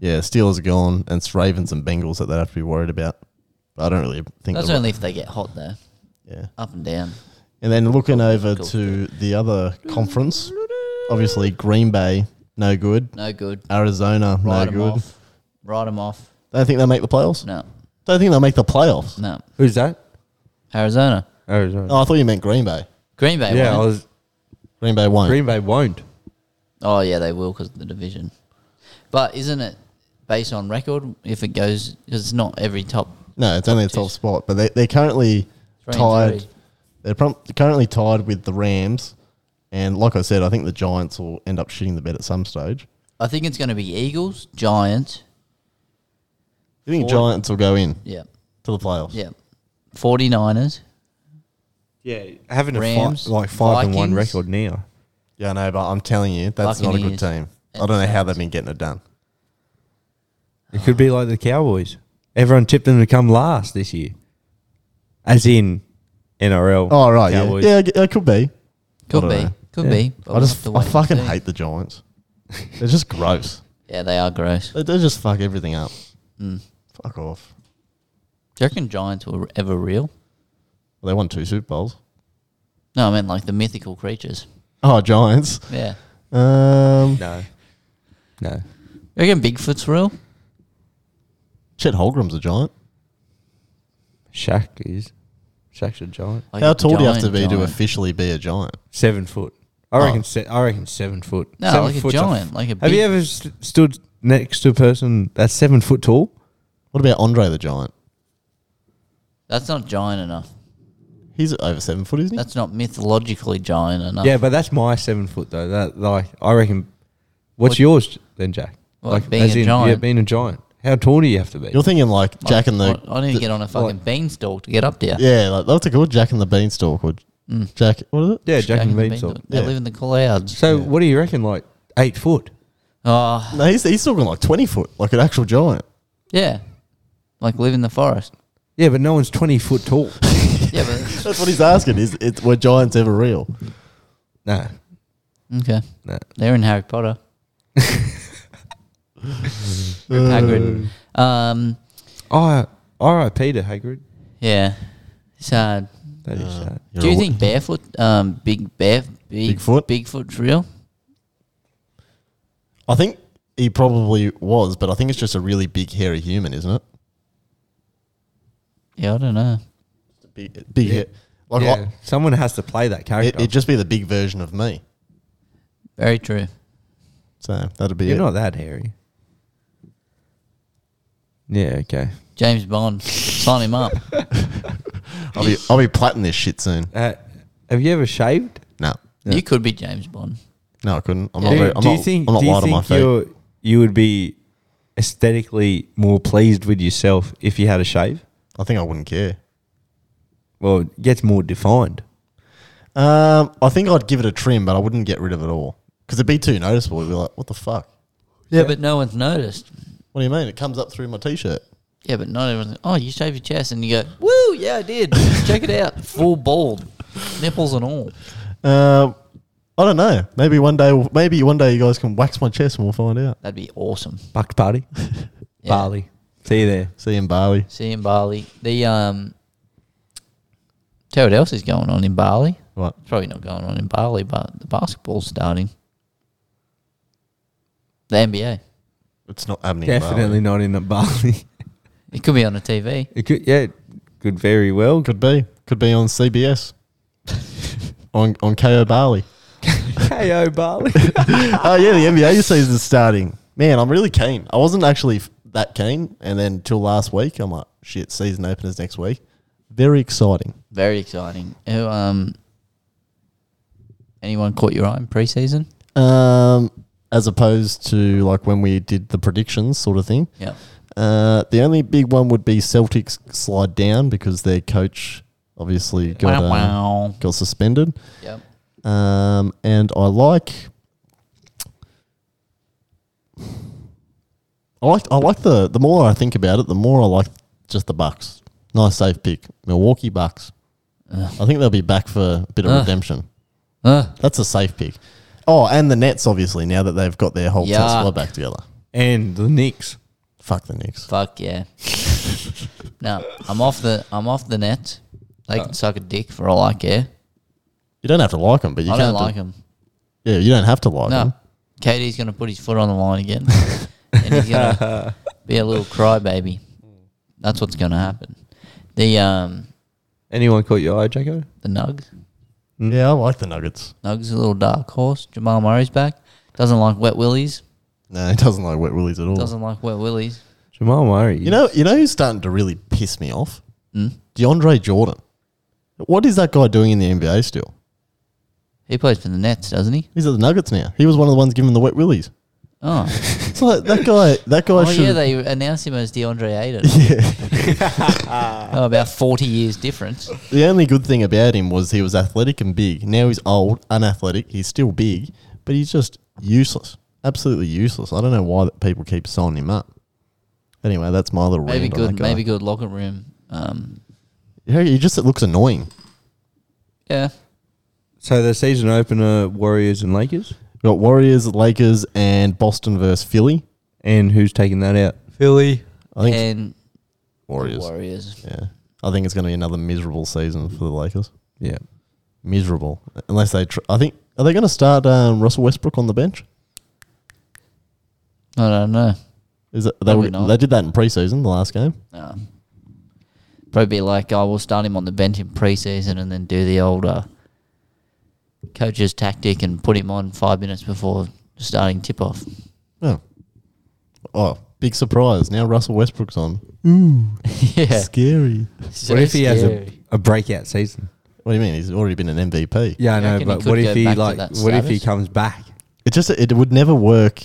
Speaker 2: Yeah, Steelers are gone and it's Ravens and Bengals that they have to be worried about. But I don't really think
Speaker 3: That's
Speaker 2: they'll-
Speaker 3: only if they get hot though,
Speaker 2: yeah.
Speaker 3: up and down.
Speaker 2: And then looking over
Speaker 3: cool.
Speaker 2: to the other conference, obviously Green Bay, no good.
Speaker 3: No good.
Speaker 2: Arizona,
Speaker 3: Write
Speaker 2: no
Speaker 3: them
Speaker 2: good.
Speaker 3: off. Write them off.
Speaker 2: Don't think they'll make the playoffs?
Speaker 3: No,
Speaker 2: Don't think they'll make the playoffs.
Speaker 3: no.
Speaker 1: Who's that?
Speaker 3: Arizona,
Speaker 1: Arizona.
Speaker 2: Oh, I thought you meant Green Bay.
Speaker 3: Green Bay.
Speaker 1: yeah, I
Speaker 3: won it.
Speaker 1: was.
Speaker 2: Green Bay won't.
Speaker 1: Green Bay won't.
Speaker 3: Oh yeah, they will because of the division. But isn't it based on record? If it goes, because it's not every top.
Speaker 2: No, it's only a
Speaker 3: Top two.
Speaker 2: top spot, but they, they're currently
Speaker 3: Three and
Speaker 2: tied.
Speaker 3: three.
Speaker 2: They're prom- currently tied with the Rams, and like I said, I think the Giants will end up shitting the bed at some stage.
Speaker 3: I think it's going to be Eagles, Giants.
Speaker 2: You think
Speaker 3: Four.
Speaker 2: Giants will go in
Speaker 3: Yeah,
Speaker 2: to the playoffs?
Speaker 3: yeah. 49ers.
Speaker 1: Yeah, having
Speaker 3: Rams,
Speaker 1: a five, like five and one
Speaker 3: Vikings.
Speaker 1: record now.
Speaker 2: Yeah, I know, but I'm telling you, that's not a good
Speaker 3: Buccaneers.
Speaker 2: team. I don't know how they've been getting it done.
Speaker 1: It could be like the Cowboys. Everyone tipped them to come last this year, as in NRL.
Speaker 2: Oh, right,
Speaker 1: Cowboys.
Speaker 2: yeah. Yeah, it could be. I
Speaker 3: Could
Speaker 2: don't
Speaker 3: be.
Speaker 2: know.
Speaker 3: Could
Speaker 1: Yeah.
Speaker 3: be. but
Speaker 2: I
Speaker 3: we'll
Speaker 2: just,
Speaker 3: have to
Speaker 2: I
Speaker 3: wait and
Speaker 2: fucking
Speaker 3: see.
Speaker 2: hate the Giants. They're just gross.
Speaker 3: Yeah, they are gross.
Speaker 2: They, they just fuck everything up.
Speaker 3: Mm.
Speaker 2: Fuck off.
Speaker 3: Do you reckon Giants were ever real?
Speaker 2: Well, they won two Super Bowls.
Speaker 3: No, I meant like the mythical creatures.
Speaker 2: Oh, Giants.
Speaker 3: Yeah.
Speaker 2: Um,
Speaker 1: No, no.
Speaker 3: You reckon Bigfoot's real?
Speaker 2: Chet Holgram's a giant.
Speaker 1: Shaq is Shaq's a giant.
Speaker 3: Like
Speaker 2: How
Speaker 3: a
Speaker 2: tall do you have to
Speaker 3: giant
Speaker 2: be to
Speaker 3: giant.
Speaker 2: officially be a giant?
Speaker 1: Seven foot. I
Speaker 2: Oh.
Speaker 1: reckon. Se- I reckon seven foot.
Speaker 3: No,
Speaker 1: seven
Speaker 3: like a
Speaker 1: foot's
Speaker 3: giant, like a
Speaker 1: have
Speaker 3: big-
Speaker 1: you ever st- stood next to a person that's seven foot tall?
Speaker 2: What about Andre the Giant?
Speaker 3: That's not giant enough.
Speaker 2: He's over seven foot, isn't he?
Speaker 3: That's not mythologically giant enough.
Speaker 1: Yeah, but that's my seven foot though. That like I reckon. What's
Speaker 3: What-
Speaker 1: yours then, Jack?
Speaker 3: What, being a
Speaker 1: Yeah,
Speaker 3: giant?
Speaker 1: being a giant. How tall do you have to be?
Speaker 2: You're thinking like
Speaker 3: Like,
Speaker 2: Jack and the.
Speaker 3: I, I need to
Speaker 2: the-
Speaker 3: get on a fucking
Speaker 1: like-
Speaker 3: beanstalk to get up there.
Speaker 2: Yeah, like, that's a good Jack and the Beanstalk or
Speaker 3: Mm.
Speaker 2: Jack. What is it?
Speaker 1: yeah, Jack, and
Speaker 3: the
Speaker 1: Beanstalk.
Speaker 3: They
Speaker 2: Yeah.
Speaker 3: live in the clouds.
Speaker 1: So what do you reckon? Like eight foot?
Speaker 3: Oh,
Speaker 2: No, he's, he's talking like twenty foot, like an actual giant.
Speaker 3: yeah. Like live in the forest.
Speaker 1: Yeah, but no one's twenty foot tall.
Speaker 3: Yeah, but
Speaker 2: That's what he's asking. Is it were giants ever real?
Speaker 1: no,
Speaker 3: okay.
Speaker 1: no.
Speaker 3: They're in Harry Potter. Rip Hagrid. Um,
Speaker 1: I R.I.P. to Hagrid.
Speaker 3: yeah. Sad.
Speaker 1: That is
Speaker 3: Uh,
Speaker 1: sad.
Speaker 2: You're
Speaker 3: Do you
Speaker 2: a-
Speaker 3: think barefoot, um, big bear, big,
Speaker 2: Bigfoot?
Speaker 3: Bigfoot's real?
Speaker 2: I think he probably was, but I think it's just a really big hairy human, isn't it?
Speaker 3: Yeah, I don't know.
Speaker 2: Big, big hair. Like
Speaker 1: yeah, someone has to play that
Speaker 2: I, it,
Speaker 1: character.
Speaker 2: would just be the big version of me.
Speaker 3: Very true.
Speaker 2: So that'd be
Speaker 1: You're
Speaker 2: it.
Speaker 1: not that hairy. Yeah. Okay.
Speaker 3: James Bond, sign him up.
Speaker 2: I'll be I'll be platting this shit soon.
Speaker 1: Uh, have you ever shaved?
Speaker 2: No,
Speaker 1: Yeah.
Speaker 3: You could be James Bond.
Speaker 2: no, I couldn't. I'm
Speaker 3: Yeah.
Speaker 2: not.
Speaker 1: do you,
Speaker 2: very, I'm
Speaker 1: do you
Speaker 2: not,
Speaker 1: think?
Speaker 2: I'm not
Speaker 1: do you
Speaker 2: light on my
Speaker 1: think
Speaker 2: feet.
Speaker 1: you you would be aesthetically more pleased with yourself if you had a shave?
Speaker 2: I think I wouldn't care.
Speaker 1: Well, it gets more defined.
Speaker 2: Um, I think I'd give it a trim, but I wouldn't get rid of it all because it'd be too noticeable. It'd be like, what the fuck?
Speaker 3: Yeah, but no one's noticed.
Speaker 2: What do you mean? It comes up through my t-shirt.
Speaker 3: Yeah, but not everyone's like, oh, you shave your chest and you go, woo, yeah, I did. Check it out. Full bald, nipples and all.
Speaker 2: Um, I don't know. Maybe one day, we'll, maybe one day you guys can wax my chest and we'll find out.
Speaker 3: That'd be awesome.
Speaker 1: Buck party,
Speaker 3: Yeah.
Speaker 1: Bali. See you there.
Speaker 2: See you in Bali.
Speaker 3: See you in Bali. The, um, tell what else is going on in Bali.
Speaker 2: What?
Speaker 3: It's probably not going on in Bali, but the basketball's starting. The NBA.
Speaker 2: It's not happening. in Bali.
Speaker 1: Definitely not in a Bali.
Speaker 3: It could be on the TV.
Speaker 1: It could, yeah, it could very well.
Speaker 2: Could be. Could be on CBS. on on KO Bali.
Speaker 1: KO Bali.
Speaker 2: Oh yeah, the NBA season's starting. Man, I'm really keen. I wasn't actually f- that keen, and then till last week, I'm like, shit, season openers next week. Very exciting.
Speaker 3: Very exciting. Who, um, anyone caught your eye in preseason?
Speaker 2: Um, as opposed to like when we did the predictions sort of thing.
Speaker 3: Yeah.
Speaker 2: Uh, the only big one would be Celtics slide down because their coach obviously got
Speaker 3: Wow,
Speaker 2: uh,
Speaker 3: wow.
Speaker 2: got suspended.
Speaker 3: Yep.
Speaker 2: Um, and I like. I like I like the the more I think about it, the more I like just the Bucks. Nice safe pick, Milwaukee Bucks. I think they'll be back for a bit of
Speaker 3: Ugh.
Speaker 2: redemption.
Speaker 3: Uh,
Speaker 2: That's a safe pick. Oh, and the Nets obviously now that they've got their whole
Speaker 3: Yuck.
Speaker 2: top squad back together.
Speaker 1: and the Knicks.
Speaker 2: Fuck the Knicks.
Speaker 3: fuck yeah. no, I'm off the I'm off the net. They can suck a dick for all I care.
Speaker 2: You don't have to like them, but you
Speaker 3: I
Speaker 2: can't.
Speaker 3: don't like him.
Speaker 2: Yeah, you don't have to like
Speaker 3: No,
Speaker 2: them.
Speaker 3: KD's gonna put his foot on the line again, and he's gonna be a little crybaby. That's what's gonna happen. The um
Speaker 1: Anyone caught your eye, Jaco?
Speaker 3: the Nugs.
Speaker 2: Yeah, I like the Nuggets.
Speaker 3: Nugs a little dark horse. Jamal Murray's back. Doesn't like wet willies.
Speaker 2: No, he doesn't like wet willies at all.
Speaker 3: Doesn't like wet willies.
Speaker 1: Jamal Murray.
Speaker 2: You know, you know who's starting to really piss me off?
Speaker 3: Mm.
Speaker 2: DeAndre Jordan. What is that guy doing in the NBA still?
Speaker 3: He plays for the Nets, doesn't he?
Speaker 2: He's at the Nuggets now. He was one of the ones giving the wet willies.
Speaker 3: Oh,
Speaker 2: It's like that guy. That guy
Speaker 3: oh
Speaker 2: should.
Speaker 3: yeah, they announced him as DeAndre Ayton.
Speaker 2: yeah.
Speaker 3: Oh, about forty years difference.
Speaker 2: The only good thing about him was he was athletic and big. Now he's old, unathletic. He's still big, but he's just useless. Absolutely useless. I don't know why that people keep signing him up. Anyway, that's my little
Speaker 3: Maybe
Speaker 2: rant on
Speaker 3: good.
Speaker 2: that guy.
Speaker 3: Maybe good locker room. Um,
Speaker 2: Yeah, he just it looks annoying.
Speaker 3: yeah.
Speaker 1: So the season opener, Warriors and Lakers,
Speaker 2: We've got Warriors, Lakers, and Boston versus Philly.
Speaker 1: and who's taking that out? Philly.
Speaker 2: I think
Speaker 3: and
Speaker 2: Warriors.
Speaker 3: Warriors.
Speaker 2: Yeah, I think it's going to be another miserable season for the Lakers.
Speaker 1: Yeah.
Speaker 2: Miserable, unless they. Tr- I think are they going to start um, Russell Westbrook on the bench?
Speaker 3: I don't know.
Speaker 2: Is it, they
Speaker 3: Probably
Speaker 2: were,
Speaker 3: not.
Speaker 2: they did that in preseason the last game?
Speaker 3: Uh, probably be like, I will start him on the bench in preseason and then do the old uh, coach's tactic and put him on five minutes before starting tip off.
Speaker 2: Oh. Oh, big surprise. Now Russell Westbrook's on.
Speaker 3: yeah.
Speaker 2: Scary.
Speaker 3: So
Speaker 1: what if he has a,
Speaker 3: scary.
Speaker 1: a breakout season?
Speaker 2: What do you mean? He's already been an MVP.
Speaker 1: Yeah, I
Speaker 3: You
Speaker 1: know,
Speaker 3: reckon he
Speaker 1: but
Speaker 3: could
Speaker 1: what
Speaker 3: go
Speaker 1: if he
Speaker 3: back to
Speaker 1: like?
Speaker 3: that
Speaker 1: What if he
Speaker 3: status?
Speaker 1: comes back?
Speaker 2: It just it would never work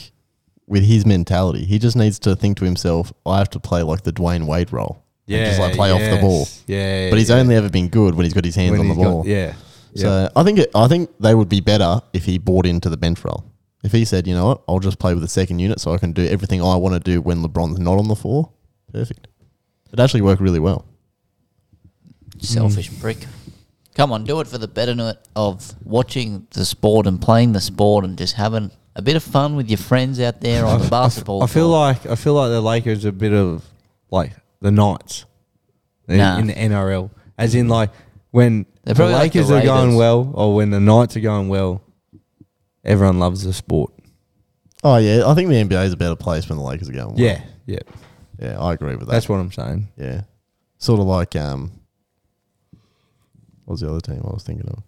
Speaker 2: with his mentality. He just needs to think to himself, I have to play like the Dwayne Wade role. and just like play off the ball.
Speaker 1: yes, Yeah,
Speaker 2: But he's
Speaker 1: yeah.
Speaker 2: only ever been good when he's got his hands
Speaker 1: When
Speaker 2: on the
Speaker 1: he's got-
Speaker 2: ball.
Speaker 1: yeah.
Speaker 2: So
Speaker 1: yeah.
Speaker 2: I think it, I think they would be better if he bought into the bench role. If he said, you know what, I'll just play with the second unit so I can do everything I want to do when LeBron's not on the floor. Perfect. It actually worked really well.
Speaker 3: Selfish
Speaker 1: Mm.
Speaker 3: prick. Come on, do it for the betterment of watching the sport and playing the sport and just having a bit of fun with your friends out there on the basketball.
Speaker 1: I feel
Speaker 3: court.
Speaker 1: like I feel like the Lakers are a bit of like the Knights in,
Speaker 3: Nah.
Speaker 1: in the NRL, as in like when the
Speaker 3: They're probably like the
Speaker 1: Lakers are going
Speaker 3: Raiders.
Speaker 1: well or when the Knights are going well, everyone loves the sport.
Speaker 2: Oh yeah, I think the NBA is a better place when the Lakers are going. well.
Speaker 1: Yeah, yeah,
Speaker 2: yeah, I agree with that.
Speaker 1: that's what I'm saying.
Speaker 2: yeah, sort of like um, what was the other team I was thinking of?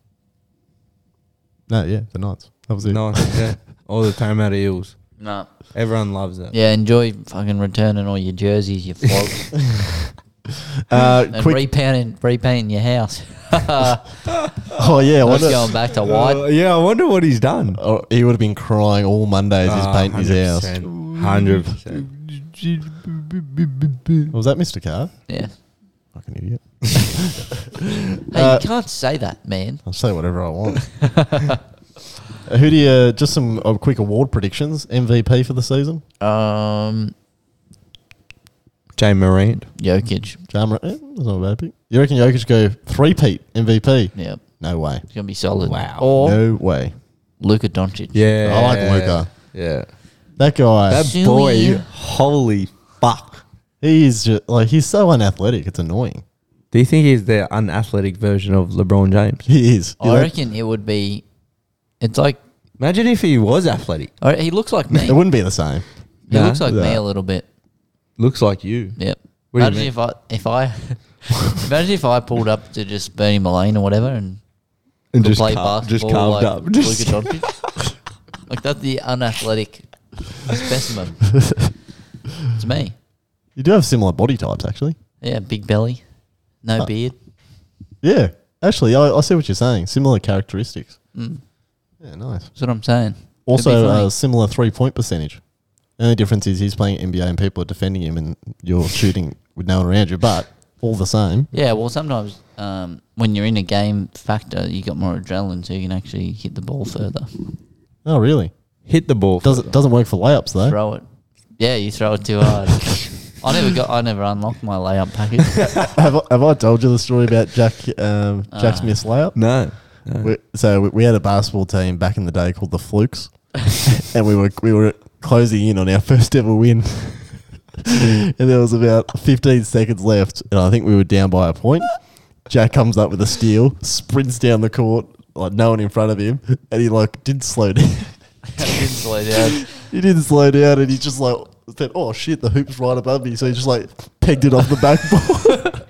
Speaker 2: No, yeah, the Knights. That was it.
Speaker 1: Knights, yeah, all the time out of Eels,
Speaker 3: No.
Speaker 1: everyone loves it.
Speaker 3: Yeah, enjoy fucking returning all your jerseys, your floats,
Speaker 2: Uh,
Speaker 3: and
Speaker 2: quick.
Speaker 3: repainting, repainting your house.
Speaker 2: oh yeah, I
Speaker 3: That's
Speaker 2: wonder-
Speaker 3: going back to white.
Speaker 1: Uh, yeah, I wonder what he's done.
Speaker 2: oh, he would have been crying all Mondays. He's painting his house.
Speaker 1: Ah, Hundred percent.
Speaker 2: Was that Mr. Carr?
Speaker 3: Yeah.
Speaker 2: Fucking idiot.
Speaker 3: Hey,
Speaker 2: Uh,
Speaker 3: you can't say that, man.
Speaker 2: I'll say whatever I want. Uh, Who do you? Just some uh, quick award predictions. MVP for the season.
Speaker 3: Um,
Speaker 1: Jay Morant.
Speaker 3: Jokic.
Speaker 2: Jam, eh, that's not a bad pick. You reckon Jokic go three peat MVP?
Speaker 3: Yeah,
Speaker 2: No way.
Speaker 3: it's gonna be solid.
Speaker 1: Wow.
Speaker 3: Or
Speaker 2: No way.
Speaker 3: Luka Doncic.
Speaker 1: Yeah,
Speaker 2: I like Luka.
Speaker 1: Yeah.
Speaker 2: That guy.
Speaker 1: That
Speaker 3: Suey.
Speaker 1: boy, holy fuck.
Speaker 2: He's just like he's so unathletic. It's annoying.
Speaker 1: Do you think he's the unathletic version of LeBron James?
Speaker 2: He is. You
Speaker 3: I
Speaker 2: know?
Speaker 3: reckon it would be. It's like
Speaker 1: Imagine if he was athletic.
Speaker 3: I- he looks like me.
Speaker 2: It wouldn't be the same.
Speaker 3: He
Speaker 1: No.
Speaker 3: looks like me
Speaker 2: Yeah.
Speaker 3: a little bit.
Speaker 1: Looks like you.
Speaker 3: Yep.
Speaker 1: What do you
Speaker 3: imagine
Speaker 1: mean?
Speaker 3: if I if I imagine if I pulled up to just Bernie Malone or whatever and,
Speaker 1: And
Speaker 3: could
Speaker 1: just,
Speaker 3: play
Speaker 1: car-
Speaker 3: basketball
Speaker 1: just carved
Speaker 3: like
Speaker 1: up. Just-
Speaker 3: Luka Doncic. like that's the unathletic specimen. it's me.
Speaker 2: You do have similar body types, actually.
Speaker 3: Yeah, big belly, no
Speaker 1: Uh.
Speaker 3: beard.
Speaker 2: Yeah, actually, I, I see what you're saying. Similar characteristics. Yeah, nice.
Speaker 3: Mm, That's what I'm saying. It'd be
Speaker 2: Also,
Speaker 3: funny.
Speaker 2: uh, similar three point percentage. The only difference is he's playing NBA and people are defending him, and you're shooting with no one around you. But all the same,
Speaker 3: Yeah, well, sometimes um, when you're in a game factor, you got more adrenaline, so you can actually hit the ball further,
Speaker 2: oh really?
Speaker 1: Hit the ball.
Speaker 2: Doesn't doesn't work for layups though.
Speaker 3: throw it. Yeah, you throw it too hard. I never got. I never unlocked my layup package.
Speaker 2: have, I, have I told you the story about Jack um,
Speaker 3: Uh,
Speaker 2: Jack's missed layup?
Speaker 1: No. no.
Speaker 2: We, so we, we had a basketball team back in the day called the Flukes, and we were we were closing in on our first ever win, and there was about 15 seconds left, and I think we were down by a point. Jack comes up with a steal, sprints down the court like no one in front of him, and he like did slow down.
Speaker 3: Didn't slow down.
Speaker 2: he didn't slow down, and he just like said, "Oh shit, the hoop's right above me," so he just like pegged it off the backboard.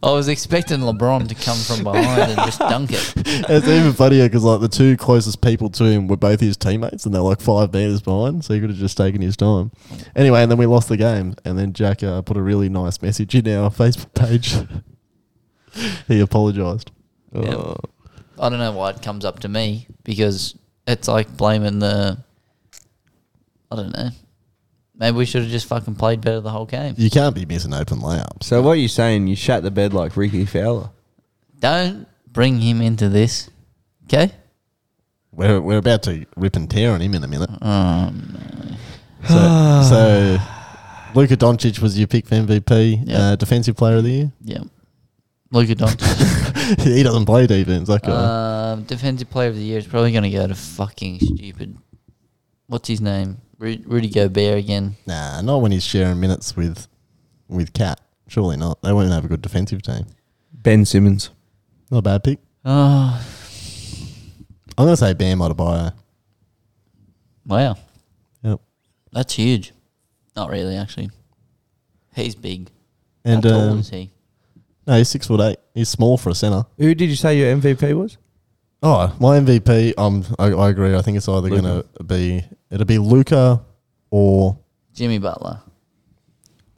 Speaker 3: I was expecting LeBron to come from behind and just dunk it.
Speaker 2: And it's even funnier because like the two closest people to him were both his teammates, and they're like five meters behind, so he could have just taken his time. Anyway, and then we lost the game, and then Jack uh, put a really nice message in our Facebook page. he apologized.
Speaker 3: Yeah.
Speaker 1: Oh.
Speaker 3: I don't know why it comes up to me because it's like blaming the I don't know. Maybe we should have just fucking played better the whole game.
Speaker 2: You can't be missing open layups.
Speaker 1: So what are you saying? You shat the bed like Ricky Fowler.
Speaker 3: Don't bring him into this. Okay?
Speaker 2: We're, we're about to rip and tear on him in a minute.
Speaker 3: Um,
Speaker 2: So, so Luka Doncic was your pick for MVP,
Speaker 3: Yeah.
Speaker 2: uh, defensive player of the year.
Speaker 3: yeah. Luka Doncic.
Speaker 2: he doesn't play defense. That guy.
Speaker 3: um, defensive player of the year is probably going to go to fucking stupid. What's his name? Ru- Rudy Gobert again.
Speaker 2: nah, not when he's sharing minutes with with Cat. Surely not. They won't have a good defensive team.
Speaker 1: Ben Simmons.
Speaker 2: Not a bad pick.
Speaker 3: Oh,
Speaker 2: I'm going to say Bam Adebayo.
Speaker 3: wow.
Speaker 2: Yep.
Speaker 3: That's huge. Not really, actually. He's big.
Speaker 2: And
Speaker 3: How tall
Speaker 2: um,
Speaker 3: is he?
Speaker 2: no, he's six foot eight. He's small for a center.
Speaker 1: Who did you say your MVP was?
Speaker 2: Oh, my MVP. Um, I, I agree. I think it's either
Speaker 1: Luka.
Speaker 2: going to be it'll be Luca or
Speaker 3: Jimmy Butler.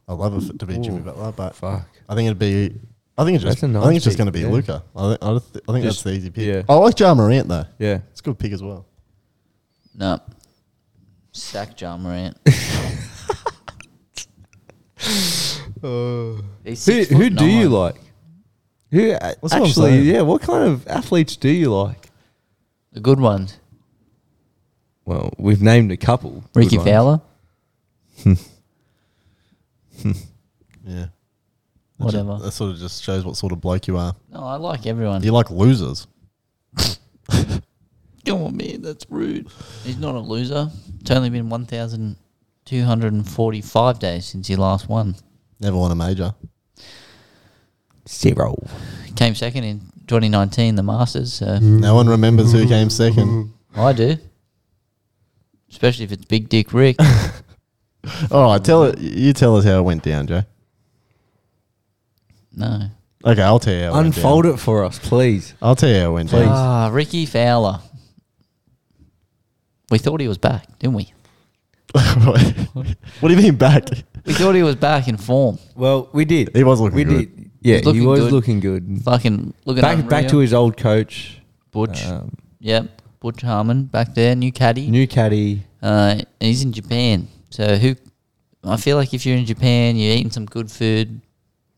Speaker 2: I love it to be Jimmy Butler, but
Speaker 1: Fuck.
Speaker 2: I think it'd be. I think it's
Speaker 1: That's
Speaker 2: just.
Speaker 1: a nice
Speaker 2: I think it's just
Speaker 1: pick,
Speaker 2: going to be
Speaker 1: yeah.
Speaker 2: Luca. I, th- I, th- I think
Speaker 1: Just-
Speaker 2: that's the easy pick.
Speaker 1: yeah.
Speaker 2: I like Ja Morant though.
Speaker 1: Yeah.
Speaker 2: It's a good pick as well.
Speaker 3: No. Sack John Morant. He's
Speaker 1: Who,
Speaker 3: six
Speaker 1: who
Speaker 3: foot
Speaker 1: do you
Speaker 3: nine.
Speaker 1: like? Who a-
Speaker 2: That's what I'm
Speaker 1: actually?
Speaker 2: saying.
Speaker 1: yeah. What kind of athletes do you like?
Speaker 3: The good ones.
Speaker 1: Well, we've named a couple. good
Speaker 3: Ricky
Speaker 1: ones.
Speaker 3: Fowler.
Speaker 2: Yeah. That ju-
Speaker 3: Whatever.
Speaker 2: that sort of just shows what sort of bloke you are.
Speaker 3: No, I like everyone.
Speaker 2: You like losers.
Speaker 3: Come on, man. That's rude. He's not a loser. It's only been 1,245 days since he last won.
Speaker 2: Never won a major.
Speaker 1: Zero.
Speaker 3: Came second in 2019, the Masters. So
Speaker 2: No one remembers who came second.
Speaker 3: I do. Especially if it's Big Dick Rick.
Speaker 2: All right, tell it. You tell us how it went down, Joe.
Speaker 3: No.
Speaker 2: Okay, I'll tell you. How it went
Speaker 1: Unfold
Speaker 2: down.
Speaker 1: it for us, please.
Speaker 2: I'll tell you how it went down.
Speaker 3: Ah, Ricky Fowler. We thought he was back, didn't we?
Speaker 2: what do you mean back?
Speaker 3: We thought he was back in form.
Speaker 1: Well, we did.
Speaker 2: He was looking
Speaker 1: we
Speaker 2: good.
Speaker 1: did. Yeah,
Speaker 3: He's looking
Speaker 1: he was
Speaker 3: good.
Speaker 1: looking good.
Speaker 3: Fucking looking
Speaker 1: Back back to his old coach,
Speaker 3: Butch.
Speaker 1: um,
Speaker 3: yep, Butch Harmon back there, new caddy.
Speaker 1: new caddy.
Speaker 3: Uh, and he's in Japan, so who? I feel like if you're in Japan, you're eating some good food.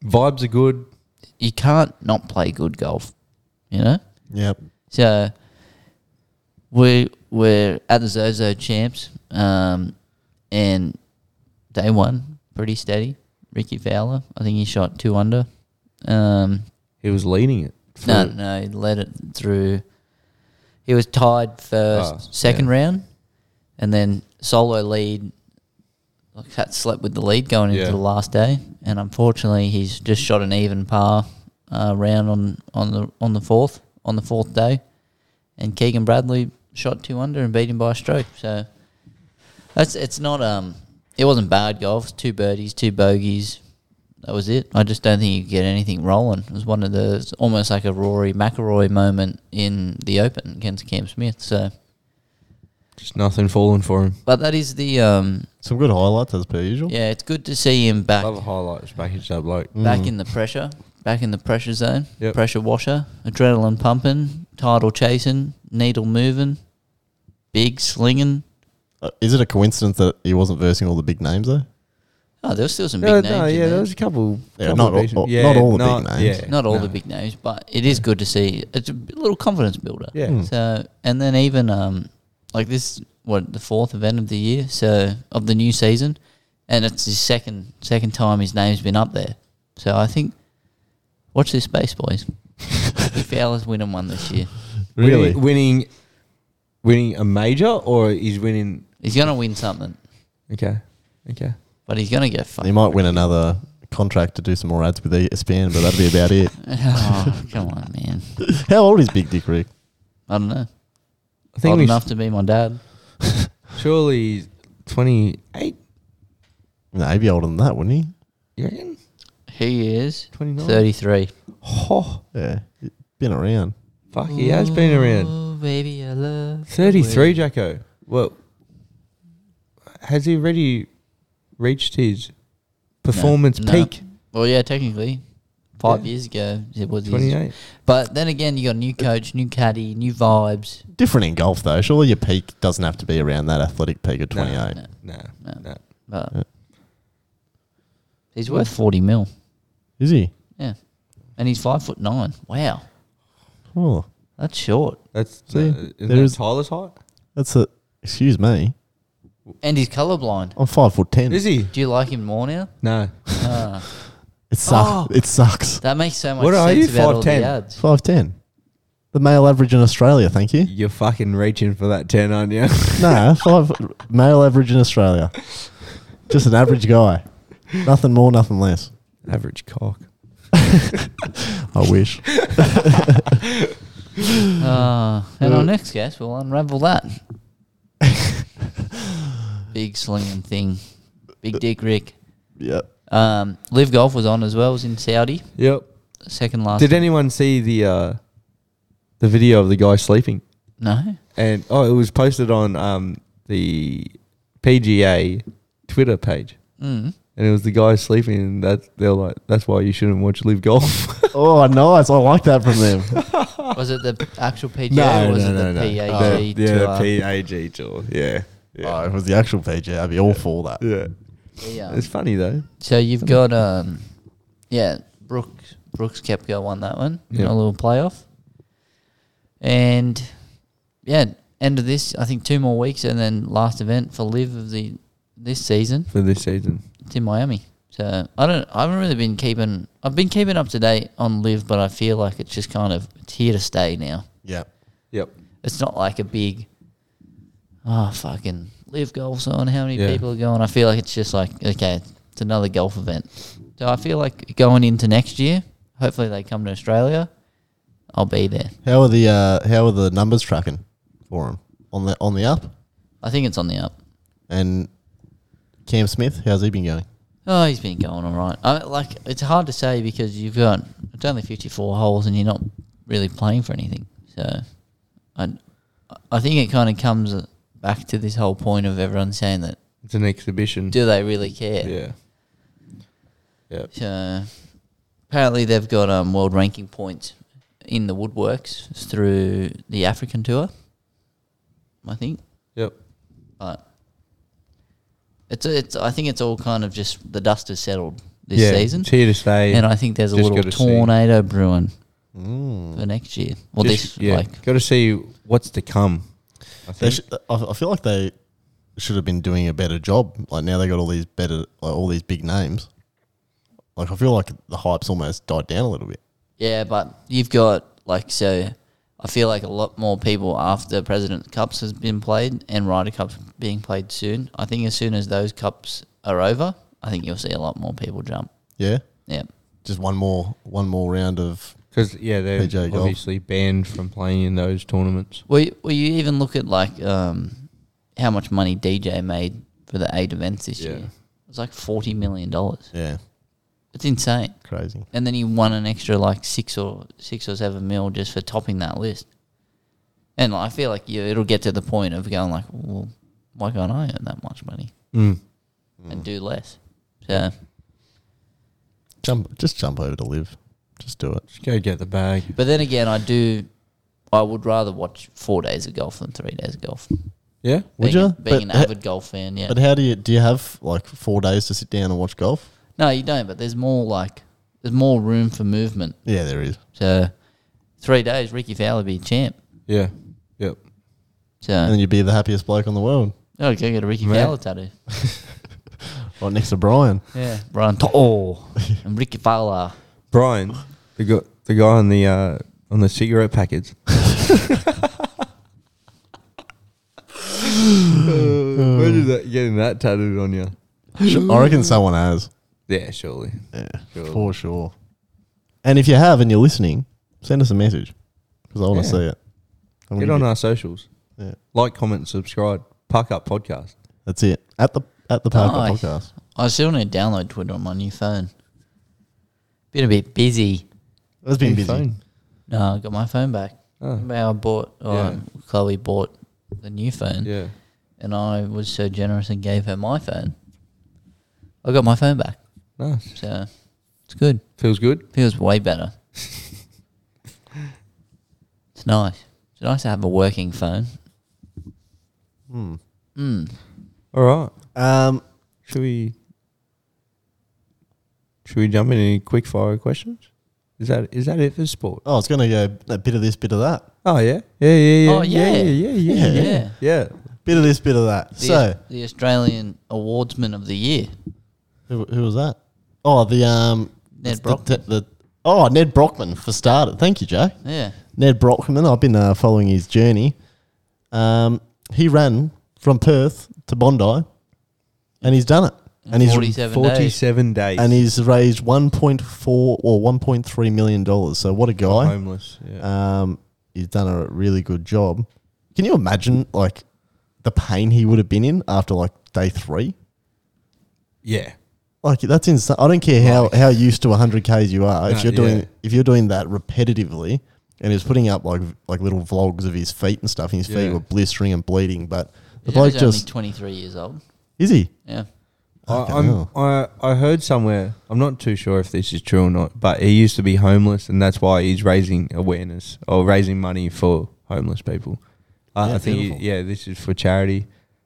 Speaker 1: Vibes are good.
Speaker 3: You can't not play good golf, you know.
Speaker 2: Yep.
Speaker 3: So we we're at the Zozo Champs, um, and day one pretty steady. Ricky Fowler, I think he shot two under. Um,
Speaker 1: He was leading it. for-
Speaker 3: no, no, he led it through. He was tied first,
Speaker 1: Oh,
Speaker 3: second
Speaker 1: yeah.
Speaker 3: round, and then solo lead. Like Cat slept with the lead going into
Speaker 1: Yeah.
Speaker 3: the last day, and unfortunately, he's just shot an even par uh, round on, on the on the fourth on the fourth day, and Keegan Bradley shot two under and beat him by a stroke. So that's it's not um it wasn't bad golf. It was two birdies, two bogeys. That was it. I just don't think you could get anything rolling. It was one of those almost like a Rory McIlroy moment in the Open against Cam Smith. So,
Speaker 1: Just nothing falling for him.
Speaker 3: but that is the um
Speaker 2: Some good highlights as per usual.
Speaker 3: yeah. It's good to see him back
Speaker 1: Love a highlights package that bloke.
Speaker 3: back
Speaker 2: Mm.
Speaker 3: in the pressure, back in the pressure zone,
Speaker 1: Mm. Yep.
Speaker 3: pressure washer, adrenaline pumping, tidal chasing, needle moving, big slinging.
Speaker 2: Uh, Is it a coincidence that he wasn't versing all the big names though?
Speaker 3: Oh, there was still some big
Speaker 1: No,
Speaker 3: names.
Speaker 1: no,
Speaker 3: in
Speaker 1: yeah,
Speaker 3: there.
Speaker 1: there was a couple.
Speaker 2: Yeah,
Speaker 1: couple
Speaker 2: not all-
Speaker 1: decent-
Speaker 2: all- not all the big names.
Speaker 3: not all
Speaker 1: no.
Speaker 3: the big names, but it is good to see. It's a b- little confidence builder.
Speaker 1: Yeah. Mm.
Speaker 3: So, and then even um, like this, what the fourth event of the year, so of the new season, and it's his second second time his name's been up there. So I think, watch this space, boys. Fowler's winning one this year.
Speaker 2: Really?
Speaker 1: Winning, winning, winning a major, or he's winning.
Speaker 3: He's gonna win something,
Speaker 1: Okay, okay.
Speaker 3: but he's gonna go fuck.
Speaker 2: He might win another contract to do some more ads with E ESPN, but that'd be about it.
Speaker 3: Oh, come on, man.
Speaker 2: How old is Big Dick Rick?
Speaker 3: I don't know.
Speaker 1: I think
Speaker 3: Old
Speaker 1: we
Speaker 3: enough to be my dad.
Speaker 1: surely he's twenty-eight.
Speaker 2: No, he'd be older than that, wouldn't he?
Speaker 1: You reckon?
Speaker 3: He is
Speaker 1: 29.
Speaker 3: thirty-three.
Speaker 1: Oh,
Speaker 2: Yeah, he's been around.
Speaker 1: fuck! He has been around
Speaker 3: Ooh, baby, I love the way-
Speaker 1: thirty-three. Jacko. Well, has he already reached his performance
Speaker 3: No.
Speaker 1: peak?
Speaker 3: Well, yeah, technically, five
Speaker 1: Yeah. Uh,
Speaker 3: years ago. It was his-
Speaker 1: 28.
Speaker 3: But then again, you got a new coach, new caddy, new vibes.
Speaker 2: Different in golf though. Surely your peak doesn't have to be around that athletic peak of
Speaker 1: No,
Speaker 2: twenty eight.
Speaker 3: no.
Speaker 1: No,
Speaker 3: No.
Speaker 1: no.
Speaker 3: But
Speaker 2: Yeah.
Speaker 3: he's worth forty mil.
Speaker 2: Is he?
Speaker 3: Yeah, and he's five foot nine. Wow,
Speaker 2: Oh,
Speaker 3: that's short.
Speaker 1: That's
Speaker 2: See,
Speaker 1: uh, isn't
Speaker 2: there
Speaker 1: that
Speaker 2: is-
Speaker 1: Tyler's height.
Speaker 2: that's a. Excuse me.
Speaker 3: And he's colorblind.
Speaker 2: I'm five foot ten.
Speaker 1: Is he?
Speaker 3: Do you like him more now?
Speaker 1: No.
Speaker 3: Ah,
Speaker 2: It
Speaker 1: Oh.
Speaker 2: sucks. It sucks.
Speaker 3: that makes so much
Speaker 1: What are
Speaker 3: sense
Speaker 1: you,
Speaker 3: about all the
Speaker 1: 5'10"?
Speaker 3: ads.
Speaker 2: Five ten. The male average in Australia. Thank you.
Speaker 1: You're fucking reaching for that ten, aren't you?
Speaker 2: No, five male average in Australia. Just an average guy. Nothing more, nothing less.
Speaker 1: Average cock.
Speaker 2: I wish.
Speaker 3: Ah, and
Speaker 1: Uh,
Speaker 3: our next guest will unravel that. Big slinging thing. Big dick Rick.
Speaker 2: Yeah.
Speaker 3: Um, Live Golf was on as well. It was in Saudi.
Speaker 1: Yep.
Speaker 3: Second last.
Speaker 1: Did anyone see the uh, the video of the guy sleeping?
Speaker 3: no.
Speaker 1: And oh, it was posted on um, the PGA Twitter page,
Speaker 3: Mm.
Speaker 1: and it was the guy sleeping. And that they're like, that's why you shouldn't watch live golf.
Speaker 2: Oh, nice. I like that from them.
Speaker 3: Was it the actual PGA
Speaker 1: no,
Speaker 3: or was
Speaker 1: no,
Speaker 3: it the
Speaker 1: no, no.
Speaker 3: PAG?
Speaker 1: The- yeah,
Speaker 3: tour?
Speaker 1: the PAG tour. Yeah, yeah,
Speaker 2: Oh, if it was the actual PG. I'd be all for
Speaker 3: Oh.
Speaker 2: that.
Speaker 1: yeah.
Speaker 3: Yeah.
Speaker 1: It's funny though.
Speaker 3: So you've got um, yeah, Brooks Brooks Kepka won that one in
Speaker 1: Yeah.
Speaker 3: a little playoff, and yeah, end of this I think two more weeks and then last event for live of the this season
Speaker 1: For this season,
Speaker 3: it's in Miami. So I don't I haven't really been keeping I've been keeping up to date on live, but I feel like it's just kind of it's here to stay now.
Speaker 2: Yeah.
Speaker 1: yep.
Speaker 3: It's not like a big oh fucking live golf's on, how many
Speaker 1: Yeah.
Speaker 3: people are going? I feel like it's just like okay, it's another golf event. So I feel like going into next year, hopefully they come to Australia, I'll be there.
Speaker 2: How are the uh, how are the numbers tracking for him on the on the up?
Speaker 3: I think it's on the up.
Speaker 2: And Cam Smith, how's he been going?
Speaker 3: Oh, he's been going all right. I, like it's hard to say because you've got it's only fifty four holes and you're not really playing for anything. So, I I think it kind of comes back to this whole point of everyone saying that
Speaker 1: It's an exhibition.
Speaker 3: do they really care?
Speaker 1: Yeah. Yep.
Speaker 3: So apparently they've got um, world ranking points in the woodworks through the African tour. I think,
Speaker 1: Yep.
Speaker 3: but it's it's I think it's all kind of just the dust has settled this
Speaker 1: yeah,
Speaker 3: season.
Speaker 1: It's here to stay.
Speaker 3: And uh, I think there's a
Speaker 1: Just
Speaker 3: little
Speaker 1: gotta see.
Speaker 3: tornado brewing
Speaker 2: Mm.
Speaker 3: for next year. Well,
Speaker 1: Just-
Speaker 3: this like
Speaker 1: got to see what's to come. I
Speaker 2: They
Speaker 1: think.
Speaker 2: sh- I I feel like they should have been doing a better job. Like now they got all these better, like all these big names. Like I feel like the hype's almost died down a little bit.
Speaker 3: yeah, but you've got like so. I feel like a lot more people after President Cups has been played and Ryder Cups being played soon. I think as soon as those cups are over, I think you'll see a lot more people jump.
Speaker 2: Yeah,
Speaker 3: Yeah,
Speaker 2: just one more, one more round of.
Speaker 1: Because yeah, they're
Speaker 2: PGA golf.
Speaker 1: obviously banned from playing in those tournaments.
Speaker 3: Well, you, well, you even look at like um, how much money DJ made for the eight events this
Speaker 1: Yeah.
Speaker 3: year. It was like forty million dollars.
Speaker 2: Yeah,
Speaker 3: It's insane.
Speaker 2: crazy.
Speaker 3: And then he won an extra like six or six or seven mil just for topping that list. And I feel like you, it'll get to the point of going like, well, why can't I earn that much money
Speaker 1: Mm.
Speaker 3: and do less? So
Speaker 2: Jump, just jump over to live. Just do it.
Speaker 1: Just go get the bag.
Speaker 3: But then again, I do. I would rather watch four days of golf than three days of golf.
Speaker 1: Yeah.
Speaker 2: Would
Speaker 3: being,
Speaker 2: ya?
Speaker 3: Being
Speaker 2: But
Speaker 3: an
Speaker 2: ha-
Speaker 3: avid golf fan, yeah.
Speaker 2: But how do you do? You have like four days to sit down and watch golf.
Speaker 3: No, you don't. But there's more like there's more room for movement.
Speaker 2: Yeah, there is.
Speaker 3: So three days, Ricky Fowler be champ.
Speaker 1: Yeah. Yep.
Speaker 2: And
Speaker 3: So
Speaker 2: then you'd be the happiest bloke on the world,
Speaker 3: oh, go get a Ricky
Speaker 1: Mate.
Speaker 3: Fowler tattoo.
Speaker 2: right next to Brian.
Speaker 3: Yeah, Brian To'o and Ricky Fowler.
Speaker 1: Brian, the guy, the guy on the uh, on the cigarette packets. Uh, Imagine that getting that tattooed on you.
Speaker 2: I reckon someone has.
Speaker 1: Yeah, surely.
Speaker 2: Yeah,
Speaker 1: Sure.
Speaker 2: for sure. And if you have and you're listening, send us a message because I want to
Speaker 1: Yeah.
Speaker 2: see it. I'm
Speaker 1: Get
Speaker 2: gonna
Speaker 1: on
Speaker 2: give-
Speaker 1: our socials.
Speaker 2: Yeah.
Speaker 1: Like, comment, subscribe. Park up podcast.
Speaker 2: That's it at the at the Parker
Speaker 3: Nice.
Speaker 2: podcast.
Speaker 3: I still need to download Twitter on my new phone. Been a bit busy.
Speaker 2: That's been
Speaker 1: Your
Speaker 2: busy.
Speaker 1: phone.
Speaker 3: No, I got my phone back.
Speaker 1: Oh,
Speaker 3: Remember how I bought, or
Speaker 1: Yeah.
Speaker 3: Chloe bought the new phone,
Speaker 1: yeah.
Speaker 3: and I was so generous and gave her my phone. I got my phone back,
Speaker 1: Nice.
Speaker 3: so it's It's good.
Speaker 1: Feels good.
Speaker 3: Feels way better. it's nice. It's nice to have a working phone.
Speaker 2: Hmm.
Speaker 3: Mm.
Speaker 1: All right.
Speaker 2: Um,
Speaker 1: Should we? Should we jump in any quick fire questions? Is that is that it for sport?
Speaker 2: oh, it's going to go a bit of this, bit of that.
Speaker 1: Oh yeah, yeah, yeah, yeah,
Speaker 3: Oh, yeah.
Speaker 1: yeah, yeah, yeah, yeah, yeah.
Speaker 3: Yeah.
Speaker 1: yeah.
Speaker 2: Bit of this, bit of that.
Speaker 3: The,
Speaker 2: So,
Speaker 3: the Australian Awardsman of the Year.
Speaker 2: who, who was that? Oh, the. um,
Speaker 3: Ned
Speaker 2: the-
Speaker 3: Brockman.
Speaker 2: The, the, oh, Ned Brockman, for starter. Thank you, Jay.
Speaker 3: Yeah.
Speaker 2: Ned Brockman. I've been uh, following his journey. Um, he ran from Perth to Bondi, and he's done it. And he's
Speaker 3: 47 days.
Speaker 1: Forty-seven days.
Speaker 2: and he's raised one point four or one point three million dollars. So what a guy!
Speaker 1: homeless. Oh, Yeah.
Speaker 2: Um, he's done a really good job. Can you imagine like the pain he would have been in after like day three?
Speaker 1: yeah.
Speaker 2: Like that's insane. I don't care how, how used to 100 k's you are. If
Speaker 1: No,
Speaker 2: you're doing
Speaker 1: yeah.
Speaker 2: if you're doing that repetitively, and he's putting up like like little vlogs of his feet and stuff, and his
Speaker 1: Yeah.
Speaker 2: feet were blistering and bleeding. But the
Speaker 3: He's only
Speaker 2: bloke just
Speaker 3: 23 years old.
Speaker 2: is he?
Speaker 3: Yeah.
Speaker 1: I,
Speaker 2: Fucking
Speaker 1: I'm,
Speaker 2: hell.
Speaker 1: I I heard somewhere. I'm not too sure if this is true or not, but he used to be homeless, and that's why he's raising awareness or raising money for homeless people. I
Speaker 2: Yeah,
Speaker 1: I think, he-
Speaker 2: beautiful.
Speaker 1: yeah, this is for charity.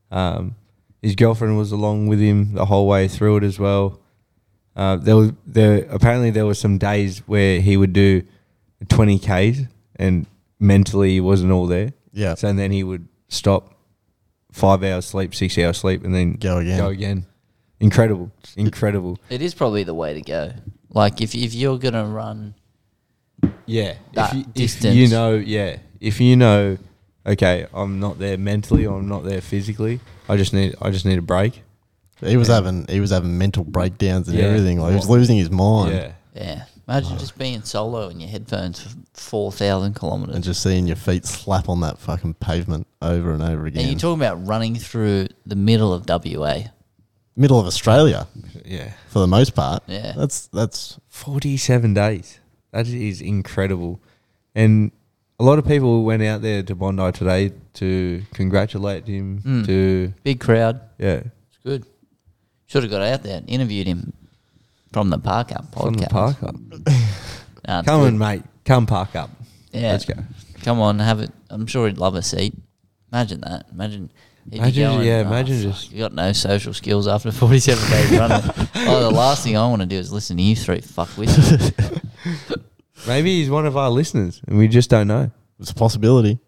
Speaker 1: Um, his girlfriend was along with him the whole way through it as well. Uh, there was there apparently there were some days where he would do 20 k's and mentally he wasn't all there.
Speaker 2: Yeah.
Speaker 1: So and then he would stop five hours sleep, six hours sleep, and then
Speaker 2: Go again.
Speaker 1: Go again. Incredible, incredible.
Speaker 3: It is probably the way to go. Like, if, if you're going to run
Speaker 1: Yeah,
Speaker 3: That
Speaker 1: if you, If
Speaker 3: distance.
Speaker 1: you know, yeah, if you know, okay, I'm not there mentally, or I'm not there physically. I just need, I just need a break.
Speaker 2: He was
Speaker 1: Yeah.
Speaker 2: having he was having mental breakdowns and
Speaker 1: Yeah.
Speaker 2: everything. Like he was
Speaker 1: What?
Speaker 2: losing his mind
Speaker 1: Yeah,
Speaker 3: Yeah. Imagine just being solo in your headphones for 4,000 kilometers.
Speaker 2: and
Speaker 3: And,
Speaker 2: just seeing your feet slap on that fucking pavement over and over again.
Speaker 3: you're talking about running through the middle of WA.
Speaker 2: Middle of Australia
Speaker 1: yeah.
Speaker 2: for the most part.
Speaker 3: Yeah.
Speaker 2: That's that's
Speaker 1: Forty-seven days. That is incredible, and a lot of people went out there to Bondi today to congratulate him.
Speaker 3: Mm.
Speaker 1: To
Speaker 3: Big crowd.
Speaker 1: yeah,
Speaker 3: It's good. Should have got out there and interviewed him from the Park Up podcast.
Speaker 1: from the park up.
Speaker 3: Nah, it's
Speaker 1: Come
Speaker 3: good.
Speaker 1: on, mate. Come park up.
Speaker 3: Yeah.
Speaker 1: Let's go.
Speaker 3: Come on, have it. I'm sure he'd love a seat. Imagine that. Imagine. he'd be
Speaker 1: Imagine-
Speaker 3: going,
Speaker 1: yeah,
Speaker 3: "Oh,
Speaker 1: imagine
Speaker 3: fuck,
Speaker 1: just-
Speaker 3: you got no social skills after 47 days running. oh, the last thing I want to do is listen to you three fuck with.
Speaker 1: Maybe he's one of our listeners and we just don't know.
Speaker 2: it's a possibility.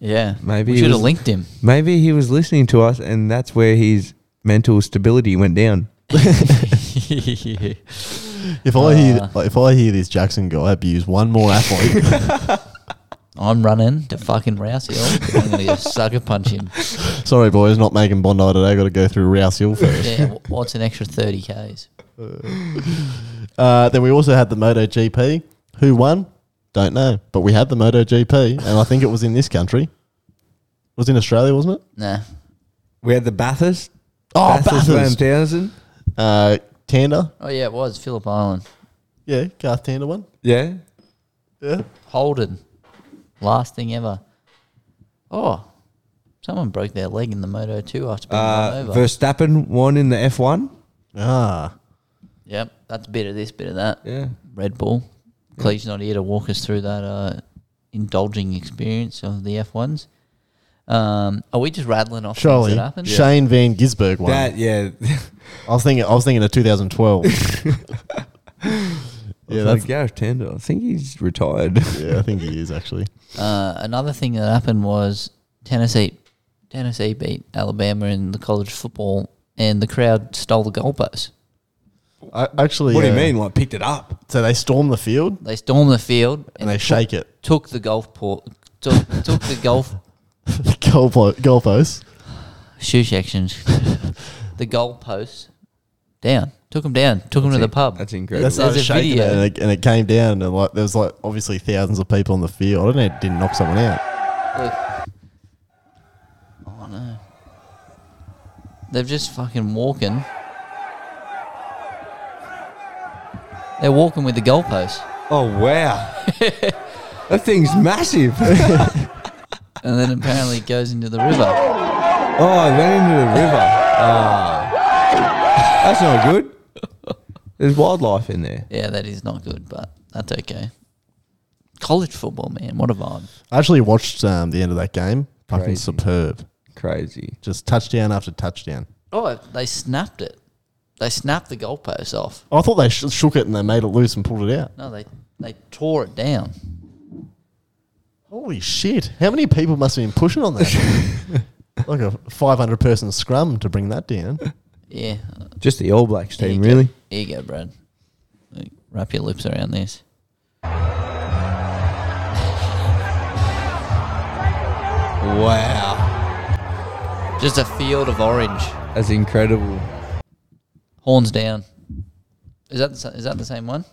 Speaker 3: yeah,
Speaker 1: Maybe
Speaker 3: we
Speaker 1: he
Speaker 3: should have
Speaker 1: was-
Speaker 3: linked him.
Speaker 1: Maybe he was listening to us and that's where his mental stability went down.
Speaker 2: If I hear
Speaker 3: Uh.
Speaker 2: if I hear this Jackson guy abuse one more athlete,
Speaker 3: I'm running to fucking Rouse Hill. I'm gonna go sucker punch him.
Speaker 2: sorry boys, not making Bondi today. Got to go through Rouse Hill first.
Speaker 3: Yeah, wh- what's an extra 30 k's?
Speaker 2: Uh, then we also had the MotoGP. Who won? Don't know, but we had the MotoGP, and I think it was in this country. It was in Australia, wasn't it?
Speaker 3: Nah,
Speaker 1: We had the Bathurst.
Speaker 2: Oh, Bathurst.
Speaker 1: Bathurst 1000.
Speaker 2: Uh, Tander,
Speaker 3: oh yeah, it was Phillip Island.
Speaker 2: yeah, Garth Tander won.
Speaker 1: Yeah.
Speaker 2: Yeah,
Speaker 3: Holden, last thing ever. Oh, someone broke their leg in the Moto 2 after being run
Speaker 1: Uh,
Speaker 3: over.
Speaker 1: Verstappen won in the F1.
Speaker 2: ah,
Speaker 3: Yep, that's a bit of this, bit of that.
Speaker 1: Yeah.
Speaker 3: Red Bull. Cleve's not here to walk us through that uh, indulging experience of the F1s. Um, are we just rattling off
Speaker 2: surely
Speaker 3: things that happened?
Speaker 2: Shane Van Gisberg won.
Speaker 1: That, yeah.
Speaker 2: I was thinking, I was thinking of 2012. yeah, that's,
Speaker 1: Gareth Tander. I think he's retired.
Speaker 2: yeah, I think he is actually.
Speaker 3: Uh, another thing that happened was Tennessee Tennessee beat Alabama in the college football, and the crowd stole the goalpost.
Speaker 2: I, actually,
Speaker 1: What do you
Speaker 2: uh,
Speaker 1: mean? Like, picked it up?
Speaker 2: So they storm the field
Speaker 3: They stormed the field
Speaker 2: and they
Speaker 3: took,
Speaker 2: shake it.
Speaker 3: took the golf port, took, took the golf
Speaker 2: Goal po- goalposts.
Speaker 3: shoe sections, the goalposts down. Took them down. Took them to the pub.
Speaker 1: That's incredible.
Speaker 2: That's
Speaker 3: There's a
Speaker 2: shaking
Speaker 3: video.
Speaker 2: it and, it and it came down and like there was like obviously thousands of people on the field. I don't know, it didn't knock someone out.
Speaker 3: Look. Oh no. They're just fucking walking. They're walking with the goalpost.
Speaker 1: oh, wow. that thing's massive. Oh,
Speaker 3: And then apparently it goes into the river.
Speaker 1: Oh, it went into the river. Ah. That's not good. There's wildlife in there.
Speaker 3: Yeah, that is not good, but that's okay. College football, man, what a vibe!
Speaker 2: I actually watched um, the end of that game. Fucking
Speaker 1: Crazy.
Speaker 2: superb.
Speaker 1: Crazy.
Speaker 2: Just touchdown after touchdown.
Speaker 3: Oh, they snapped it. They snapped the goalpost off.
Speaker 2: I thought they sh- shook it and they made it loose and pulled it out.
Speaker 3: No, they they tore it down.
Speaker 2: Holy shit! How many people must have been pushing on that? like a 500 person scrum to bring that down.
Speaker 3: Yeah, uh,
Speaker 1: Just the All Blacks
Speaker 3: here you
Speaker 1: team,
Speaker 3: go.
Speaker 1: really.
Speaker 3: Here you go, Brad. Like, Wrap your lips around this.
Speaker 1: Wow,
Speaker 3: Just a field of orange.
Speaker 1: that's incredible.
Speaker 3: Horns down. Is that the, sa- is that the same one?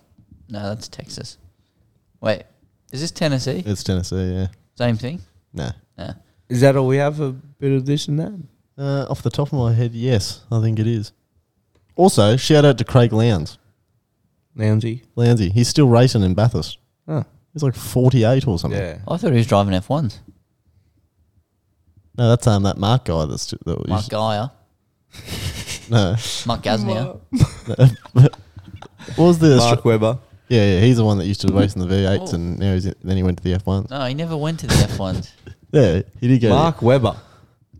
Speaker 3: No, that's Texas. Wait, is this Tennessee?
Speaker 2: It's Tennessee, yeah.
Speaker 3: Same thing.
Speaker 2: Nah.
Speaker 3: No.
Speaker 1: Is that all we have? A bit of this and that.
Speaker 2: Uh, off the top of my head, yes, I think it is. Also, shout out to Craig Lowndes.
Speaker 1: Loungy.
Speaker 2: Lounsey, he's still racing in Bathurst.
Speaker 1: Oh,
Speaker 2: He's like 48 or something.
Speaker 1: yeah.
Speaker 3: I thought he was driving F ones.
Speaker 2: No, that's um that Mark guy that's that was
Speaker 3: Mark Geyer,
Speaker 2: no.
Speaker 3: Mark Gasnier.
Speaker 2: What was the
Speaker 1: Mark Webber.
Speaker 2: yeah yeah he's the one that used to race in the V8s
Speaker 3: Oh.
Speaker 2: and now he's in, then he went to the F1.
Speaker 3: No, he never went to the F ones.
Speaker 2: Yeah, he did go
Speaker 1: Mark Webber.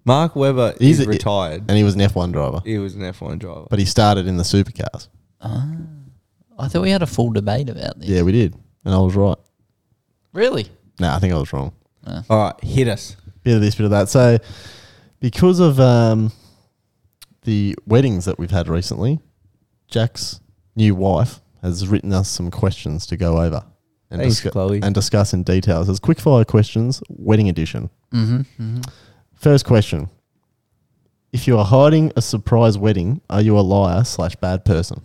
Speaker 1: Mark Webber
Speaker 2: He's
Speaker 1: is
Speaker 2: a-
Speaker 1: retired.
Speaker 2: and he was an F1 driver,
Speaker 1: He was an F1 driver.
Speaker 2: but he started in the supercars.
Speaker 3: I thought we had a full debate about this.
Speaker 2: Yeah, we did, and I was right.
Speaker 3: Really?
Speaker 2: No, I think I was wrong.
Speaker 1: All right, hit us.
Speaker 2: Bit of this, bit of that. So because of um the weddings that we've had recently, Jack's new wife has written us some questions to go over. And,
Speaker 1: Thanks, Chloe.
Speaker 2: and discuss in detail. So it's quickfire questions, wedding edition.
Speaker 3: Mm-hmm.
Speaker 2: First question: If you are hiding a surprise wedding, are you a liar slash bad person?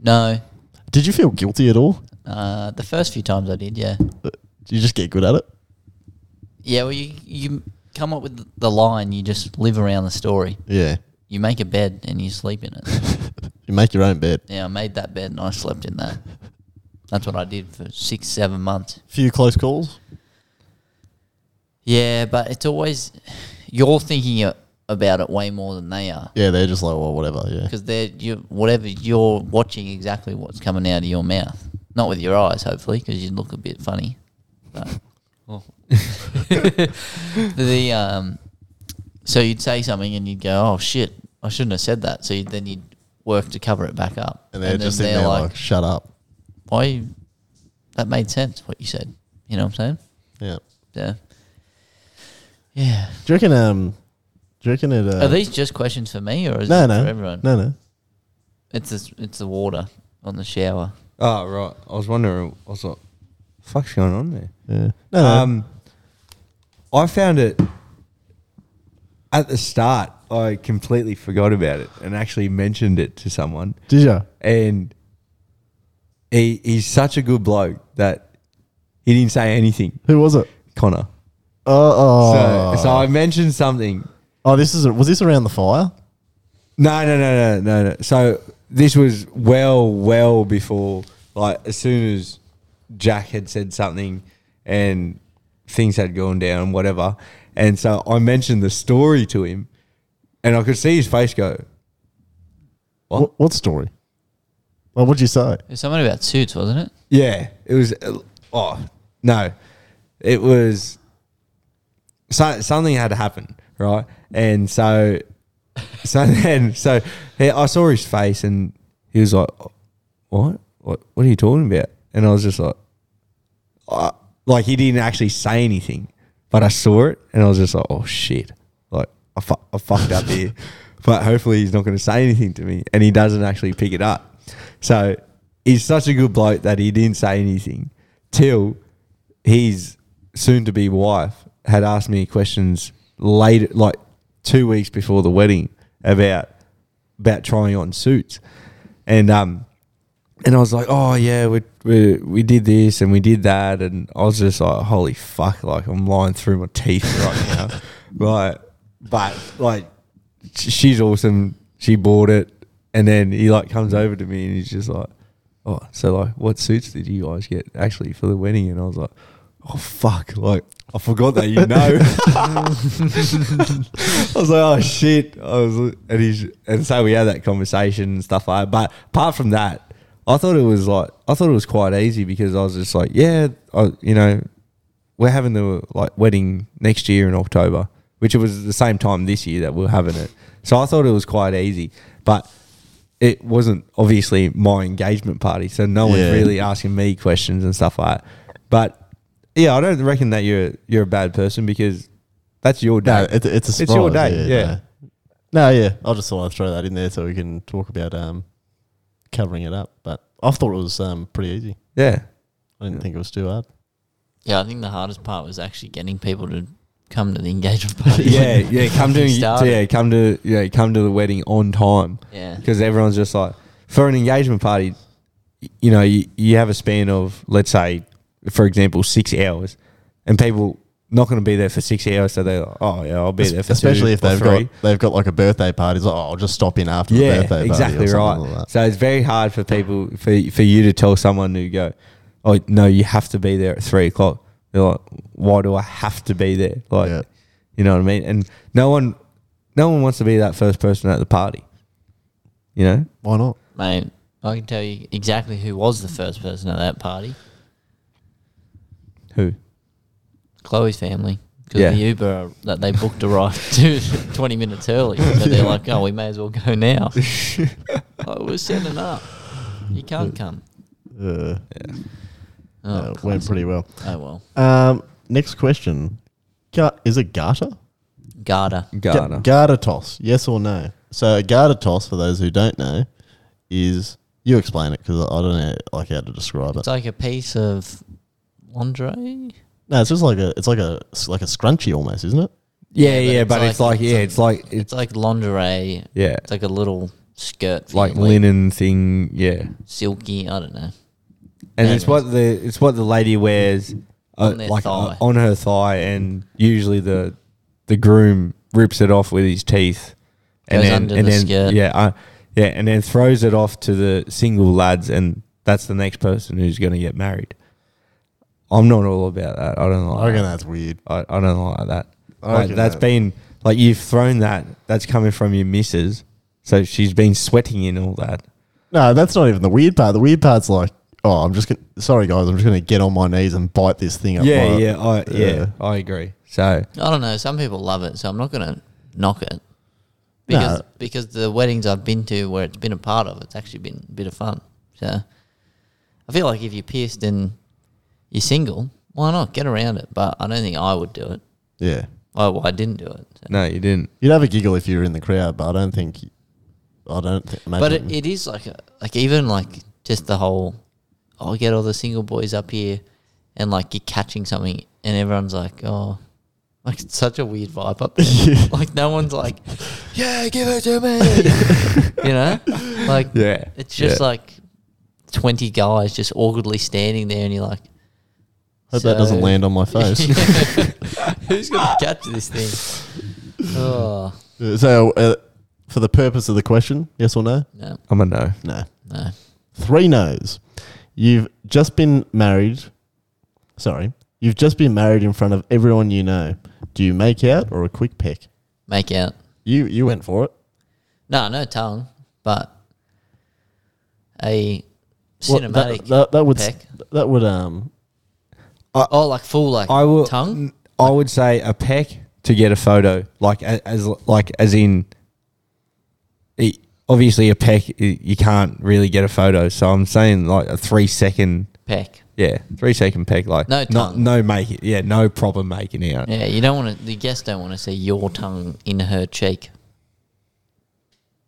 Speaker 3: No.
Speaker 2: Did you feel guilty at all?
Speaker 3: Uh, the first few times I did, yeah.
Speaker 2: Did you just get good at it?
Speaker 3: Yeah, well, you, you come up with the line, you just live around the story.
Speaker 2: Yeah,
Speaker 3: You make a bed and you sleep in it.
Speaker 2: you make your own bed.
Speaker 3: yeah, I made that bed and I slept in that. That's what I did for six, seven months.
Speaker 2: Few close calls.
Speaker 3: Yeah, but it's always, you're thinking a- about it way more than they are.
Speaker 2: Yeah, they're just like, well, whatever. Yeah,
Speaker 3: Because they're, you, whatever, you're watching exactly what's coming out of your mouth. Not with your eyes, hopefully, because you look a bit funny. But,
Speaker 2: Oh.
Speaker 3: the um, so you'd say something and you'd go, "Oh shit, I shouldn't have said that." So you'd, then you'd work to cover it back up,
Speaker 2: and they're
Speaker 3: then
Speaker 2: just sitting there like, shut up.
Speaker 3: "Why? you- That made sense what you said." You know what I'm saying?
Speaker 2: Yeah.
Speaker 3: Yeah. Yeah.
Speaker 2: Do you reckon? Um, do you reckon it? Uh,
Speaker 3: Are these just questions for me, or is
Speaker 2: no,
Speaker 3: it
Speaker 2: no,
Speaker 3: for everyone?
Speaker 2: no, no.
Speaker 3: It's this, it's the water on the shower.
Speaker 1: Oh, right. I was wondering, I was like, fuck's going on there?
Speaker 2: Yeah, no, no.
Speaker 1: Um, I found it at the start. I completely forgot about it and actually mentioned it to someone.
Speaker 2: Did you?
Speaker 1: And he he's such a good bloke that he didn't say anything.
Speaker 2: Who was it?
Speaker 1: Connor. So,
Speaker 2: Oh, oh,
Speaker 1: so I mentioned something.
Speaker 2: oh. This is was this around the fire?
Speaker 1: No, no, no, no, no, no. So this was well, well before. Like as soon as Jack had said something, and things had gone down, whatever. And so I mentioned the story to him, and I could see his face go. What?
Speaker 2: What, what story? Well, what'd you say?
Speaker 3: It was something about suits, wasn't it?
Speaker 1: Yeah, it was. Oh no, it was. So, something had happened, right? And so, so then, so he, I saw his face, and he was like, "What? What? What are you talking about?" And I was just like, uh, "Like he didn't actually say anything, but I saw it, and I was just like, oh shit, like I, fu- I fucked up here." But hopefully he's not going to say anything to me, and he doesn't actually pick it up. So he's such a good bloke that he didn't say anything till his soon-to-be wife had asked me questions later, like two weeks before the wedding, about about trying on suits, and um, and I was like, oh yeah, we we we did this and we did that, and I was just like, holy fuck, like I'm lying through my teeth right now, like, but like, sh- she's awesome. She bought it, and then he like comes over to me and he's just like, oh, so like, what suits did you guys get actually for the wedding? And I was like, oh fuck, like. I forgot that you know. I was like, oh shit. I was, and he's, and so we had that conversation and stuff like that. But apart from that, I thought it was like I thought it was quite easy because I was just like, yeah, I, you know, we're having the like wedding next year in October, which it was the same time this year that we are having it. So I thought it was quite easy, but it wasn't obviously my engagement party, so no
Speaker 2: Yeah.
Speaker 1: one's really asking me questions and stuff like that. But yeah, I don't reckon that you're you're a bad person because that's your day.
Speaker 2: No, it, it's a surprise.
Speaker 1: It's your day, yeah.
Speaker 2: No, No, yeah. I just thought I'd throw that in there so we can talk about um, covering it up. But I thought it was um, pretty easy.
Speaker 1: yeah,
Speaker 2: I didn't
Speaker 1: Yeah.
Speaker 2: think it was too hard.
Speaker 3: Yeah, I think the hardest part was actually getting people to come to the engagement party.
Speaker 1: yeah, yeah. Come to
Speaker 3: Started.
Speaker 1: yeah, come to yeah, come to the wedding on time.
Speaker 3: Yeah.
Speaker 1: because everyone's just like for an engagement party y- you know you, you have a span of let's say for example six hours and people not going to be there for six hours so they're like oh yeah i'll be there for
Speaker 2: Especially
Speaker 1: two
Speaker 2: if
Speaker 1: or
Speaker 2: they've
Speaker 1: three.
Speaker 2: got they've got like a birthday party. It's like, oh, I'll just stop in after the birthday party.
Speaker 1: exactly
Speaker 2: or something
Speaker 1: right.
Speaker 2: Like that.
Speaker 1: So it's very hard for people for for you to tell someone to go, oh no, you have to be there at three o'clock. They're like, why do I have to be there? Like,
Speaker 2: Yeah.
Speaker 1: you know what I mean? And no one, no one wants to be that first person at the party. You know,
Speaker 2: Why not?
Speaker 3: Mate, I can tell you exactly who was the first person at that party.
Speaker 1: who?
Speaker 3: Chloe's family. Because
Speaker 1: Yeah.
Speaker 3: the Uber that they booked arrived to 20 minutes early. So they're like, oh, we may as well go now. oh, we're sending up. You can't come.
Speaker 2: Uh,
Speaker 3: Oh,
Speaker 2: uh, went
Speaker 3: classic.
Speaker 2: pretty well.
Speaker 3: oh well.
Speaker 2: Um, next question. Ga- is it garter?
Speaker 3: Garda.
Speaker 2: Ga-
Speaker 1: Ghana.
Speaker 2: garter toss. Yes or no? So a garter toss, for those who don't know, is you explain it because I I don't know like how to describe it.
Speaker 3: It's like a piece of lingerie.
Speaker 2: No, it's just like a it's like a it's like a scrunchie almost, isn't it?
Speaker 1: yeah,
Speaker 3: Yeah,
Speaker 1: yeah,
Speaker 3: but
Speaker 1: but
Speaker 3: it's
Speaker 1: it's like, yeah, it's like
Speaker 3: It's
Speaker 1: it's
Speaker 3: like lingerie.
Speaker 1: yeah,
Speaker 3: It's like a little skirt. for
Speaker 1: like
Speaker 3: your leg.
Speaker 1: linen thing. Yeah,
Speaker 3: Silky. I don't know.
Speaker 1: and
Speaker 3: Yeah.
Speaker 1: it's what the it's what the lady wears uh,
Speaker 3: On their
Speaker 1: like
Speaker 3: thigh.
Speaker 1: uh, on her thigh, and usually the the groom rips it off with his teeth, and
Speaker 3: Goes
Speaker 1: then
Speaker 3: under
Speaker 1: and
Speaker 3: the
Speaker 1: then
Speaker 3: skirt.
Speaker 1: yeah, uh, yeah, and then throws it off to the single lads, and that's the next person who's going to get married. I'm not all about that. I don't
Speaker 2: I
Speaker 1: like.
Speaker 2: reckon
Speaker 1: That.
Speaker 2: that's weird.
Speaker 1: I, I don't like that.
Speaker 2: I
Speaker 1: Like,
Speaker 2: reckon
Speaker 1: that's
Speaker 2: that-
Speaker 1: been like you've thrown that. That's coming from your missus, so she's been sweating in all that.
Speaker 2: No, that's not even the weird part. The weird part's like, oh, I'm just gonna, sorry guys, I'm just gonna get on my knees and bite this thing up.
Speaker 1: Yeah,
Speaker 2: my-
Speaker 1: yeah, I,
Speaker 2: Yeah.
Speaker 1: yeah, I agree. So
Speaker 3: I don't know. Some people love it, so I'm not going to knock it because
Speaker 2: No.
Speaker 3: because the weddings I've been to where it's been a part of, it's actually been a bit of fun. So I feel like if you're pierced and you're single, why not get around it? But I don't think I would do it.
Speaker 2: yeah.
Speaker 3: Oh, well, I didn't do it. So.
Speaker 1: no, you didn't.
Speaker 2: You'd have a giggle if you were in the crowd, but I don't think, I don't think.
Speaker 3: But it, it is like a, like even like just the whole I'll get all the single boys up here and like you're catching something and everyone's like, oh, like it's such a weird vibe up there. Like no one's like, yeah, give it to me. you know, like
Speaker 1: Yeah,
Speaker 3: it's just
Speaker 1: yeah.
Speaker 3: like twenty guys just awkwardly standing there, and you're like,
Speaker 2: hope that doesn't
Speaker 3: so-
Speaker 2: land on my face.
Speaker 3: who's gonna catch this thing? Oh
Speaker 2: So, uh, for the purpose of the question, yes or no?
Speaker 3: no,
Speaker 1: I'm a no.
Speaker 2: No.
Speaker 3: no.
Speaker 2: Three no's. You've just been married. Sorry. You've just been married in front of everyone you know. Do you make out or a quick peck?
Speaker 3: Make out.
Speaker 2: You you went for it.
Speaker 3: No, no tongue, but a
Speaker 2: Well,
Speaker 3: cinematic.
Speaker 2: that, that, that would
Speaker 3: peck.
Speaker 2: that would um
Speaker 3: oh, like full, like
Speaker 1: I will.
Speaker 3: tongue.
Speaker 1: I would say a peck to get a photo, like a- as like as in. It, obviously, a peck i- you can't really get a photo, so I'm saying like a three second.
Speaker 3: Peck.
Speaker 1: Yeah, three second peck, like
Speaker 3: No
Speaker 1: not
Speaker 3: tongue.
Speaker 1: no make it, yeah, no proper making out.
Speaker 3: Yeah, you don't want to. The guests don't want to see your tongue in her cheek.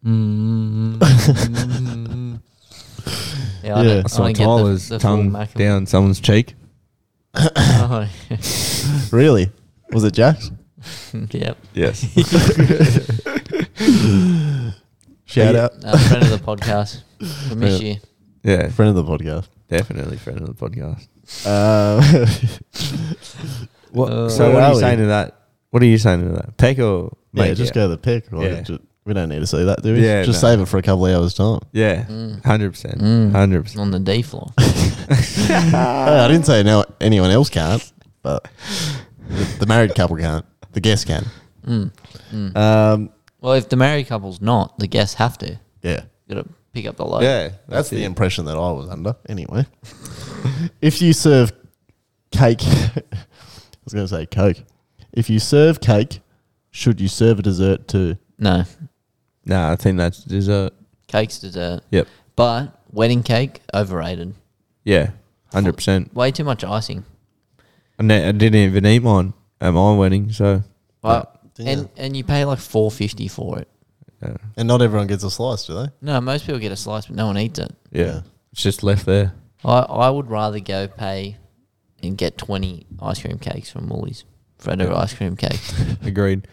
Speaker 3: Mm. yeah,
Speaker 2: Yeah.
Speaker 3: I don't,
Speaker 1: I
Speaker 3: I
Speaker 1: saw
Speaker 3: don't get the-
Speaker 1: Tyler's
Speaker 3: the full
Speaker 1: tongue
Speaker 3: mac-
Speaker 1: down someone's cheek.
Speaker 3: Oh,
Speaker 2: really was it Jax?
Speaker 3: yep.
Speaker 1: Yes,
Speaker 2: Shout out
Speaker 3: Uh, friend of the podcast. We miss you.
Speaker 1: yeah,
Speaker 2: friend of the podcast.
Speaker 1: definitely friend of the podcast.
Speaker 2: Um,
Speaker 1: What?
Speaker 3: Uh,
Speaker 1: so
Speaker 2: Where
Speaker 1: what
Speaker 2: are
Speaker 1: are you
Speaker 2: we?
Speaker 1: saying to that? What are you saying to that? Peck or
Speaker 2: yeah,
Speaker 1: make
Speaker 2: just
Speaker 1: out?
Speaker 2: go the pick. Like,
Speaker 1: Yeah.
Speaker 2: ju- we don't need to see that, do we?
Speaker 1: Yeah,
Speaker 2: just
Speaker 1: no.
Speaker 2: save it for a couple of hours time.
Speaker 1: Yeah, hundred percent,
Speaker 3: Mm.
Speaker 1: hundred percent.
Speaker 3: On the D floor.
Speaker 2: Hey, I didn't say no. Anyone else can't, but the- the married couple can't. The guest can.
Speaker 3: Mm. Mm.
Speaker 2: Um,
Speaker 3: Well, if the married couple's not, the guests have to.
Speaker 2: yeah.
Speaker 3: Got to pick up the load.
Speaker 1: yeah,
Speaker 2: That's the
Speaker 1: it.
Speaker 2: impression that I was under, anyway. if you serve cake, I was going to say Coke. If you serve cake, should you serve a dessert too?
Speaker 3: No,
Speaker 1: Nah, I think that's dessert.
Speaker 3: cake's dessert.
Speaker 1: Yep.
Speaker 3: But wedding cake overrated.
Speaker 1: Yeah, hundred percent.
Speaker 3: Way too much icing.
Speaker 1: I ne- I didn't even eat mine at my wedding, so
Speaker 3: But
Speaker 2: Yeah.
Speaker 3: and and you pay like four fifty for it.
Speaker 2: And not everyone gets a slice, do they?
Speaker 3: No, most people get a slice, but no one eats it.
Speaker 1: yeah,
Speaker 2: Yeah.
Speaker 1: it's just left there.
Speaker 3: I, I would rather go pay and get 20 ice cream cakes from Woolies. Freddo ice cream cakes.
Speaker 1: Agreed.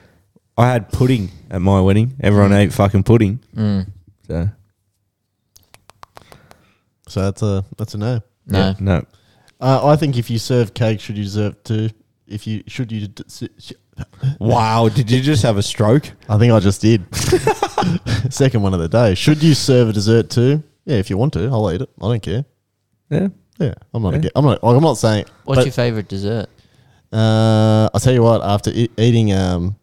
Speaker 1: I had pudding at my wedding. Everyone ate fucking pudding.
Speaker 3: Mm,
Speaker 1: So
Speaker 2: So that's a that's a no.
Speaker 3: no.
Speaker 1: yeah, no.
Speaker 2: Uh, I think if you serve cake, should you serve too? If you should you? d- s- sh-
Speaker 1: Wow, did you just have a stroke?
Speaker 2: I think I just did. Second one of the day. Should you serve a dessert too? Yeah, if you want to, I'll eat it. I don't care.
Speaker 1: Yeah.
Speaker 2: Yeah, I'm not.
Speaker 1: Yeah.
Speaker 2: aga I'm not. I'm not saying.
Speaker 3: What's
Speaker 2: but-
Speaker 3: your favourite dessert?
Speaker 2: Uh, I'll tell you what. After e- eating um,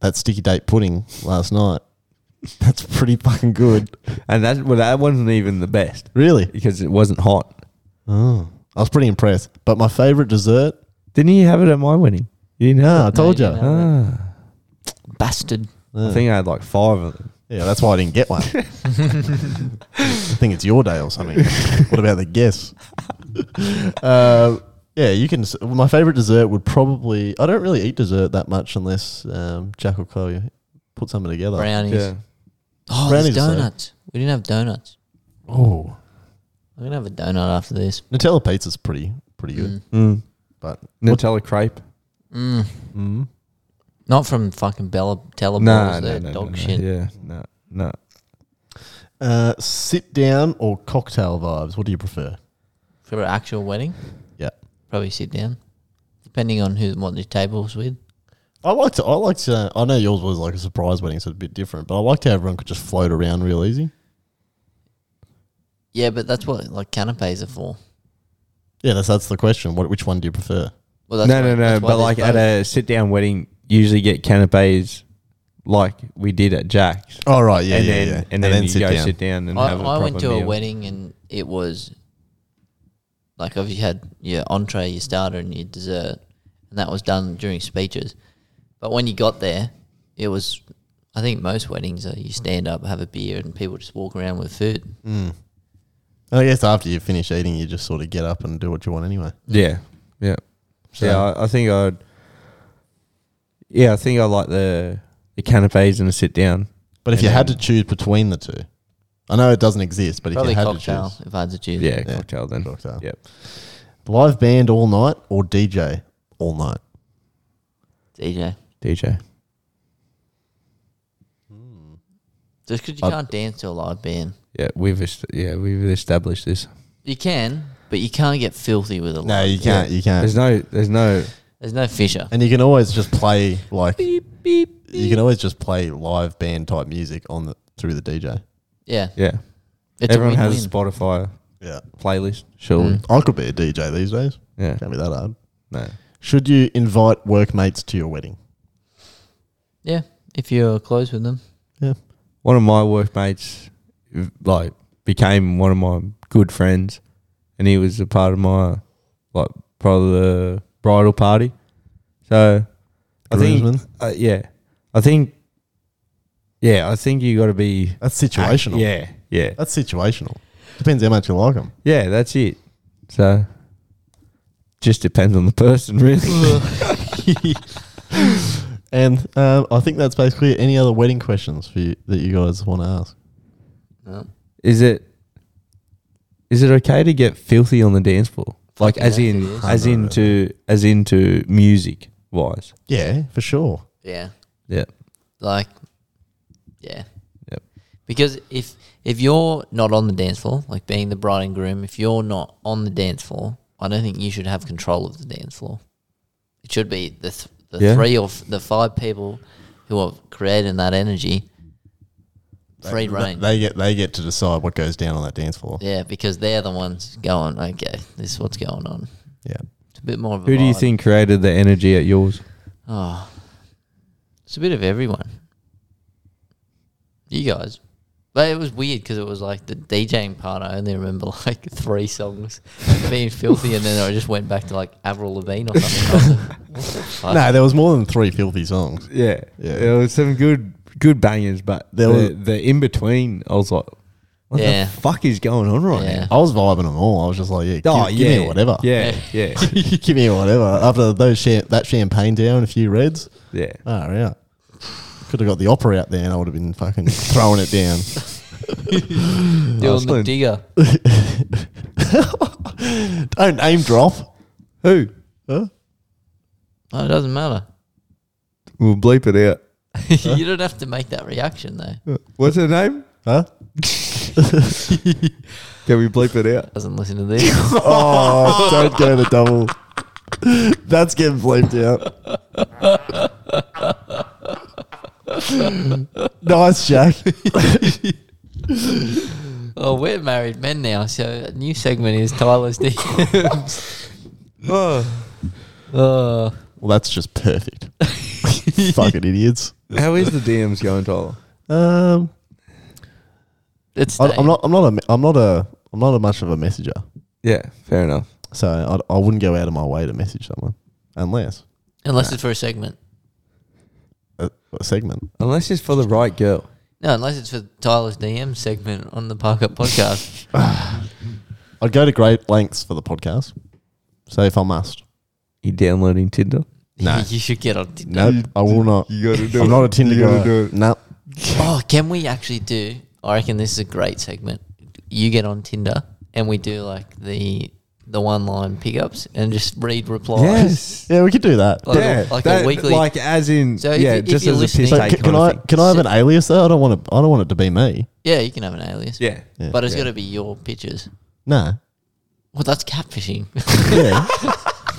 Speaker 2: that sticky date pudding last night, that's pretty fucking good.
Speaker 1: And that well, that wasn't even the best
Speaker 2: Really?
Speaker 1: because it wasn't hot.
Speaker 2: Oh, I was pretty impressed. But my favorite dessert? Uh,
Speaker 1: Didn't you have it at my wedding? You didn't
Speaker 2: No, I
Speaker 1: have it?
Speaker 2: told
Speaker 3: you
Speaker 2: you.
Speaker 3: didn't
Speaker 1: Ah,
Speaker 3: Bastard.
Speaker 1: I think I had like five of them.
Speaker 2: Yeah, that's why I didn't get one. I think it's your day or something. what about the guess? uh, yeah, you can. s- My favorite dessert would probably. I don't really eat dessert that much unless um, Jack or Chloe put something together.
Speaker 3: Brownies.
Speaker 1: Yeah.
Speaker 3: Oh,
Speaker 2: Brownies
Speaker 3: there's
Speaker 2: though.
Speaker 3: donuts. We didn't have donuts.
Speaker 2: Oh,
Speaker 3: I'm going to have a donut after this.
Speaker 2: Nutella pizza's pretty pretty good,
Speaker 3: Mm.
Speaker 1: Mm.
Speaker 2: but
Speaker 1: Nutella crepe.
Speaker 3: Mm.
Speaker 2: mm,
Speaker 3: Not from fucking Bella Tella
Speaker 1: Nah,
Speaker 3: Balls.
Speaker 1: no,
Speaker 3: They're
Speaker 1: no,
Speaker 3: dog
Speaker 1: no, no,
Speaker 3: shit.
Speaker 1: Yeah, no, no.
Speaker 2: uh, sit down or cocktail vibes. What do you prefer?
Speaker 3: For an actual wedding?
Speaker 2: Yeah.
Speaker 3: Probably sit down. Depending on who what the table's with.
Speaker 2: I like to. I like to. I know yours was like a surprise wedding, so it's a bit different. But I liked how everyone could just float around real easy.
Speaker 3: Yeah, but that's what like canapes are for.
Speaker 2: Yeah, that's that's the question. What which one do you prefer?
Speaker 3: Well, that's
Speaker 1: no,
Speaker 3: why-
Speaker 1: no, no.
Speaker 3: that's why
Speaker 1: But
Speaker 3: there's
Speaker 1: like at
Speaker 3: both.
Speaker 1: a sit down wedding, usually get canapes like we did at Jack's.
Speaker 2: Oh right, yeah,
Speaker 1: and
Speaker 2: yeah,
Speaker 1: then,
Speaker 2: yeah.
Speaker 1: And then, you go sit down and
Speaker 3: I,
Speaker 1: have a
Speaker 3: I
Speaker 1: proper
Speaker 3: went to
Speaker 1: meal.
Speaker 3: a wedding and it was like obviously you had your entree, your starter, and your dessert, and that was done during speeches. But when you got there, it was I think most weddings are you stand up, have a beer, and people just walk around with food.
Speaker 2: Mm. I guess after you finish eating, you just sort of get up and do what you want anyway.
Speaker 1: Yeah, yeah.
Speaker 2: So-
Speaker 1: yeah, I, I think I'd. Yeah, I think I like the the canapes and the sit down.
Speaker 2: But if
Speaker 1: And
Speaker 2: you had to
Speaker 1: then-
Speaker 2: choose between the two, I know it doesn't exist, but
Speaker 3: Probably
Speaker 2: if you had
Speaker 3: cocktail
Speaker 2: to
Speaker 3: if I had to choose.
Speaker 1: Yeah,
Speaker 2: Yeah,
Speaker 1: cocktail then.
Speaker 2: choose, cocktail.
Speaker 1: Yep.
Speaker 2: live band all night or DJ all night.
Speaker 3: DJ.
Speaker 1: DJ.
Speaker 3: Just because you
Speaker 2: I'd-
Speaker 3: can't dance to a live band,
Speaker 1: Yeah, we've est- yeah we've established this.
Speaker 3: you can, but you can't get filthy with a live.
Speaker 2: No, you
Speaker 1: Yeah.
Speaker 2: can't. You can't.
Speaker 1: There's no there's no
Speaker 3: There's no fissure.
Speaker 2: And you can always just play like you can always just play live band type music on the through the DJ.
Speaker 3: Yeah,
Speaker 1: yeah.
Speaker 3: it's
Speaker 1: Everyone
Speaker 3: a
Speaker 1: has a
Speaker 3: win-win.
Speaker 1: Spotify
Speaker 2: Yeah,
Speaker 1: playlist. Surely.
Speaker 2: I could be a DJ these days.
Speaker 1: Yeah.
Speaker 2: Can't be that hard.
Speaker 1: No.
Speaker 2: Should you invite workmates to your wedding?
Speaker 3: Yeah, if you're close with them.
Speaker 2: Yeah.
Speaker 1: one of my workmates like became one of my good friends and he was a part of my like probably the bridal party so i think
Speaker 2: Groomsmen?
Speaker 1: uh, yeah i think yeah i think you got to be
Speaker 2: That's situational.
Speaker 1: yeah yeah
Speaker 2: That's situational. Depends how much you like them.
Speaker 1: yeah that's it so just depends on the person really
Speaker 2: And um, I think that's basically it. Any other wedding questions for you that you guys want to ask?
Speaker 3: No.
Speaker 1: is it is it okay to get filthy on the dance floor like as
Speaker 3: Yeah,
Speaker 1: in
Speaker 3: it is.
Speaker 1: as into as into music wise
Speaker 2: Yeah, for sure.
Speaker 3: Yeah.
Speaker 1: yeah
Speaker 3: Like, yeah.
Speaker 1: Yep.
Speaker 3: Because if if you're not on the dance floor, like being the bride and groom, if you're not on the dance floor, I don't think you should have control of the dance floor. It should be the th- the
Speaker 1: Yeah.
Speaker 3: three or f- the five people who are creating that energy, free
Speaker 2: They-
Speaker 3: reign.
Speaker 2: They get they get to decide what goes down on that dance floor.
Speaker 3: yeah, because they're the ones going. Okay, this is what's going on.
Speaker 2: Yeah.
Speaker 3: It's a bit more of a
Speaker 1: Who do you
Speaker 3: vibe.
Speaker 1: think created the energy at yours?
Speaker 3: Ah, Oh, it's a bit of everyone. You guys. But it was weird because it was like the DJing part. I only remember like three songs being filthy, and then I just went back to like Avril Lavigne or something.
Speaker 2: No, there was more than three filthy songs.
Speaker 1: Yeah,
Speaker 2: Yeah.
Speaker 1: There was some good good bangers, but
Speaker 2: There
Speaker 1: the,
Speaker 2: were-
Speaker 1: the in between, I was like, what
Speaker 3: Yeah.
Speaker 1: the fuck is going on right
Speaker 3: Yeah.
Speaker 1: now?
Speaker 2: I was vibing them all. I was just like, yeah, give,
Speaker 1: Oh,
Speaker 2: give
Speaker 1: yeah,
Speaker 2: me whatever.
Speaker 1: Yeah, yeah,
Speaker 2: give me whatever. After those cha- that champagne down, a few reds.
Speaker 1: yeah.
Speaker 2: Oh, yeah. Could have got the opera out there and I would have been fucking throwing it down.
Speaker 3: Doing the
Speaker 1: Awesome.
Speaker 3: digger.
Speaker 2: Don't name drop.
Speaker 1: Who?
Speaker 3: No, Oh, it doesn't matter.
Speaker 1: We'll bleep it out.
Speaker 3: you don't have to make that reaction though.
Speaker 1: What's her name?
Speaker 2: Huh?
Speaker 1: Can we bleep it out?
Speaker 3: Doesn't listen to this.
Speaker 2: Oh, don't go the double. That's getting bleeped out. nice, Jack.
Speaker 3: oh, we're married men now, so a new segment is Tyler's DMs. oh,
Speaker 2: Well, that's just perfect. Fucking idiots.
Speaker 1: How is the DMs going, Tyler?
Speaker 2: Um,
Speaker 3: it's
Speaker 2: I, I'm not. I'm not a. I'm not a. I'm not a much of a messenger,
Speaker 1: Yeah, fair enough.
Speaker 2: so I, I wouldn't go out of my way to message someone unless
Speaker 3: unless it's for a segment.
Speaker 2: a, a segment.
Speaker 1: Unless it's for the right girl.
Speaker 3: No, unless it's for Tyler's DM segment on the Park Up podcast.
Speaker 2: I'd go to great lengths for the podcast. So if I must,
Speaker 1: You downloading Tinder?
Speaker 2: No.
Speaker 3: you should get on. Tinder.
Speaker 2: no, I will not.
Speaker 1: You gotta do
Speaker 2: I'm
Speaker 1: it.
Speaker 2: not a Tinder
Speaker 1: You gotta
Speaker 2: guy.
Speaker 1: do it.
Speaker 2: No,
Speaker 3: Oh, can we actually do? I reckon this is a great segment. You get on Tinder and we do like the the one line pickups and just read replies.
Speaker 1: Yes.
Speaker 2: yeah, we could do that.
Speaker 3: Like,
Speaker 1: yeah,
Speaker 3: a, like a weekly.
Speaker 1: like as in,
Speaker 3: So if
Speaker 1: yeah,
Speaker 3: you- if
Speaker 1: just
Speaker 3: you're
Speaker 1: as a
Speaker 3: listening-
Speaker 1: piss
Speaker 2: So
Speaker 1: take
Speaker 2: c- can
Speaker 1: kind of
Speaker 2: I
Speaker 1: thing.
Speaker 2: can I have an alias though? I don't want to. I don't want it to be me.
Speaker 3: yeah, you can have an alias.
Speaker 1: Yeah,
Speaker 2: Yeah.
Speaker 3: But it's
Speaker 1: Yeah.
Speaker 3: got to be your pictures.
Speaker 2: No.
Speaker 3: Well, that's catfishing.
Speaker 2: Yeah.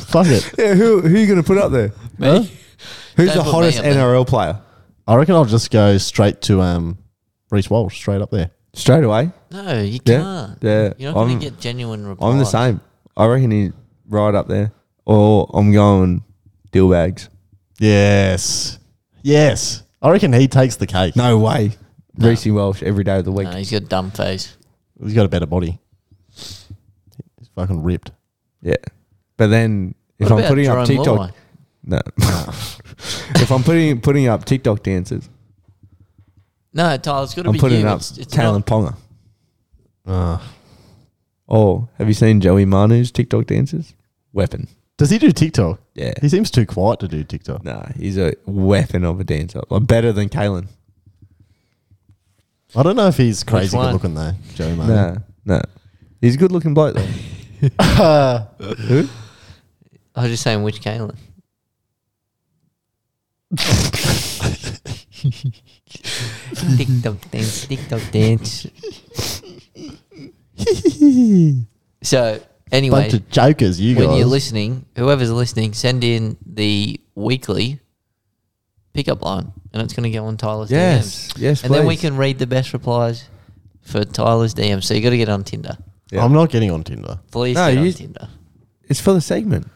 Speaker 2: Fuck it.
Speaker 1: yeah. Who who you gonna put up there?
Speaker 3: Me?
Speaker 1: Who's
Speaker 3: Don't
Speaker 1: the
Speaker 3: put me
Speaker 1: hottest
Speaker 3: up there.
Speaker 1: NRL player?
Speaker 2: I reckon I'll just go straight to um, Reese Walsh, straight up there.
Speaker 1: Straight away.
Speaker 3: No, you
Speaker 1: Yeah,
Speaker 3: can't.
Speaker 1: yeah,
Speaker 3: You're not going
Speaker 1: I'm-
Speaker 3: to get genuine replies.
Speaker 1: I'm the same. I reckon he's right up there. Or I'm going deal bags.
Speaker 2: Yes. Yes. I reckon he takes the cake.
Speaker 1: No way. Reese Welsh every day of the week.
Speaker 3: No, he's got a dumb face.
Speaker 2: He's got a better body. He's fucking ripped.
Speaker 1: Yeah. But then if
Speaker 3: What
Speaker 1: I'm
Speaker 3: about
Speaker 1: putting
Speaker 3: Jerome
Speaker 1: up TikTok,
Speaker 3: Lawai?
Speaker 1: no. if I'm putting putting up TikTok dances,
Speaker 3: No, Tyler, it's got to
Speaker 1: I'm
Speaker 3: be
Speaker 1: putting
Speaker 3: you.
Speaker 1: up
Speaker 3: It's- it's
Speaker 1: Talon
Speaker 3: not-
Speaker 1: Ponga.
Speaker 2: Uh,
Speaker 1: Ah. Oh, have you seen Joey Manu's TikTok dances? Weapon.
Speaker 2: does he do TikTok?
Speaker 1: Yeah.
Speaker 2: He seems too quiet to do TikTok.
Speaker 1: Nah, he's a weapon of a dancer. Like better than Kalen.
Speaker 2: I don't know if he's crazy
Speaker 3: one?
Speaker 2: good looking though, Joey Martin.
Speaker 1: Nah, nah. He's a good looking bloke though. Who?
Speaker 3: I was just saying which Kalen. TikTok dance, TikTok dance. so, anyway,
Speaker 2: Bunch of jokers, you
Speaker 3: when
Speaker 2: guys.
Speaker 3: you're listening, whoever's listening, send in the weekly pickup line, and it's going to go on Tyler's
Speaker 1: Yes.
Speaker 3: DMs.
Speaker 1: Yes,
Speaker 3: and then we
Speaker 1: please.
Speaker 3: can read the best replies for Tyler's DMs. So you got to get on Tinder.
Speaker 1: Yeah.
Speaker 2: I'm not getting on Tinder.
Speaker 3: Please
Speaker 1: No,
Speaker 3: get on
Speaker 1: you-
Speaker 3: Tinder.
Speaker 1: It's for the segment.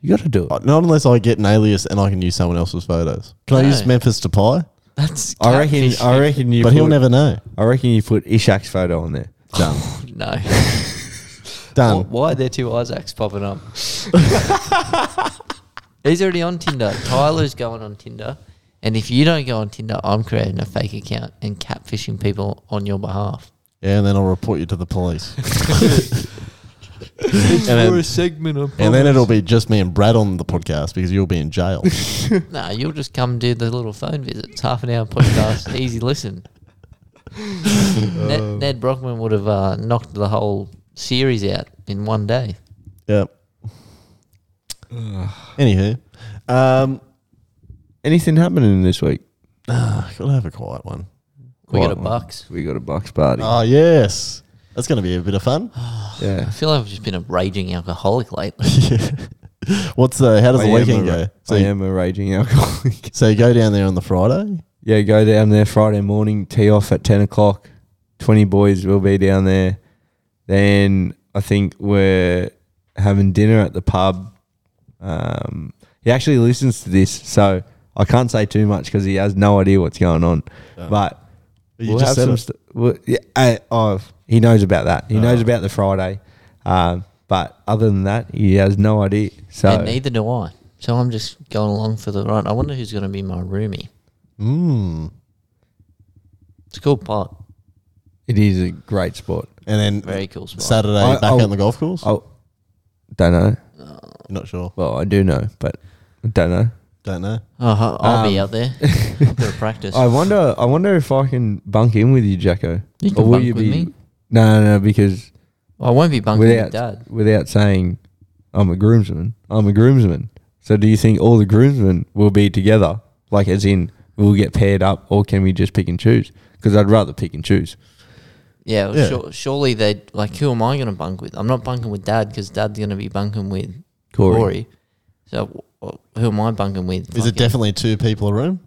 Speaker 1: You gotta do it.
Speaker 2: Uh, Not unless I get an alias and I can use someone else's photos. Can I
Speaker 3: No.
Speaker 2: use Memphis to pie?
Speaker 3: That's
Speaker 1: I reckon.
Speaker 3: catfish.
Speaker 1: I reckon you.
Speaker 2: But
Speaker 1: put,
Speaker 2: he'll never know.
Speaker 1: I reckon you put Ishak's photo on there.
Speaker 2: Done.
Speaker 3: no. Why-
Speaker 2: Done.
Speaker 3: Why are there two Isaacs popping up? He's already on Tinder. Tyler's going on Tinder. And if you don't go on Tinder, I'm creating a fake account and catfishing people on your behalf.
Speaker 2: Yeah, and then I'll report you to the police. and, then,
Speaker 3: segment of
Speaker 2: and then it'll be just me and Brad on the podcast because you'll be in jail.
Speaker 3: No, you'll just come do the little phone visit. It's half an hour podcast, easy listen. Ned, Ned Brockman would have uh, knocked the whole series out in one day.
Speaker 2: yeah. Anywho, um,
Speaker 1: Anything happening this week?
Speaker 2: ah, gotta have a quiet one.
Speaker 3: We got
Speaker 1: Quite
Speaker 3: a
Speaker 1: one.
Speaker 3: bucks.
Speaker 1: We got a bucks party.
Speaker 2: Oh yes, that's gonna be a bit of fun.
Speaker 1: yeah.
Speaker 3: I feel like I've just been a raging alcoholic lately.
Speaker 2: What's the? How does
Speaker 1: I
Speaker 2: the
Speaker 1: am
Speaker 2: weekend
Speaker 1: a ra-
Speaker 2: go? So,
Speaker 1: I
Speaker 2: you,
Speaker 1: am a raging alcoholic.
Speaker 2: so you go down there on the Friday.
Speaker 1: yeah, go down there Friday morning, tee off at ten o'clock. Twenty boys will be down there. Then I think we're having dinner at the pub. Um, he actually listens to this, so I can't say too much because he has no idea what's going on. But
Speaker 2: You
Speaker 1: we'll
Speaker 2: just
Speaker 1: have some.
Speaker 2: said it. Oh.
Speaker 1: St- well, yeah, I, I've, he knows about that. He knows about the Friday, um, but other than that, he has no idea. So
Speaker 3: And neither do I. So I'm just going along for the ride. I wonder who's going to be my roomie.
Speaker 2: Mm.
Speaker 3: It's a cool pot.
Speaker 1: it is a great sport.
Speaker 2: And then
Speaker 3: Very cool spot.
Speaker 2: Saturday
Speaker 1: I-
Speaker 2: back
Speaker 1: I'll-
Speaker 2: out on the golf course.
Speaker 1: I don't know.
Speaker 3: Uh,
Speaker 2: Not sure.
Speaker 1: Well, I do know, but I don't know.
Speaker 2: Don't know.
Speaker 3: Oh, I'll, I'll be
Speaker 1: Um,
Speaker 3: out there. I've got to practice.
Speaker 1: I wonder. I wonder if I can bunk in with you, Jacko.
Speaker 3: You can bunk with me.
Speaker 1: No, no, no, because
Speaker 3: I won't be bunking with
Speaker 1: without
Speaker 3: Dad.
Speaker 1: without saying, I'm a groomsman. I'm a groomsman. So, do you think all the groomsmen will be together? Like, as in, we'll get paired up, or can we just pick and choose? Because I'd rather pick and choose.
Speaker 3: Yeah, well,
Speaker 2: Yeah.
Speaker 3: Sure, surely they like. Who am I going to bunk with? I'm not bunking with Dad because Dad's going to be bunking with
Speaker 1: Corey. uh,
Speaker 3: Corey. So w- w- who am I bunking with?
Speaker 2: Is it
Speaker 3: Fucking-
Speaker 2: definitely two people a room?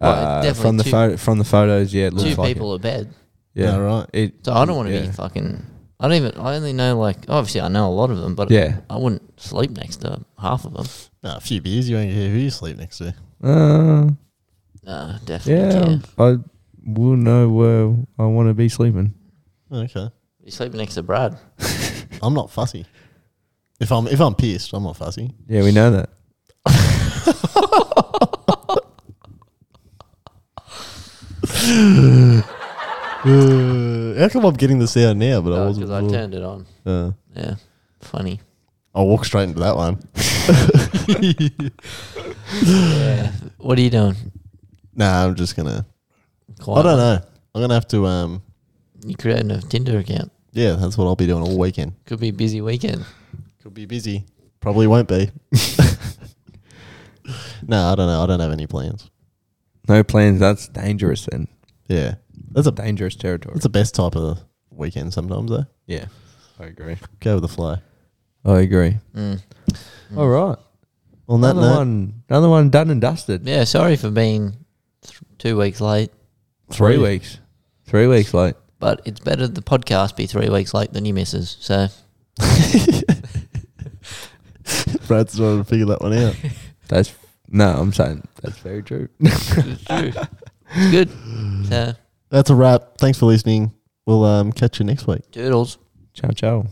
Speaker 3: Well,
Speaker 1: Uh,
Speaker 3: definitely
Speaker 1: from the
Speaker 3: two-
Speaker 1: photo, from the photos, yeah, it looks
Speaker 3: two
Speaker 1: like
Speaker 3: people at bed?
Speaker 1: It. Yeah,
Speaker 2: No, right.
Speaker 1: It,
Speaker 3: So I don't want to
Speaker 1: yeah.
Speaker 3: be fucking. I don't even. I only know like. Obviously, I know a lot of them, but
Speaker 1: Yeah.
Speaker 3: I wouldn't sleep next to half of them.
Speaker 2: Nah, Ah, a few beers. You ain't care who you sleep next to.
Speaker 1: Uh,
Speaker 3: Uh, definitely. Yeah.
Speaker 1: yeah, I will know where I want to be sleeping.
Speaker 2: Okay.
Speaker 3: You sleep next to Brad.
Speaker 2: I'm not fussy. If I'm if I'm pissed, I'm not fussy.
Speaker 1: Yeah, we know that.
Speaker 2: Uh, how come I'm getting the sound now? But I
Speaker 3: Because
Speaker 2: wasn't.
Speaker 3: Oh, I
Speaker 2: before?
Speaker 3: turned it on.
Speaker 2: Uh,
Speaker 3: Yeah. Funny.
Speaker 2: I'll walk straight into that one.
Speaker 3: Yeah. what are you doing?
Speaker 2: Nah, I'm just gonna.
Speaker 3: Quiet.
Speaker 2: I don't know. I'm gonna have to. Um,
Speaker 3: You creating a Tinder account?
Speaker 2: yeah, that's what I'll be doing all weekend.
Speaker 3: Could be a busy weekend.
Speaker 2: Could be busy. Probably won't be. no, I don't know. I don't have any plans.
Speaker 1: No plans. That's dangerous. Then
Speaker 2: Yeah, that's a
Speaker 1: dangerous territory.
Speaker 2: that's the best type of weekend. Sometimes though,
Speaker 1: yeah, I agree.
Speaker 2: go with the flow.
Speaker 1: I agree.
Speaker 3: Mm.
Speaker 1: All right,
Speaker 2: On that
Speaker 1: another
Speaker 2: note,
Speaker 1: one, another one done and dusted.
Speaker 3: Yeah, sorry for being th- two weeks late,
Speaker 1: Three
Speaker 2: Three.
Speaker 1: weeks, three weeks late.
Speaker 3: but it's better the podcast be three weeks late than you misses. So
Speaker 2: Brad's trying to figure that one out.
Speaker 1: That's no, I'm saying that's very true.
Speaker 3: it's true. It's good. So
Speaker 2: That's a wrap. Thanks for listening. We'll um, catch you next week.
Speaker 3: toodles.
Speaker 1: ciao, ciao.